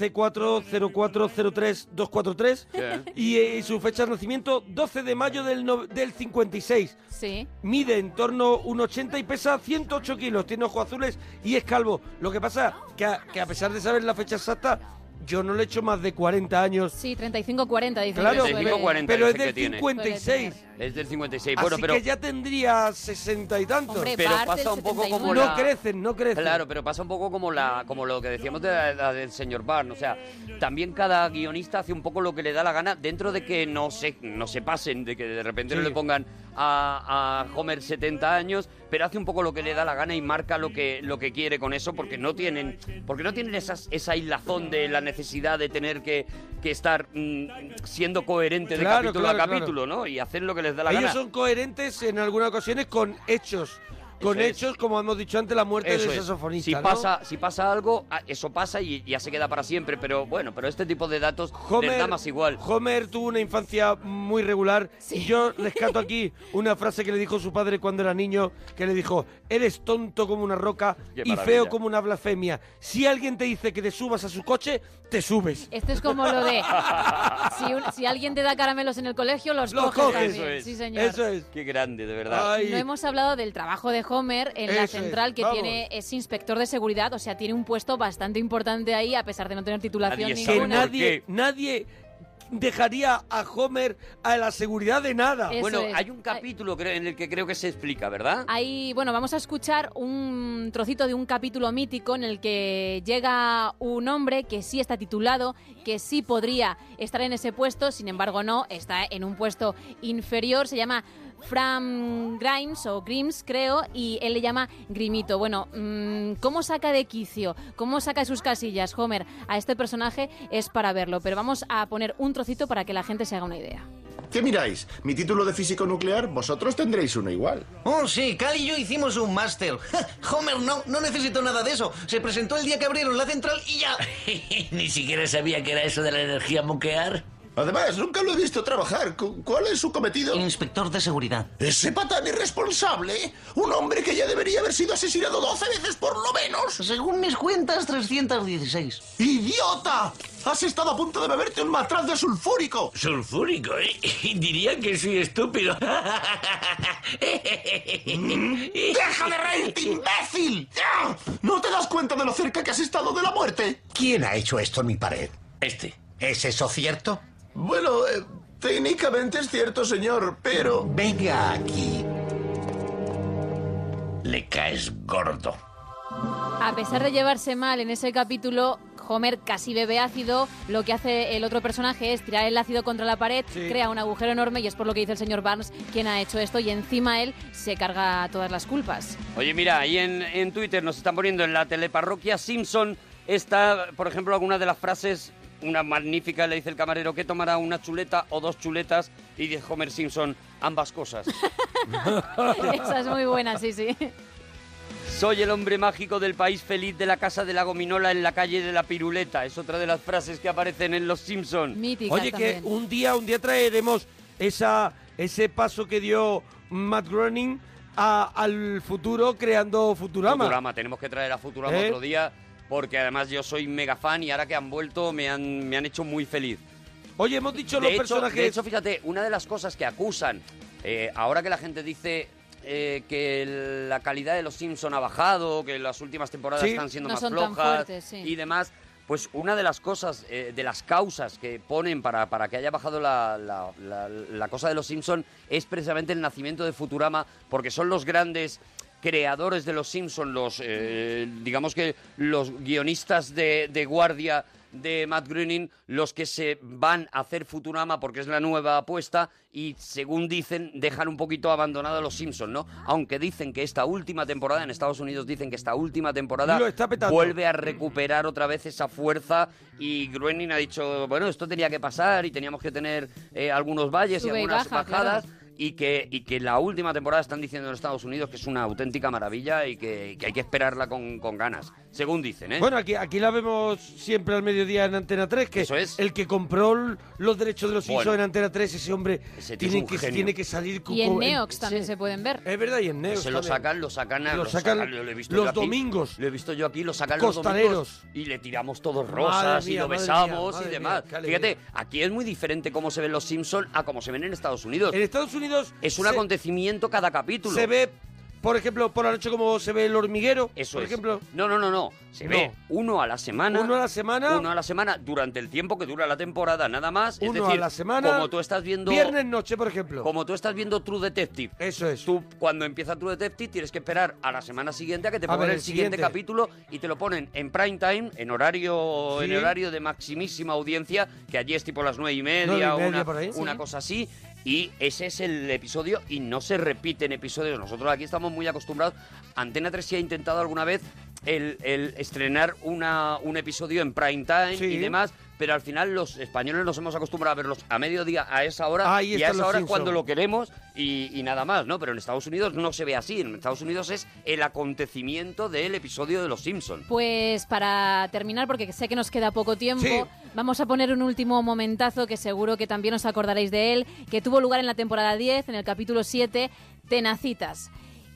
C40403243243, Sí. y eh, su fecha de nacimiento 12 de mayo del, no- del 56. Sí. Mide en torno a 1,80 y pesa 108 kilos. Tiene ojos azules y es calvo. Lo que pasa que a, que a pesar de saber la fecha exacta, yo no le echo más de 40 años. Sí, 35-40, dice. Claro, que suele- pero- 40 pero es dice que del tiene. 56. Es del 56, Así bueno, pero... que ya tendría 60 y tantos. Hombre, Pero Bart pasa del un poco como 79. la- No crecen, no crecen. Claro, pero pasa un poco como la como lo que decíamos de la edad del señor Barn, o sea, también cada guionista hace un poco lo que le da la gana dentro de que no se no se pasen de que de repente no Sí. le pongan a, a Homer 70 años, pero hace un poco lo que le da la gana y marca lo que lo que quiere con eso porque no tienen porque no tienen esas esa hilazón de la necesidad de tener que, que estar mm, siendo coherente de Claro, capítulo claro, a claro. capítulo, ¿no? Y hacer lo que les da la Ellos gana. son coherentes en algunas ocasiones con hechos. Con Eso es. hechos, como hemos dicho antes, la muerte Eso del es. saxofonista. Si, ¿no? pasa, si pasa algo, a- eso pasa y ya se queda para siempre. Pero bueno, pero este tipo de datos les da más igual. Homer tuvo una infancia muy regular. Y yo rescato aquí una frase que le dijo su padre cuando era niño, que le dijo, eres tonto como una roca Qué y feo maravilla. como una blasfemia. Si alguien te dice que te subas a su coche, te subes. Esto es como lo de si, un- si alguien te da caramelos en el colegio, los, Los coges coges. también. Eso es, Sí, señor. Qué grande, de verdad. No hemos hablado del trabajo de Homer en la Eso es, central que vamos. tiene es inspector de seguridad, o sea, tiene un puesto bastante importante ahí a pesar de no tener titulación que ninguna. nadie, nadie dejaría a Homer a la seguridad de nada. Eso bueno, es. hay un capítulo creo- en el que creo que se explica, ¿verdad? Ahí, bueno, vamos a escuchar un trocito de un capítulo mítico en el que llega un hombre que sí está titulado, que sí podría estar en ese puesto, sin embargo no, está en un puesto inferior, se llama Fran Grimes o Grimes creo, y él le llama Grimito. Bueno, mm, ¿cómo saca de quicio, cómo saca de sus casillas Homer a este personaje es para verlo, pero vamos a poner un trocito para que la gente se haga una idea. ¿Qué miráis? Mi título de físico nuclear, vosotros tendréis uno igual. Oh, sí, Cal y yo hicimos un máster. Homer no, no necesitó nada de eso. Se presentó el día que abrieron la central y ya. Ni siquiera sabía que era eso de la energía nuclear. Además, nunca lo he visto trabajar. Cu- ¿Cuál es su cometido? Inspector de seguridad. Ese patán irresponsable. Un hombre que ya debería haber sido asesinado 12 veces por lo menos. Según mis cuentas, 316. ¡Idiota! Has estado a punto de beberte un matraz de sulfúrico. Sulfúrico, ¿eh? Dirían que soy estúpido. Mm. ¡Deja de reírte, imbécil! ¡Ah! ¿No te das cuenta de lo cerca que has estado de la muerte? ¿Quién ha hecho esto en mi pared? Este. ¿Es eso cierto? Bueno, eh, técnicamente es cierto, señor, pero... Venga aquí. Le caes gordo. A pesar de llevarse mal en ese capítulo, Homer casi bebe ácido. Lo que hace el otro personaje es tirar el ácido contra la pared, Sí. crea un agujero enorme y es por lo que dice el señor Barnes quien ha hecho esto y encima él se carga todas las culpas. Oye, mira, ahí en, en Twitter nos están poniendo en la teleparroquia Simpson está, por ejemplo, alguna de las frases, una magnífica, le dice el camarero, que tomará una chuleta o dos chuletas? Y dice Homer Simpson, ambas cosas. Esa es muy buena, sí, sí. Soy el hombre mágico del país feliz de la casa de la gominola en la calle de la piruleta. Es otra de las frases que aparecen en Los Simpson. Mítica Oye, que un día, un día traeremos esa, ese paso que dio Matt Groening a- al futuro creando Futurama. Futurama, tenemos que traer a Futurama ¿Eh? otro día porque además yo soy mega fan y ahora que han vuelto me han, me han hecho muy feliz. Oye, hemos dicho de los hecho, personajes. de hecho, fíjate, una de las cosas que acusan, eh, ahora que la gente dice eh, que el- la calidad de los Simpson ha bajado, que las últimas temporadas Sí. están siendo No más son tan flojas fuertes, sí. y demás, pues una de las cosas, eh, de las causas que ponen para, para que haya bajado la, la- la- la cosa de los Simpson es precisamente el nacimiento de Futurama, porque son los grandes creadores de los Simpson, los, eh, digamos que los guionistas de, de guardia de Matt Groening, los que se van a hacer Futurama porque es la nueva apuesta y según dicen dejan un poquito abandonado a los Simpson, ¿no? Aunque dicen que esta última temporada en Estados Unidos dicen que esta última temporada Lo está petando. vuelve a recuperar otra vez esa fuerza y Groening ha dicho, bueno, esto tenía que pasar y teníamos que tener eh, algunos valles y Sube y algunas baja, claro. bajadas y que, y que la última temporada están diciendo en Estados Unidos que es una auténtica maravilla y que, y que hay que esperarla con, con ganas, según dicen, ¿eh? Bueno, aquí, aquí la vemos siempre al mediodía en Antena 3, que es. el que compró l- los derechos de los Bueno. Simpsons en Antena 3, ese hombre Ese tío es tiene un que, genio. tiene que salir Y en con- Neox también se pueden Eh. ver. Es verdad, y en Neox Pues se lo también. sacan, lo sacan, a- Lo lo sacan sacan, lo he visto los yo aquí, domingos. Lo he visto yo aquí, lo sacan los Costaleros. domingos y le tiramos todos Madre rosas y mía, lo madre besamos mía, madre y demás. mía, qué alegría. Fíjate, aquí es muy diferente cómo se ven los Simpsons a cómo se ven en Estados Unidos. En Estados Unidos es un acontecimiento cada capítulo. Se ve, por ejemplo, por la noche como se ve el hormiguero. Eso por es. ejemplo. No, no, no, no. Se ve uno a la semana. Uno a la semana. Uno a la semana durante el tiempo que dura la temporada, nada más. es Uno decir, a la semana. Como tú estás viendo. Viernes noche, por ejemplo. Como tú estás viendo True Detective. Eso es. Tú, cuando empieza True Detective, tienes que esperar a la semana siguiente a que te A pongan ver, el el siguiente, siguiente. capítulo y te lo ponen en prime time, en horario, Sí. en horario de maximísima audiencia, que allí es tipo las nueve y Nueve y media, media, una, por ahí. una Sí. cosa así. Y ese es el episodio y no se repiten episodios. Nosotros aquí estamos muy acostumbrados. Antena 3 sí ha intentado alguna vez el, el estrenar una, un episodio en prime time Sí. y demás, pero al final los españoles nos hemos acostumbrado a verlos a mediodía, a esa hora, y Ahí a están esa los hora es Simpson. cuando lo queremos y, y nada más, ¿no? Pero en Estados Unidos no se ve así. En Estados Unidos es el acontecimiento del episodio de Los Simpsons. Pues para terminar, porque sé que nos queda poco tiempo, vamos a poner un último momentazo que seguro que también os acordaréis de él, que tuvo lugar Oh. en la temporada 10, en el capítulo 7, Tenacitas.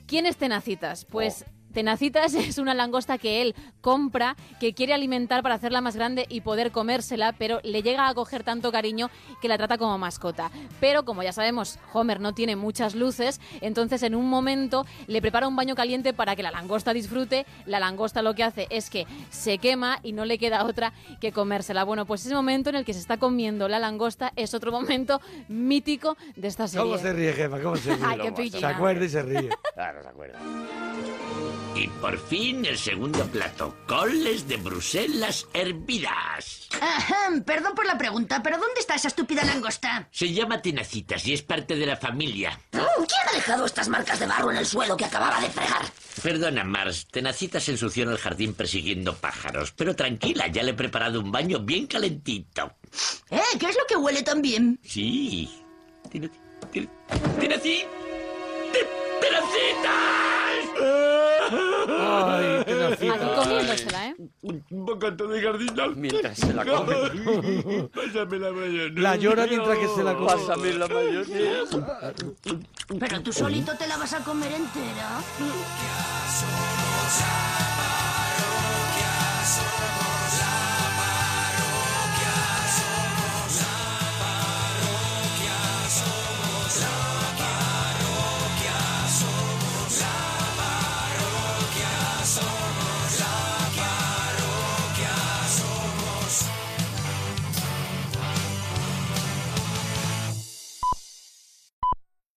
¿Quién es Tenacitas? Pues Tenacitas es una langosta que él compra, que quiere alimentar para hacerla más grande y poder comérsela, pero le llega a coger tanto cariño que la trata como mascota. Pero como ya sabemos, Homer no tiene muchas luces, entonces en un momento le prepara un baño caliente para que la langosta disfrute. La langosta lo que hace es que se quema y no le queda otra que comérsela. Bueno, pues ese momento en el que se está comiendo la langosta es otro momento mítico de esta serie. ¿Cómo se ríe, jefa? ¿Cómo se ríe? Ay, qué pillina. se acuerda y se ríe. Claro, Ah, se acuerda. Y por fin el segundo plato, coles de Bruselas hervidas. Ajá, perdón por la pregunta, pero ¿dónde está esa estúpida langosta? Se llama tenacitas y es parte de la familia. Mm, ¿Quién ha dejado estas marcas de barro en el suelo que acababa de fregar? Perdona, Mars, tenacitas se ensució en el jardín persiguiendo pájaros, pero tranquila, ya le he preparado un baño bien calentito. ¿Eh? ¿Qué es lo que huele tan bien? Sí. Tena- te- Tenaci... te- ¡Tenacitas! Ay, tenacita. Aquí comiéndosela, ¿eh? Un bocata de jardinal. Mientras se la come. Pásame la mayonesa. La llora mientras que se la come. Pásame la mayonesa. Pero tú solito te la vas a comer entera.